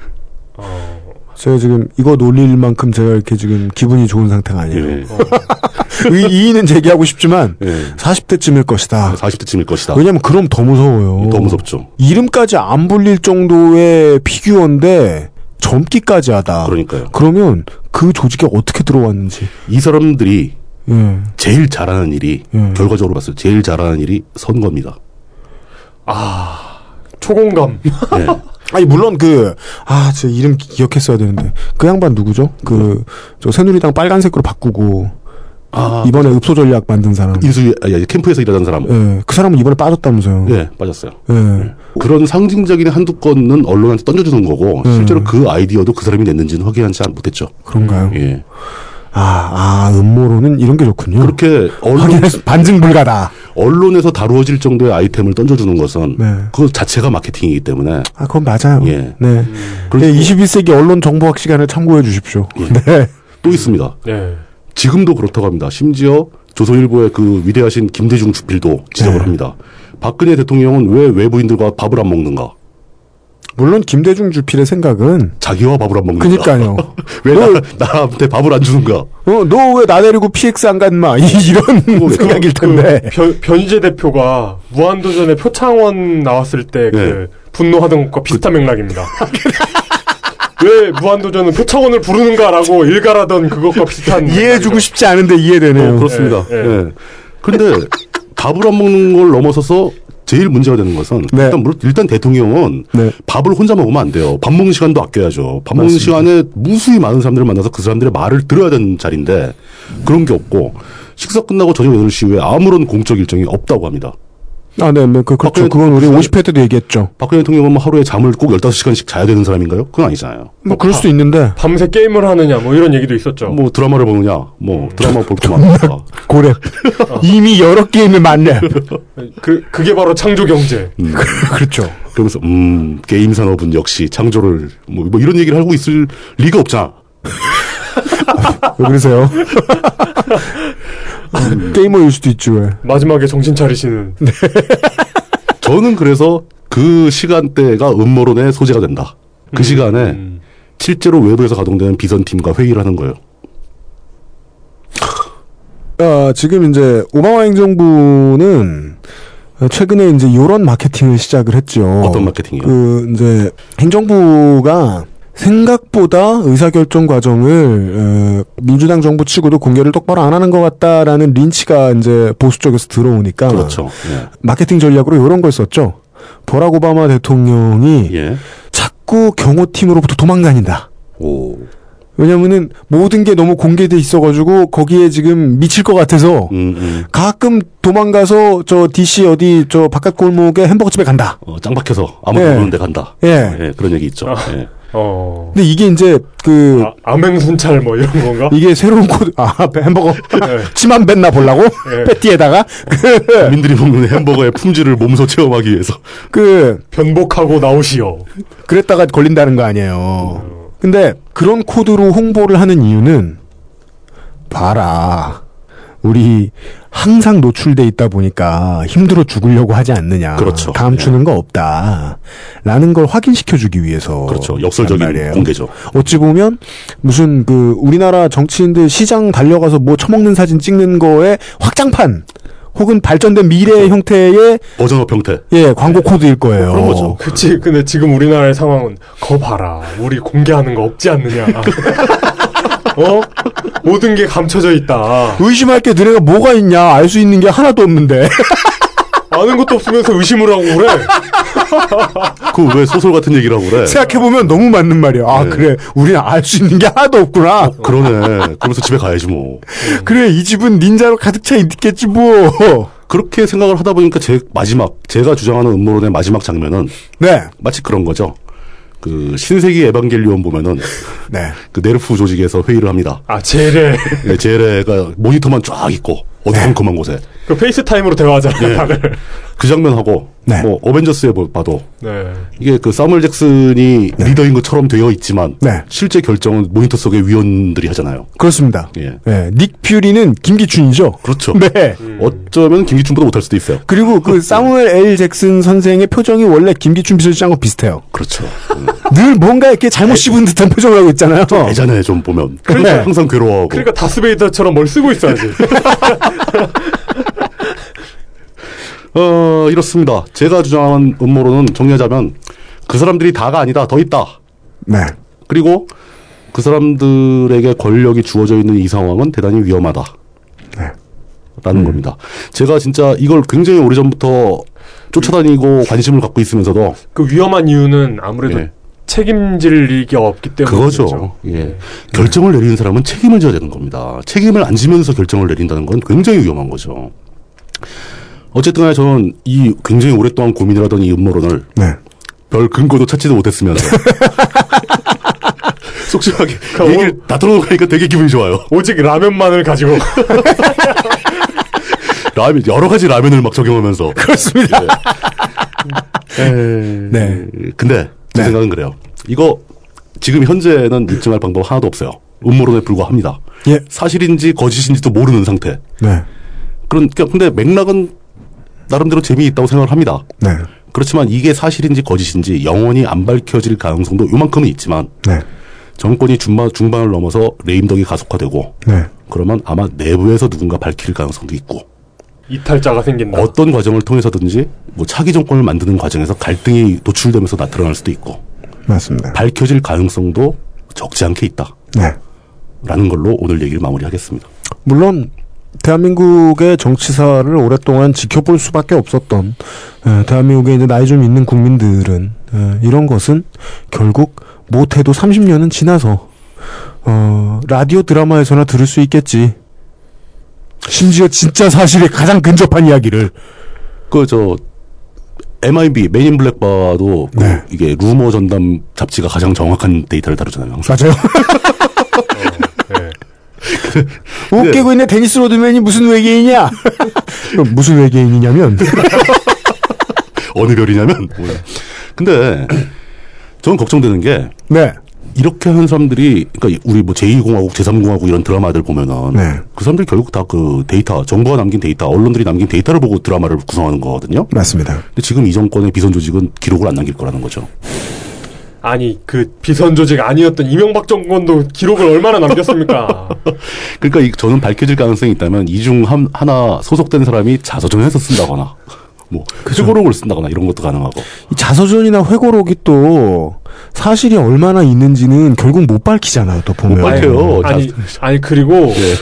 어.
제가 지금 이거 놀릴 만큼 제가 이렇게 지금 기분이 좋은 상태가 아니에요.
예. 네.
이, 이의는 제기하고 싶지만 40대쯤일 것이다.
40대쯤일 것이다.
왜냐면 뭐. 그럼 더 무서워요.
더 무섭죠.
이름까지 안 불릴 정도의 피규어인데 젊기까지 하다.
그러니까요.
그러면 그 조직에 어떻게 들어왔는지.
이 사람들이
예.
제일 잘하는 일이 결과적으로 봤을 때 제일 잘하는 일이 선거입니다.
초공감.
*laughs* 예.
아니 물론 그 아, 제 이름 기- 기억했어야 되는데 그 양반 누구죠? 그 저 새누리당 빨간색으로 바꾸고
아,
이번에 읍소 전략 만든 사람.
인수 아, 예, 캠프에서 일하던 사람.
예, 그 사람은 이번에 빠졌다면서요.
예, 빠졌어요.
예.
그런 상징적인 한두 건은 언론한테 던져주는 거고
음.
실제로 그 아이디어도 그 사람이 냈는지는 확인하지 못했죠.
그런가요?
예.
아, 아, 음모론은 이런 게 좋군요.
그렇게 언론,
확인해서 반증 불가다.
언론에서 다루어질 정도의 아이템을 던져주는 것은
네.
그 자체가 마케팅이기 때문에
아, 그건 맞아요.
예.
네. 네, 21세기 언론 정보학 시간을 참고해 주십시오. 네.
또 있습니다.
네.
지금도 그렇다고 합니다. 심지어 조선일보의 그 위대하신 김대중 주필도 지적을
네.
합니다. 박근혜 대통령은 왜 외부인들과 밥을 안 먹는가?
물론 김대중 주필의 생각은
자기와 밥을 안 먹는가?
그니까요.
*laughs* 왜 나, 나한테 밥을 안 주는가?
어, 너 왜 나 *laughs* 데리고 PX 안 갔마? 이- 이런 생각일 텐데.
그 변, 변희재 대표가 무한도전의 표창원 나왔을 때 그
네.
분노하던 것과 비슷한 맥락입니다. *laughs* 왜 무한도전은 표창원을 부르는가라고 일갈하던 그것과 비슷한
이해해주고 싶지 않은데 이해되네요.
어, 그렇습니다.
예,
예.
예.
근데 밥을 안 먹는 걸 넘어서서 제일 문제가 되는 것은
네.
일단 물론 일단 대통령은
네.
밥을 혼자 먹으면 안 돼요. 밥 먹는 시간도 아껴야죠. 밥 먹는 시간에 무수히 많은 사람들을 만나서 그 사람들의 말을 들어야 되는 자리인데 그런 게 없고 식사 끝나고 저녁 8시 이후에 아무런 공적 일정이 없다고 합니다.
아, 네, 뭐, 그, 그렇죠. 그건 우리 50회 때도 얘기했죠.
박근혜 대통령은 뭐 하루에 잠을 꼭 15시간씩 자야 되는 사람인가요? 그건 아니잖아요.
뭐, 그럴 수도 있는데.
밤새 게임을 하느냐 뭐 이런 얘기도 있었죠.
뭐 드라마를 보느냐, 뭐 드라마 볼
*laughs*
것만 보다.
*laughs* 고래. 이미 여러 게임을 만네.
그 그게 바로 창조 경제.
*laughs* 그렇죠.
그러면서 음 게임 산업은 역시 창조를 뭐, 뭐 이런 얘기를 하고 있을 리가 없잖아.
왜
*laughs*
그러세요?
음.
게이머일 수도 있죠. 왜.
마지막에 정신 차리시는.
네.
저는 그래서 그 시간대가 음모론의 소재가 된다. 그
음.
시간에 실제로 외부에서 가동되는 비선팀과 회의를 하는 거예요.
아, 지금 이제 오바마 행정부는 최근에 이제 이런 마케팅을 시작을 했죠.
어떤 마케팅이요?
그 이제 행정부가 생각보다 의사결정 과정을 어, 민주당 정부 치고도 공개를 똑바로 안 하는 것 같다라는 린치가 이제 보수 쪽에서 들어오니까
그렇죠. 예.
마케팅 전략으로 이런 걸 썼죠. 버락 오바마 대통령이
예.
자꾸 경호팀으로부터 도망다닌다.
오.
왜냐면은 모든 게 너무 공개돼 있어가지고 거기에 지금 미칠 것 같아서
음,
가끔 도망가서 저 DC 어디 저 바깥 골목에 햄버거 집에 간다.
어, 짱 박혀서 아무도
예.
모르는 데 간다.
예.
그런 얘기 있죠. 예.
어.
근데 이게 이제 그
아. 암행순찰 뭐 이런 건가?
이게 새로운 코드 아 햄버거 치만 뱉나 보려고 *laughs*
예.
패티에다가
국민들이 먹는 햄버거의 품질을 몸소 체험하기 위해서 *laughs*
그
변복하고 나오시오.
그랬다가 걸린다는 거 아니에요. 근데 그런 코드로 홍보를 하는 이유는 봐라. 우리 항상 노출돼 있다 보니까 힘들어 죽으려고 하지 않느냐.
그렇죠.
감추는 거 없다. 라는 걸 확인시켜 주기 위해서.
그렇죠. 역설적인
란 말이에요.
공개죠.
어찌 보면 무슨 그 우리나라 정치인들 시장 달려가서 뭐 처먹는 사진 찍는 거에 확장판 혹은 발전된 미래
그렇죠.
의 형태의
버전업 형태.
예, 광고
네.
코드일 거예요.
그런 거죠. 어, 그치. 근데 지금 우리나라의 상황은 거 봐라. 우리 공개하는 거 없지 않느냐. *laughs* 어? 모든 게 감춰져 있다.
의심할 게 너네가 뭐가 있냐 알 수 있는 게 하나도
네.
없는데
아는 것도 없으면서 의심을 하고 그래.
그 왜 소설 같은 얘기를 하고 그래?
*laughs* 생각해보면 너무 맞는 말이야
네.
아 그래 우리는 알 수 있는 게 하나도 없구나
어. 그러네. 그러면서 집에 가야지 뭐.
그래 이 집은 닌자로 가득 차 있겠지 뭐. *laughs*
그렇게 생각을 하다 보니까 제 마지막 제가 주장하는 음모론의 마지막 장면은
네.
마치 그런 거죠. 그 신세기 에반겔리온 보면은
네.
그 네르프 조직에서 회의를 합니다.
아, 제레.
네, 제레가 모니터만 쫙 있고 어두컴컴한 곳에
그 페이스타임으로 대화하잖아요,
네.
다들.
그 장면하고 뭐 어벤져스에 보- 봐도
네.
이게 그 사물 잭슨이 리더인 것처럼 되어 있지만
네.
실제 결정은 모니터 속의 위원들이 하잖아요.
그렇습니다
예.
예, 닉 퓨리는 김기춘이죠
그렇죠.
*laughs* 네
어쩌면 김기춘보다 못할 수도 있어요.
그리고 그 사무엘 L 잭슨 선생의 표정이 원래 김기춘 비서실장과 비슷해요
그렇죠.
늘 뭔가 이렇게 잘못 씹은 듯한 표정을 하고 있잖아요
어. 예전에 좀 보면 네,
그러니까.
항상 괴로워하고
그러니까 다스베이더처럼 뭘 쓰고 있어야지.
어, 이렇습니다. 제가 주장한 음모론은 정리하자면 그 사람들이 다가 아니다. 더 있다.
네.
그리고 그 사람들에게 권력이 주어져 있는 이 상황은 대단히 위험하다. 네. 라는 겁니다. 제가 진짜 이걸 굉장히 오래전부터 쫓아다니고 관심을 갖고 있으면서도
그 위험한 이유는 아무래도
예.
책임질 일이 없기 때문에.
그거죠. 예. 결정을 내리는 사람은 책임을 져야 되는 겁니다. 책임을 안 지면서 결정을 내린다는 건 굉장히 위험한 거죠. 어쨌든 간에 저는 이 굉장히 오랫동안 고민을 하던 이 음모론을
네.
별 근거도 찾지도 *laughs* 못했으면서 속시원하게 얘기를 다 들어놓고 하니까 뭐 되게 기분이 좋아요.
오직 라면만을 가지고.
라면, 여러 가지 라면을 막 적용하면서.
*laughs* 그렇습니다.
네. 근데 제 생각은 그래요. 이거 지금 현재는 입증할 방법 하나도 없어요. 음모론에 불과합니다.
예.
사실인지 거짓인지도 모르는 상태.
네.
그런 그러니까 근데 맥락은 나름대로 재미있다고 생각을 합니다.
네.
그렇지만 이게 사실인지 거짓인지 영원히 안 밝혀질 가능성도 요만큼은 있지만
네.
정권이 중반, 중반을 넘어서 레임덕이 가속화되고
네.
그러면 아마 내부에서 누군가 밝힐 가능성도 있고
*laughs* 이탈자가 생긴다.
어떤 과정을 통해서든지 뭐 차기 정권을 만드는 과정에서 갈등이 노출되면서 나타날 수도 있고
맞습니다
밝혀질 가능성도 적지 않게 있다.
네.
라는 걸로 오늘 얘기를 마무리하겠습니다.
물론 대한민국의 정치사를 오랫동안 지켜볼 수밖에 없었던 에, 대한민국에 이제 나이 좀 있는 국민들은 에, 이런 것은 결국 못해도 30년은 지나서 어, 라디오 드라마에서나 들을 수 있겠지. 심지어 진짜 사실에 가장 근접한 이야기를
그저 MIB 메인 블랙바도 그 이게 루머 전담 잡지가 가장 정확한 데이터를 다루잖아요. 항상.
맞아요. 웃기고 있네 데니스 로드맨이 무슨 외계인이야? 그럼 무슨 외계인이냐면
어느 별이냐면. *laughs* 근데 저는 걱정되는 게
네.
이렇게 하는 사람들이 그러니까 우리 뭐 제2공화국 제3공화국 이런 드라마들 보면은
네.
그 사람들이 결국 다 그 데이터 정부가 남긴 데이터 언론들이 남긴 데이터를 보고 드라마를 구성하는 거거든요.
맞습니다.
근데 지금 이 정권의 비선 조직은 기록을 안 남길 거라는 거죠.
아니 그 비선 조직 아니었던 이명박 정권도 기록을 얼마나 남겼습니까?
그러니까 이- 저는 밝혀질 가능성이 있다면 이 중 하나 소속된 사람이 자서전에서 쓴다거나 *laughs* 뭐 회고록을 쓴다거나 이런 것도 가능하고
이 자서전이나 회고록이 또 사실이 얼마나 있는지는 결국 못 밝히잖아요. 또 보면 어,
아니, 아니 그리고
네.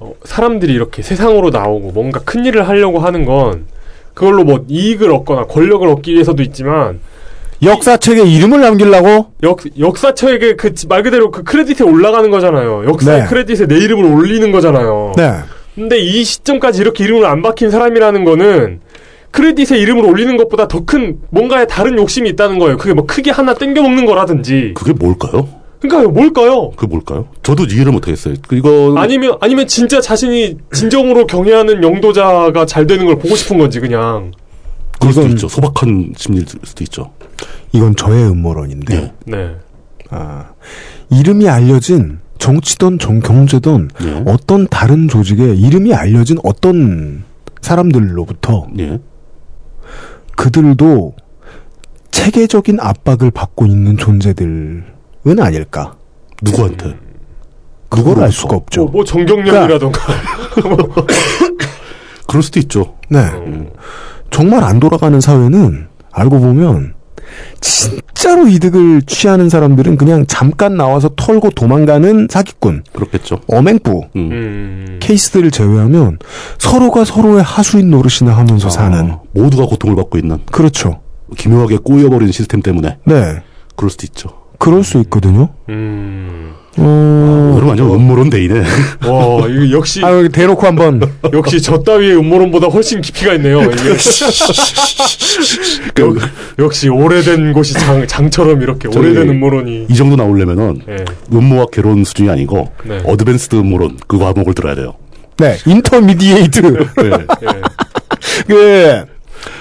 어, 사람들이 이렇게 세상으로 나오고 뭔가 큰 일을 하려고 하는 건 그걸로 뭐 이익을 얻거나 권력을 얻기 위해서도 있지만
네. 역사책에 이름을 남기려고
역 역사책에 그 말 그대로 그 크레딧에 올라가는 거잖아요. 역사의
네.
크레딧에 내 이름을 올리는 거잖아요.
네.
근데 이 시점까지 이렇게 이름을 안 박힌 사람이라는 거는 크레딧에 이름을 올리는 것보다 더 큰 뭔가의 다른 욕심이 있다는 거예요. 그게 뭐 크게 하나 땡겨 먹는 거라든지.
그게 뭘까요?
그러니까요, 뭘까요?
그게 뭘까요? 저도 이해를 못하겠어요. 그 이거
아니면 아니면 진짜 자신이 진정으로 경애하는 영도자가 잘 되는 걸 보고 싶은 건지 그냥.
그럴 수도 있죠. 소박한 심리일 수도 있죠.
이건 저의 음모론인데
네.
아, 이름이 알려진 정치든 정 경제든 어떤 다른 조직의 이름이 알려진 어떤 사람들로부터
예?
그들도 체계적인 압박을 받고 있는 존재들은 아닐까?
누구한테?
그걸 알 수가 없죠.
뭐, 뭐 정경련이라던가.
그럴 수도 있죠.
네. 정말 안 돌아가는 사회는 알고 보면 진짜로 이득을 취하는 사람들은 그냥 잠깐 나와서 털고 도망가는 사기꾼.
그렇겠죠. 음.
어맹부.
그러니까.
음.
케이스들을 제외하면 서로가 서로의 하수인 노릇이나 하면서 사는
모두가 고통을 받고 있는
그렇죠.
기묘하게 꼬여버린 시스템 때문에
네.
그럴 수도 있죠.
그럴 수 있거든요.
그럼 완전 음모론 데이네. *laughs*
와, 이거 역시
아, 여기 대놓고 한번
역시 저 따위의 음모론보다 훨씬 깊이가 있네요. 이게.
그-
*laughs* 음. 역시 오래된 곳이 장, 장처럼 이렇게
저기
오래된 음모론이.
이 정도 나오려면은
예.
음모와 개론 수준이 아니고
네.
어드밴스드 음모론 그 과목을 들어야 돼요.
네, 인터미디에이트.
네.
그,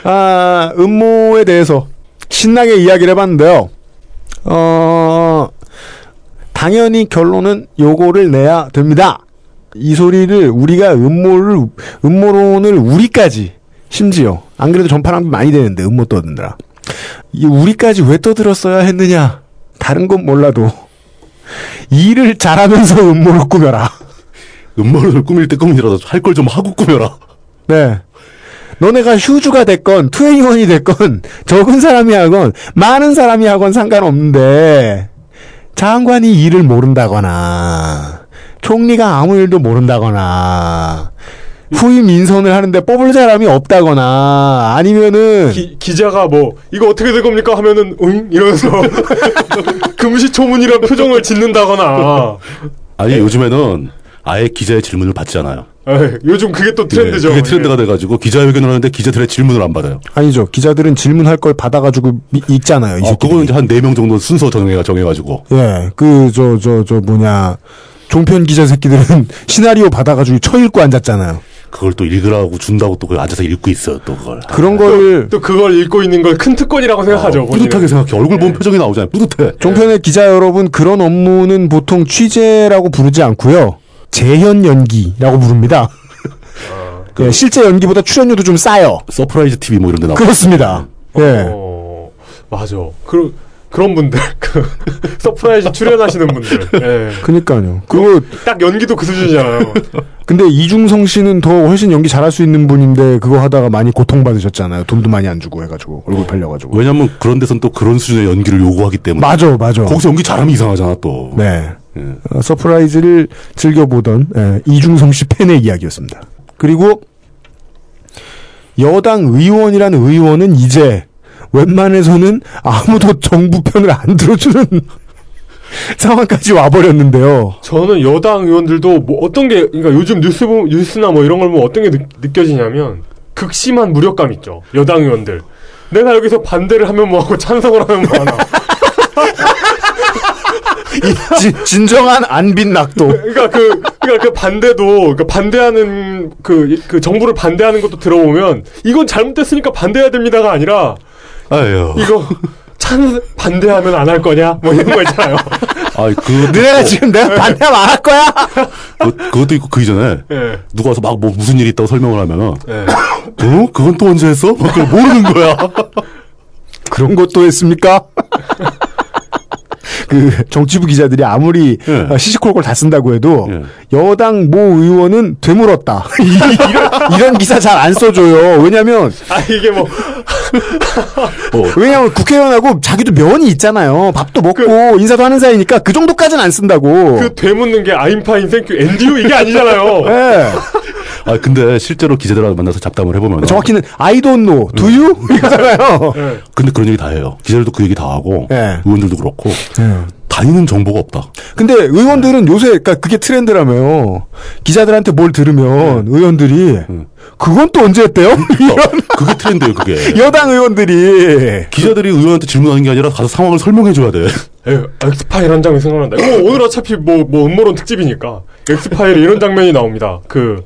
아, 음모에 대해서 신나게 이야기를 해봤는데요. 어, 당연히 결론은 요거를 내야 됩니다. 이 소리를 우리가 음모를, 음모론을 우리까지, 심지어, 안 그래도 전파랑 많이 되는데, 음모 떠드느라. 이 우리까지 왜 떠들었어야 했느냐. 다른 건 몰라도, 일을 잘하면서 음모를 꾸며라.
*laughs* 음모론을 꾸밀 때 꾸미더라도 할 걸 좀 하고 꾸며라.
네. 너네가 휴즈가 됐건 투애니원이 됐건 *laughs* 적은 사람이 하건 많은 사람이 하건 상관없는데 장관이 일을 모른다거나 총리가 아무 일도 모른다거나 후임 인선을 하는데 뽑을 사람이 없다거나 아니면은
기, 기자가 뭐 이거 어떻게 될 겁니까 하면은 응 이러면서 *laughs* 금시초문이란 표정을 짓는다거나 네.
아니 요즘에는 아예 기자의 질문을 받지 않아요.
에이, 요즘 그게 또 네. 트렌드죠.
네,
예.
그게 트렌드가 돼가지고 기자회견을 하는데 기자들의 질문을 안 받아요.
아니죠 기자들은 질문할 걸 받아가지고 미- 읽잖아요 이
아, 그거는 이제 한 네 명 정도 순서 정해가 정해가지고
예, 그, 저, 저, 저, 뭐냐. 종편 기자 새끼들은 *laughs* 시나리오 받아가지고 쳐 읽고 앉았잖아요.
그걸 또 읽으라고 준다고 또 그걸 앉아서 읽고 있어요. 또 그걸
아,
그런 거를.
또 그걸 읽고 있는 걸 큰 특권이라고 생각하죠. 본인은.
뿌듯하게 생각해. 얼굴
예.
보면 표정이 나오잖아요. 뿌듯해.
종편의 기자 여러분, 그런 업무는 보통 취재라고 부르지 않고요 재현 연기라고 부릅니다.
아,
예, 실제 연기보다 출연료도 좀 싸요.
서프라이즈 TV 뭐 이런 데 나와.
그렇습니다. 예.
어, 맞아. 그런 그런 분들 *laughs* 그 서프라이즈 출연하시는 분들. 예.
그니까요. 그리고,
딱 연기도 그 수준이잖아요.
근데 이중성 씨는 더 훨씬 연기 잘할 수 있는 분인데, 그거 하다가 많이 고통받으셨잖아요. 돈도 많이 안 주고 해가지고, 얼굴 팔려가지고.
왜냐면 그런 데선 또 그런 수준의 연기를 요구하기 때문에.
맞아, 맞아.
거기서 연기 잘하면 이상하잖아 또.
네. 어, 서프라이즈를 즐겨보던 예, 이중성 씨 팬의 이야기였습니다. 그리고 여당 의원이라는 의원은 이제 웬만해서는 아무도 정부 편을 안 들어주는 *laughs* 상황까지 와버렸는데요.
저는 여당 의원들도 뭐 어떤 게 그러니까 요즘 뉴스 보- 뉴스나 뭐 이런 걸 보면 어떤 게 느, 껴지냐면그 극심한 무력감 있죠. 여당 의원들. 내가 여기서 반대를 하면 뭐하고 찬성을 하면 뭐하나.
진, 정한 안빈 낙도.
그러니까 그 그러니까 그 반대도 그러니까 반대하는 그 그 정부를 반대하는 것도 들어보면 이건 잘못됐으니까 반대해야 됩니다가 아니라
아유.
이거 찬 반대하면 안 할 거냐 뭐 이런 거 있잖아요.
아이 그
*laughs* 너네가 지금 내가 반대하면 안 할 거야?
그, 그것도 있고 그 이전에
예.
누가 와서 막 뭐 무슨 일이 있다고 설명을 하면은
예.
어? 그건 또 언제 했어? 막 그걸 모르는 거야. *laughs*
그런 것도 했습니까? *laughs* 그 정치부 기자들이 아무리 어, 시시콜콜 다 쓴다고 해도 여당 모 의원은 되물었다. *laughs* 이런, 이런 기사 잘 안 써줘요. 왜냐면
아 이게 뭐
왜냐면 국회의원하고 자기도 면이 있잖아요. 밥도 먹고 인사도 하는 사이니까 그 정도까지는 안 쓴다고.
그 되묻는 게 아임파인 생큐 엔디유 이게 아니잖아요.
예.
아 근데 실제로 기자들하고 만나서 잡담을 해보면
정확히는 I don't know, do you? 이거잖아요.
근데 그런 얘기 다 해요. 기자들도 그 얘기 다 하고
예.
의원들도 그렇고 다니는 정보가 없다.
근데 의원들은 요새 그러니까 그게 트렌드라며요. 기자들한테 뭘 들으면 의원들이 그건 또 언제 했대요? *laughs* 이런
그게 트렌드예요,
*laughs*
그게.
여당 의원들이
기자들이 의원한테 질문하는 게 아니라 가서 상황을 설명해줘야 돼.
예, 엑스파일 한 장면 생각난다. 이거 오늘 어차피 뭐, 뭐, 음모론 특집이니까. 엑스파일에 이런 장면이 나옵니다. 그,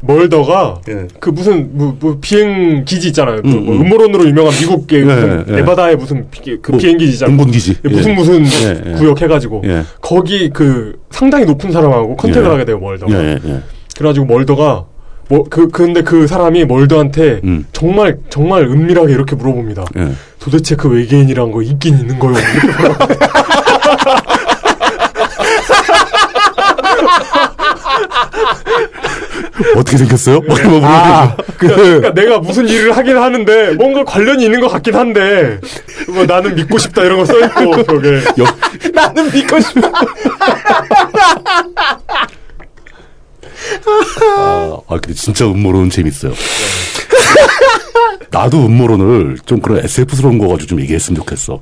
멀더가, 그 무슨, 뭐, 뭐 비행 기지 있잖아요. 그
예. 음,
뭐
음.
음모론으로 유명한 미국의
예,
무슨
예.
네바다의 무슨 비, 그
뭐,
비행기지 있잖아요.
공군기지.
예, 무슨
예.
무슨
예, 예.
구역 해가지고.
예.
거기 그 상당히 높은 사람하고 컨택을
예.
하게 돼요, 멀더가.
예, 예, 예.
그래가지고 멀더가, 뭐, 그, 근데 그 사람이 멀더한테
음.
정말, 정말 은밀하게 이렇게 물어봅니다.
예.
도대체 그 외계인이란 거 있긴 있는 거요.
어떻게 생겼어요? 막 이러고
아, 그-
그러니까 내가 무슨 일을 하긴 하는데 뭔가 관련이 있는 것 같긴 한데 뭐 나는 믿고 싶다 이런 거 써 있고 벽에
*laughs* 나는 믿고 싶다.
아, 아, 근데 진짜 음모론은 재밌어요. 나도 음모론을 좀 그런 SF스러운 거 가지고 좀 얘기했으면 좋겠어.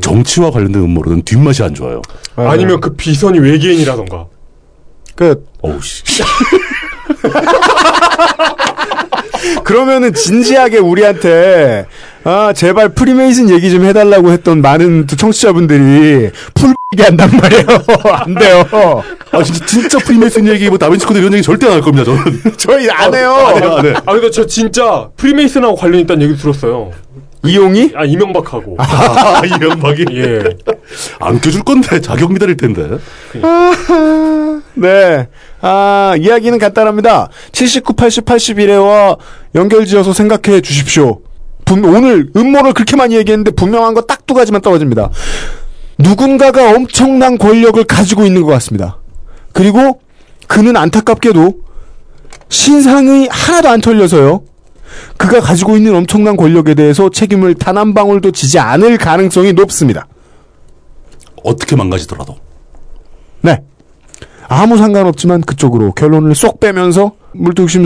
정치와 관련된 음모론은 뒷맛이 안 좋아요.
아니면 그 비선이 외계인이라던가
끝.
어우, 씨.
*laughs* 그러면은 진지하게 우리한테 아 제발 프리메이슨 얘기 좀 해달라고 했던 많은 또 청취자분들이 풀 *laughs* 얘기한단 말이에요. 안 돼요.
아 진짜 진짜 프리메이슨 얘기 뭐 다빈치 코드 이런 얘기 절대 안 할 겁니다. 저는
저희 안 해요.
안 해요,
네.
안 해.
아 근데 저 진짜 프리메이슨하고 관련 있다는 얘기 들었어요
이용이?
아 이명박하고
아, 이명박이 *laughs*
예.
안 껴줄 건데 자격 미달일 텐데.
*laughs* 네. 아, 이야기는 간단합니다. 79, 80, 81회와 연결지어서 생각해 주십시오. 분, 오늘 음모를 그렇게 많이 얘기했는데 분명한 거 딱 두 가지만 떨어집니다. 누군가가 엄청난 권력을 가지고 있는 것 같습니다. 그리고 그는 안타깝게도 신상이 하나도 안 털려서요. 그가 가지고 있는 엄청난 권력에 대해서 책임을 단 한 방울도 지지 않을 가능성이 높습니다.
어떻게 망가지더라도.
네. 아무 상관없지만 그쪽으로 결론을 쏙 빼면서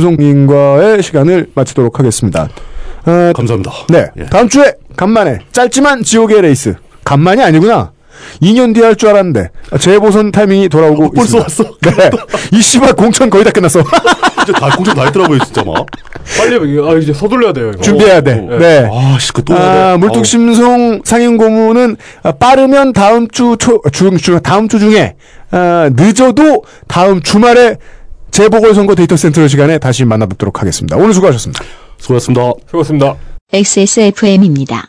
물뚝심송님과의 시간을 마치도록 하겠습니다. 어,
감사합니다.
네. 다음 주에 간만에 짧지만 지옥의 레이스. 간만이 아니구나. 2년 뒤에 할 줄 알았는데 재보선 타이밍이 돌아오고
벌써
있습니다. 네. 이 씨발 공천 거의 다 끝났어.
진짜 다 공정 다 했더라고요 진짜 막.
빨리 아 이제 서둘러야 돼요 이거
준비해야 돼.
어, 어.
네.
아씨 그또 네.
아, 물뚝심송 상임 고문은 아, 빠르면 다음 주 초, 중, 중, 다음 주 중에, 아, 늦어도 다음 주말에 재보궐선거 데이터 센터 시간에 다시 만나뵙도록 하겠습니다. 오늘 수고하셨습니다.
수고하셨습니다.
수고하셨습니다.
XSFM입니다.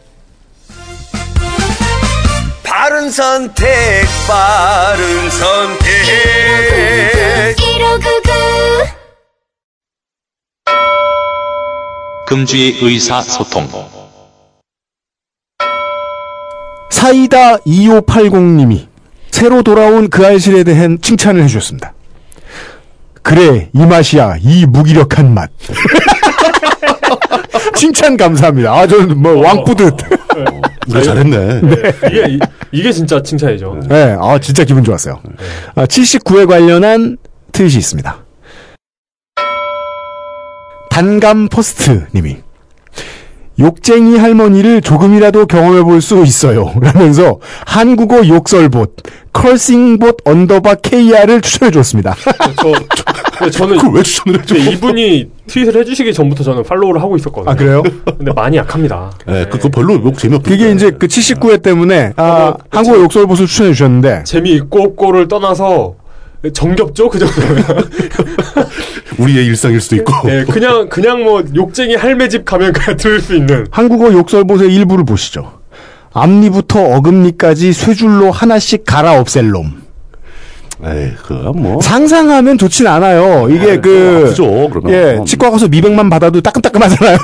바른 선택, 바른 선택.
금주의 의사소통.
사이다 2580님이 새로 돌아온 그 알실에 대한 칭찬을 해주셨습니다. 그래, 이 맛이야. 이 무기력한 맛. *laughs* 칭찬 감사합니다. 아, 저는 뭐 왕뿌듯.
우리 잘했네.
이게 이- 이게 진짜 칭찬이죠.
네, 아, 진짜 기분 좋았어요. 아, 79에 관련한 트윗이 있습니다. 단감 포스트님이 욕쟁이 할머니를 조금이라도 경험해 볼 수 있어요. *laughs* 라면서 한국어 욕설봇 컬싱봇 언더바 KR을 추천해 주었습니다.
저, 저, 는
그걸 왜 추천을 해줘?
이분이 트윗을 해주시기 전부터 저는 팔로우를 하고 있었거든요.
아, 그래요?
근데 많이 약합니다.
네, 그거 별로 욕 재미없.
그게 이제 그 79회 때문에 아, 한국어 욕설봇을 추천해 주셨는데
재미있고 없고를 떠나서 정겹죠 그 정도면.
우리의 일상일 수도 있고.
*laughs* 네, 그냥 그냥 뭐 욕쟁이 할매 집 가면 가 들을 수 있는.
한국어 욕설봇의 일부를 보시죠. 앞니부터 어금니까지 쇠줄로 하나씩 갈아 없앨 놈.
에이, 그건 뭐.
상상하면 좋진 않아요. 이게 그
아프죠, 그러면. 어,
예, 치과 가서 미백만 받아도 따끔따끔하잖아요.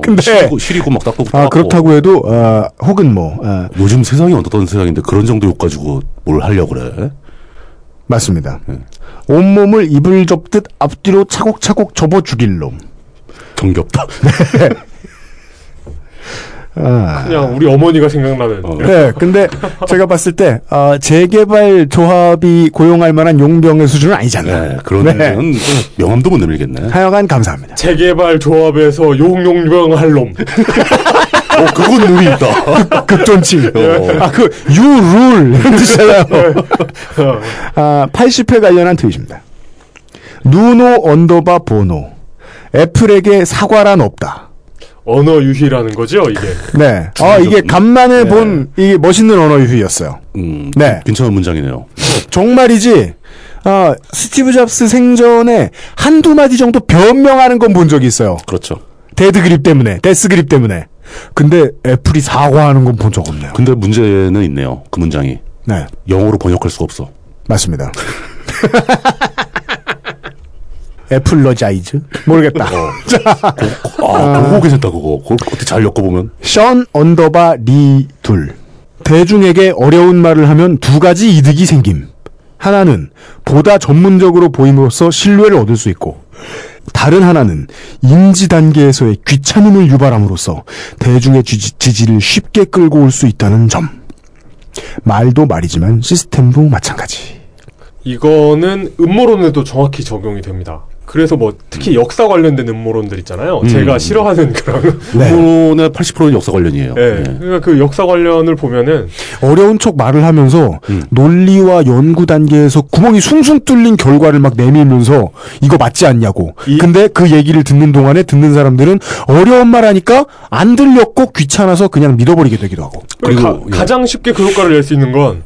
*laughs* 근데
시리고, 시리고 막 닦고.
아 그렇다고 해도 어, 혹은 뭐 어,
요즘 세상이 어떤 세상인데 그런 정도 욕 가지고 뭘 하려고 그래?
맞습니다.
예.
온몸을 이불 접듯 앞뒤로 차곡차곡 접어 죽일 놈.
정겹다.
아.
그냥 우리 어머니가 생각나는.
네, 근데 제가 봤을 때 아, 재개발 조합이 고용할 만한 용병의 수준은 아니잖아요.
네, 그러면은 명함도 못 내밀겠네.
하여간 감사합니다.
재개발 조합에서 용용병 할놈.
어, 그건 눈이
*laughs*
있다.
극존칭. 아, 그, 유룰. 이런 뜻이잖아요.
어,
아, 80회 관련한 트윗입니다. 누노 언더바 보노. 애플에게 사과란 없다.
언어 유희라는 거죠 이게.
네. 아, 이게 간만에 본, 이게 멋있는 언어 유희였어요.
음,
네.
괜찮은 문장이네요.
정말이지, 아, 스티브 잡스 생전에 한두 마디 정도 변명하는 건 본 적이 있어요.
그렇죠.
데드 그립 때문에, 데스 그립 때문에. 근데 애플이 사과하는 건 본 적 없네요.
근데 문제는 있네요. 그 문장이
네.
영어로 번역할 수가 없어.
맞습니다. 애플러자이즈? 모르겠다.
아, 그거 괜찮다 그거. 그걸 어떻게 잘 엮어보면.
션 언더바 리 둘. 대중에게 어려운 말을 하면 두 가지 이득이 생김. 하나는 보다 전문적으로 보임으로써 신뢰를 얻을 수 있고, 다른 하나는 인지 단계에서의 귀찮음을 유발함으로써 대중의 지지- 지지를 쉽게 끌고 올 수 있다는 점. 말도 말이지만 시스템도 마찬가지.
이거는 음모론에도 정확히 적용이 됩니다. 그래서 뭐 특히 역사 관련된 음모론들 있잖아요.
음.
제가 싫어하는 그런.
네.
국론의 80%는 역사 관련이에요.
예. 그러니까 그 역사 관련을 보면은
어려운 척 말을 하면서 논리와 연구 단계에서 구멍이 숭숭 뚫린 결과를 막 내밀면서 이거 맞지 않냐고. 근데 그 얘기를 듣는 동안에 듣는 사람들은 어려운 말 하니까 안 들렸고 귀찮아서 그냥 믿어버리게 되기도 하고. 예.
가, 가장 쉽게 그 효과를 낼 수 있는 건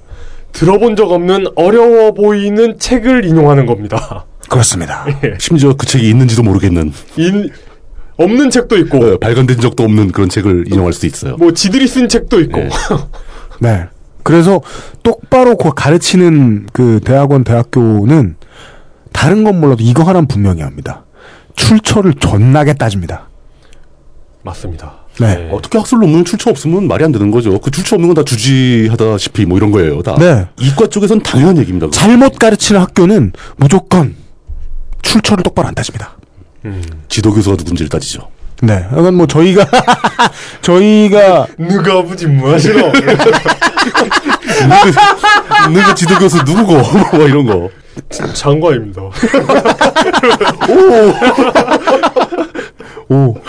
들어본 적 없는 어려워 보이는 책을 인용하는 겁니다. *laughs*
그렇습니다.
심지어 그 책이 있는지도 모르겠는.
어.
인- 없는 책도 있고
네, 발간된 적도 없는 그런 책을 인용할 수도 있어요.
뭐 지들이 쓴 책도 있고
*laughs* 네. 그래서 똑바로 그 가르치는 그 대학원 대학교는 다른 건 몰라도 이거 하나는 분명히 합니다. 출처를 존나게 따집니다.
*laughs* 맞습니다.
네.
어떻게 학술 논문 출처 없으면 말이 안 되는 거죠. 그 출처 없는 건 다 주지하다시피 뭐 이런 거예요. 다.
네.
이과 쪽에선 당연한 얘기입니다. 그거.
잘못 가르치는 학교는 무조건 출처를 똑바로 안 따집니다.
지도 교수가 누군지를 따지죠.
네. 이건 뭐 저희가 *laughs* 저희가
누가 아버지 뭐 하시노? *laughs*
누가 지도 교수 누구고 *laughs* 뭐 이런 거.
장관입니다.
*laughs* 오. *laughs*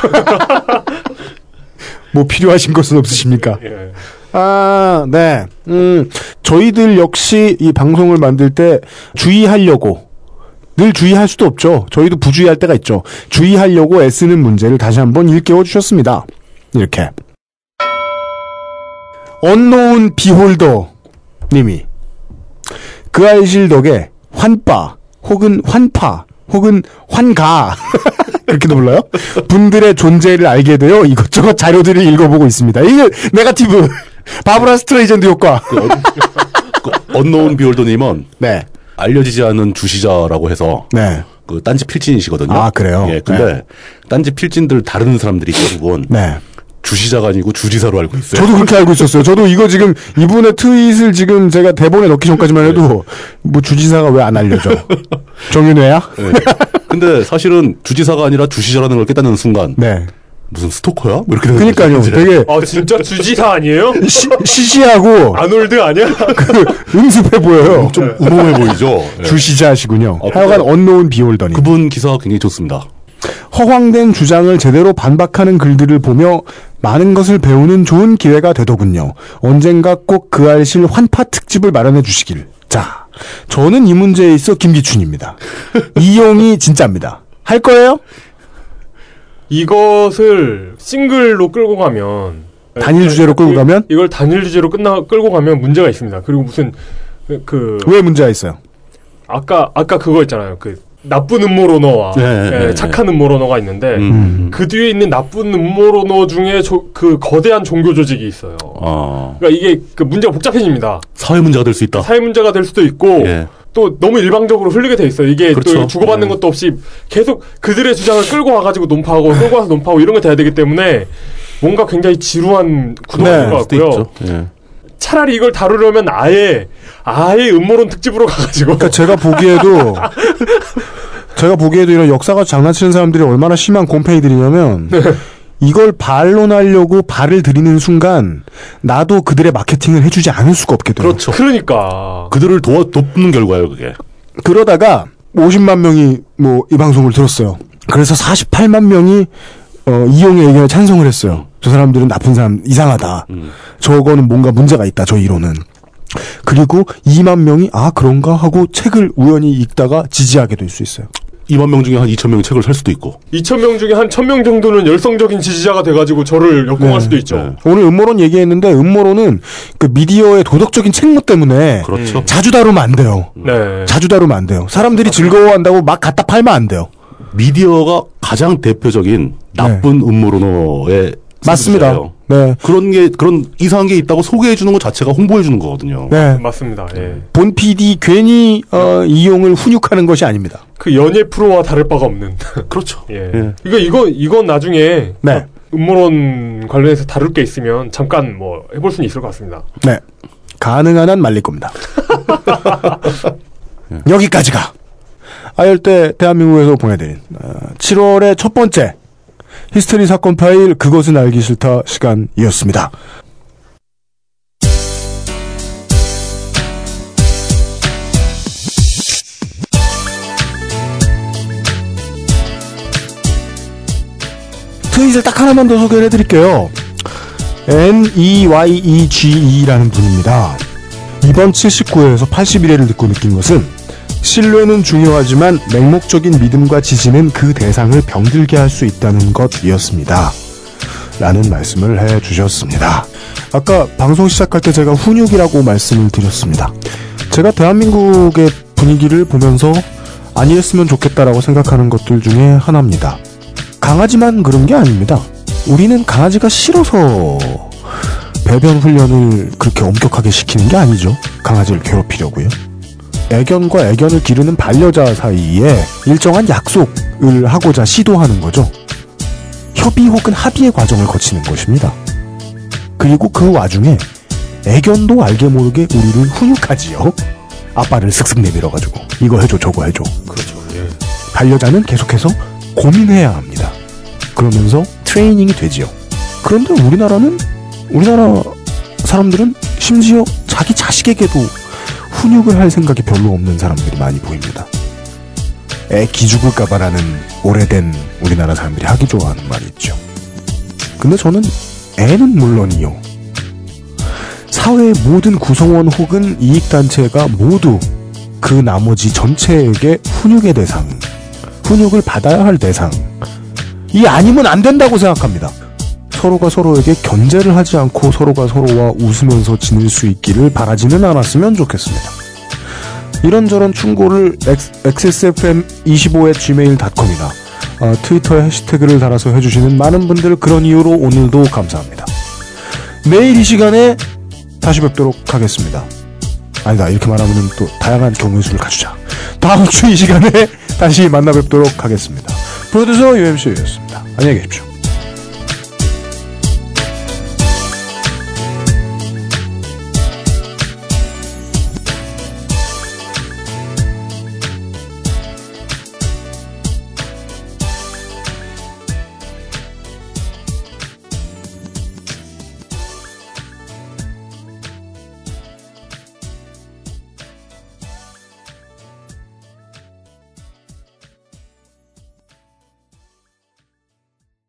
뭐 필요하신 것은 없으십니까?
예.
아, 네. 음, 저희들 역시 이 방송을 만들 때 주의하려고 늘 주의할 수도 없죠. 저희도 부주의할 때가 있죠. 주의하려고 애쓰는 문제를 다시 한번 일깨워 주셨습니다. 이렇게. 언노운 비홀더 님이 그 아이실 덕에 환빠 혹은 환파 혹은 환가 *laughs* 그렇게도 불러요? 분들의 존재를 알게 되어 이것저것 자료들을 읽어보고 있습니다. 이게 네가티브 *laughs* 바브라 스트레이전드 효과.
그 언노운 비올더님은
네.
알려지지 않은 주시자라고 해서
네.
그 딴지 필진이시거든요.
아, 그래요?
예, 근데
네.
딴지 필진들 다루는 사람들이 대부분
네.
주시자가 아니고 주지사로 알고 있어요.
저도 그렇게 알고 있었어요. 저도 이거 지금 이분의 트윗을 지금 제가 대본에 넣기 전까지만 해도 뭐 주지사가 왜 안 *laughs* 알려져? 정윤회야? 네.
*laughs* 예. 근데 사실은 주지사가 아니라 주시자라는 걸 깨닫는 순간
네.
무슨 스토커야? 뭐 이렇게 되는
그러니까요. 어.
거죠,
되게
아 진짜 주지사
*laughs*
아니에요?
시시하고 그
아놀드 아니야? *laughs*
음습해 보여요. 어.
좀
*laughs*
*laughs* 우롱해 보이죠.
네.
예.
주시자시군요.
아,
하여간 언노운 비홀더니
그분 기사가 굉장히 좋습니다.
허황된 주장을 제대로 반박하는 글들을 보며 많은 것을 배우는 좋은 기회가 되더군요. 언젠가 꼭 그 알실 환파 특집을 마련해 주시길. 자, 저는 이 문제에 있어
*laughs*
김기춘입니다. 이용이 진짜입니다. 할 거예요?
이것을 싱글로 끌고 가면
단일 주제로 끌고 가면
이걸 단일 주제로 끝나 끌고 가면 문제가 있습니다. 그리고 무슨 그, 그
왜 문제가 있어요?
아까 아까 그거 있잖아요. 그 나쁜 음모론어와
네,
예, 예,
예,
예.
착한 음모론어가 있는데 그 뒤에 있는 나쁜 음모론어 중에 조- 그 거대한 종교 조직이 있어요.
아,
그러니까 이게 그 문제가 복잡해집니다.
사회 문제가 될 수 있다.
사회 문제가 될 수도 있고
예.
또 너무 일방적으로 흘리게 돼 있어요. 이게 또
그렇죠.
주고받는 것도 없이 계속 그들의 주장을 끌고 와가지고 논파하고 끌고 와서 논파하고 이런 게 돼야 되기 때문에 뭔가 굉장히 지루한 구도인 것
네, 수도
같고요.
있죠. 예.
차라리 이걸 다루려면 아예 아예 음모론 특집으로 가가지고
그러니까 제가
*laughs*
보기에도 제가 보기에도 이런 역사가 장난치는 사람들이 얼마나 심한 곰팡이들이냐면
네.
이걸 반론하려고 발을 들이는 순간 나도 그들의 마케팅을 해주지 않을 수가 없게 돼요.
*laughs*
그렇죠.
그러니까
그들을 도와 돕는 결과예요, 그게.
그러다가 50만 명이 뭐 이 방송을 들었어요. 그래서 48만 명이 어, 이용의 의견에 찬성을 했어요. 저 사람들은 나쁜 사람 이상하다.
음.
저거는 뭔가 문제가 있다. 저 이론은. 그리고 2만 명이 아 그런가 하고 책을 우연히 읽다가 지지하게 될 수 있어요.
2만 명 중에 한 2천 명이 책을 살 수도 있고.
2,000명 중에 한 1,000명 정도는 열성적인 지지자가 돼가지고 저를 역공할 수도 있죠.
오늘 음모론 얘기했는데 음모론은 그 미디어의 도덕적인 책무 때문에
그렇죠. 음.
자주 다루면 안 돼요.
네.
자주 다루면 안 돼요. 사람들이 즐거워한다고 막 갖다 팔면 안 돼요.
미디어가 가장 대표적인 나쁜 음모론어의
네. 맞습니다.
소비자예요.
네.
그런 게 그런 이상한 게 있다고 소개해 주는 것 자체가 홍보해 주는 거거든요.
네.
맞습니다. 예.
본 PD 괜히 어, 이용을 훈육하는 것이 아닙니다.
그 연예 프로와 다를 바가 없는. *laughs*
그렇죠.
예. 이거 이거 이건 나중에
네.
음모론 관련해서 다룰 게 있으면 잠깐 뭐 해볼 수는 있을 것 같습니다.
네. 가능한 한 말릴 겁니다. 여기까지가 아열대 대한민국에서 보내드린 7월의 첫 번째 히스테리 사건 파일 그것은 알기 싫다 시간이었습니다. 트윗을 딱 하나만 더 소개를 해드릴게요. E N-E-Y-E-G-E라는 분입니다. 이번 79회에서 81회를 듣고 느낀 것은 신뢰는 중요하지만 맹목적인 믿음과 지지는 그 대상을 병들게 할 수 있다는 것이었습니다. 라는 말씀을 해 주셨습니다. 아까 방송 시작할 때 제가 훈육이라고 말씀을 드렸습니다. 제가 대한민국의 분위기를 보면서 아니었으면 좋겠다라고 생각하는 것들 중에 하나입니다. 강아지만 그런 게 아닙니다. 우리는 강아지가 싫어서 배변 훈련을 그렇게 엄격하게 시키는 게 아니죠. 강아지를 괴롭히려고요. 애견과 애견을 기르는 반려자 사이에 일정한 약속을 하고자 시도하는 거죠. 협의 혹은 합의의 과정을 거치는 것입니다. 그리고 그 와중에 애견도 알게 모르게 우리를 훈육하지요. 아빠를 슥슥 내밀어가지고 이거 해줘 저거 해줘.
그렇죠.
반려자는 계속해서 고민해야 합니다. 그러면서 트레이닝이 되지요. 그런데 우리나라는 우리나라 사람들은 심지어 자기 자식에게도 훈육을 할 생각이 별로 없는 사람들이 많이 보입니다. 애기 죽을까봐라는 오래된 우리나라 사람들이 하기 좋아하는 말이 있죠. 근데 저는 애는 물론이요. 사회의 모든 구성원 혹은 이익단체가 모두 그 나머지 전체에게 훈육의 대상, 훈육을 받아야 할 대상, 이 아니면 안 된다고 생각합니다. 서로가 서로에게 견제를 하지 않고 서로가 서로와 웃으면서 지낼 수 있기를 바라지는 않았으면 좋겠습니다. 이런저런 충고를 xsfm25@gmail.com이나 어, 트위터에 해시태그를 달아서 해주시는 많은 분들 그런 이유로 오늘도 감사합니다. 내일 이 시간에 다시 뵙도록 하겠습니다. 아니다 이렇게 말하면 또 다양한 경우의 수를 갖추자. 다음 주 이 시간에 *laughs* 다시 만나 뵙도록 하겠습니다. 프로듀서 UMC였습니다. 안녕히 계십시오.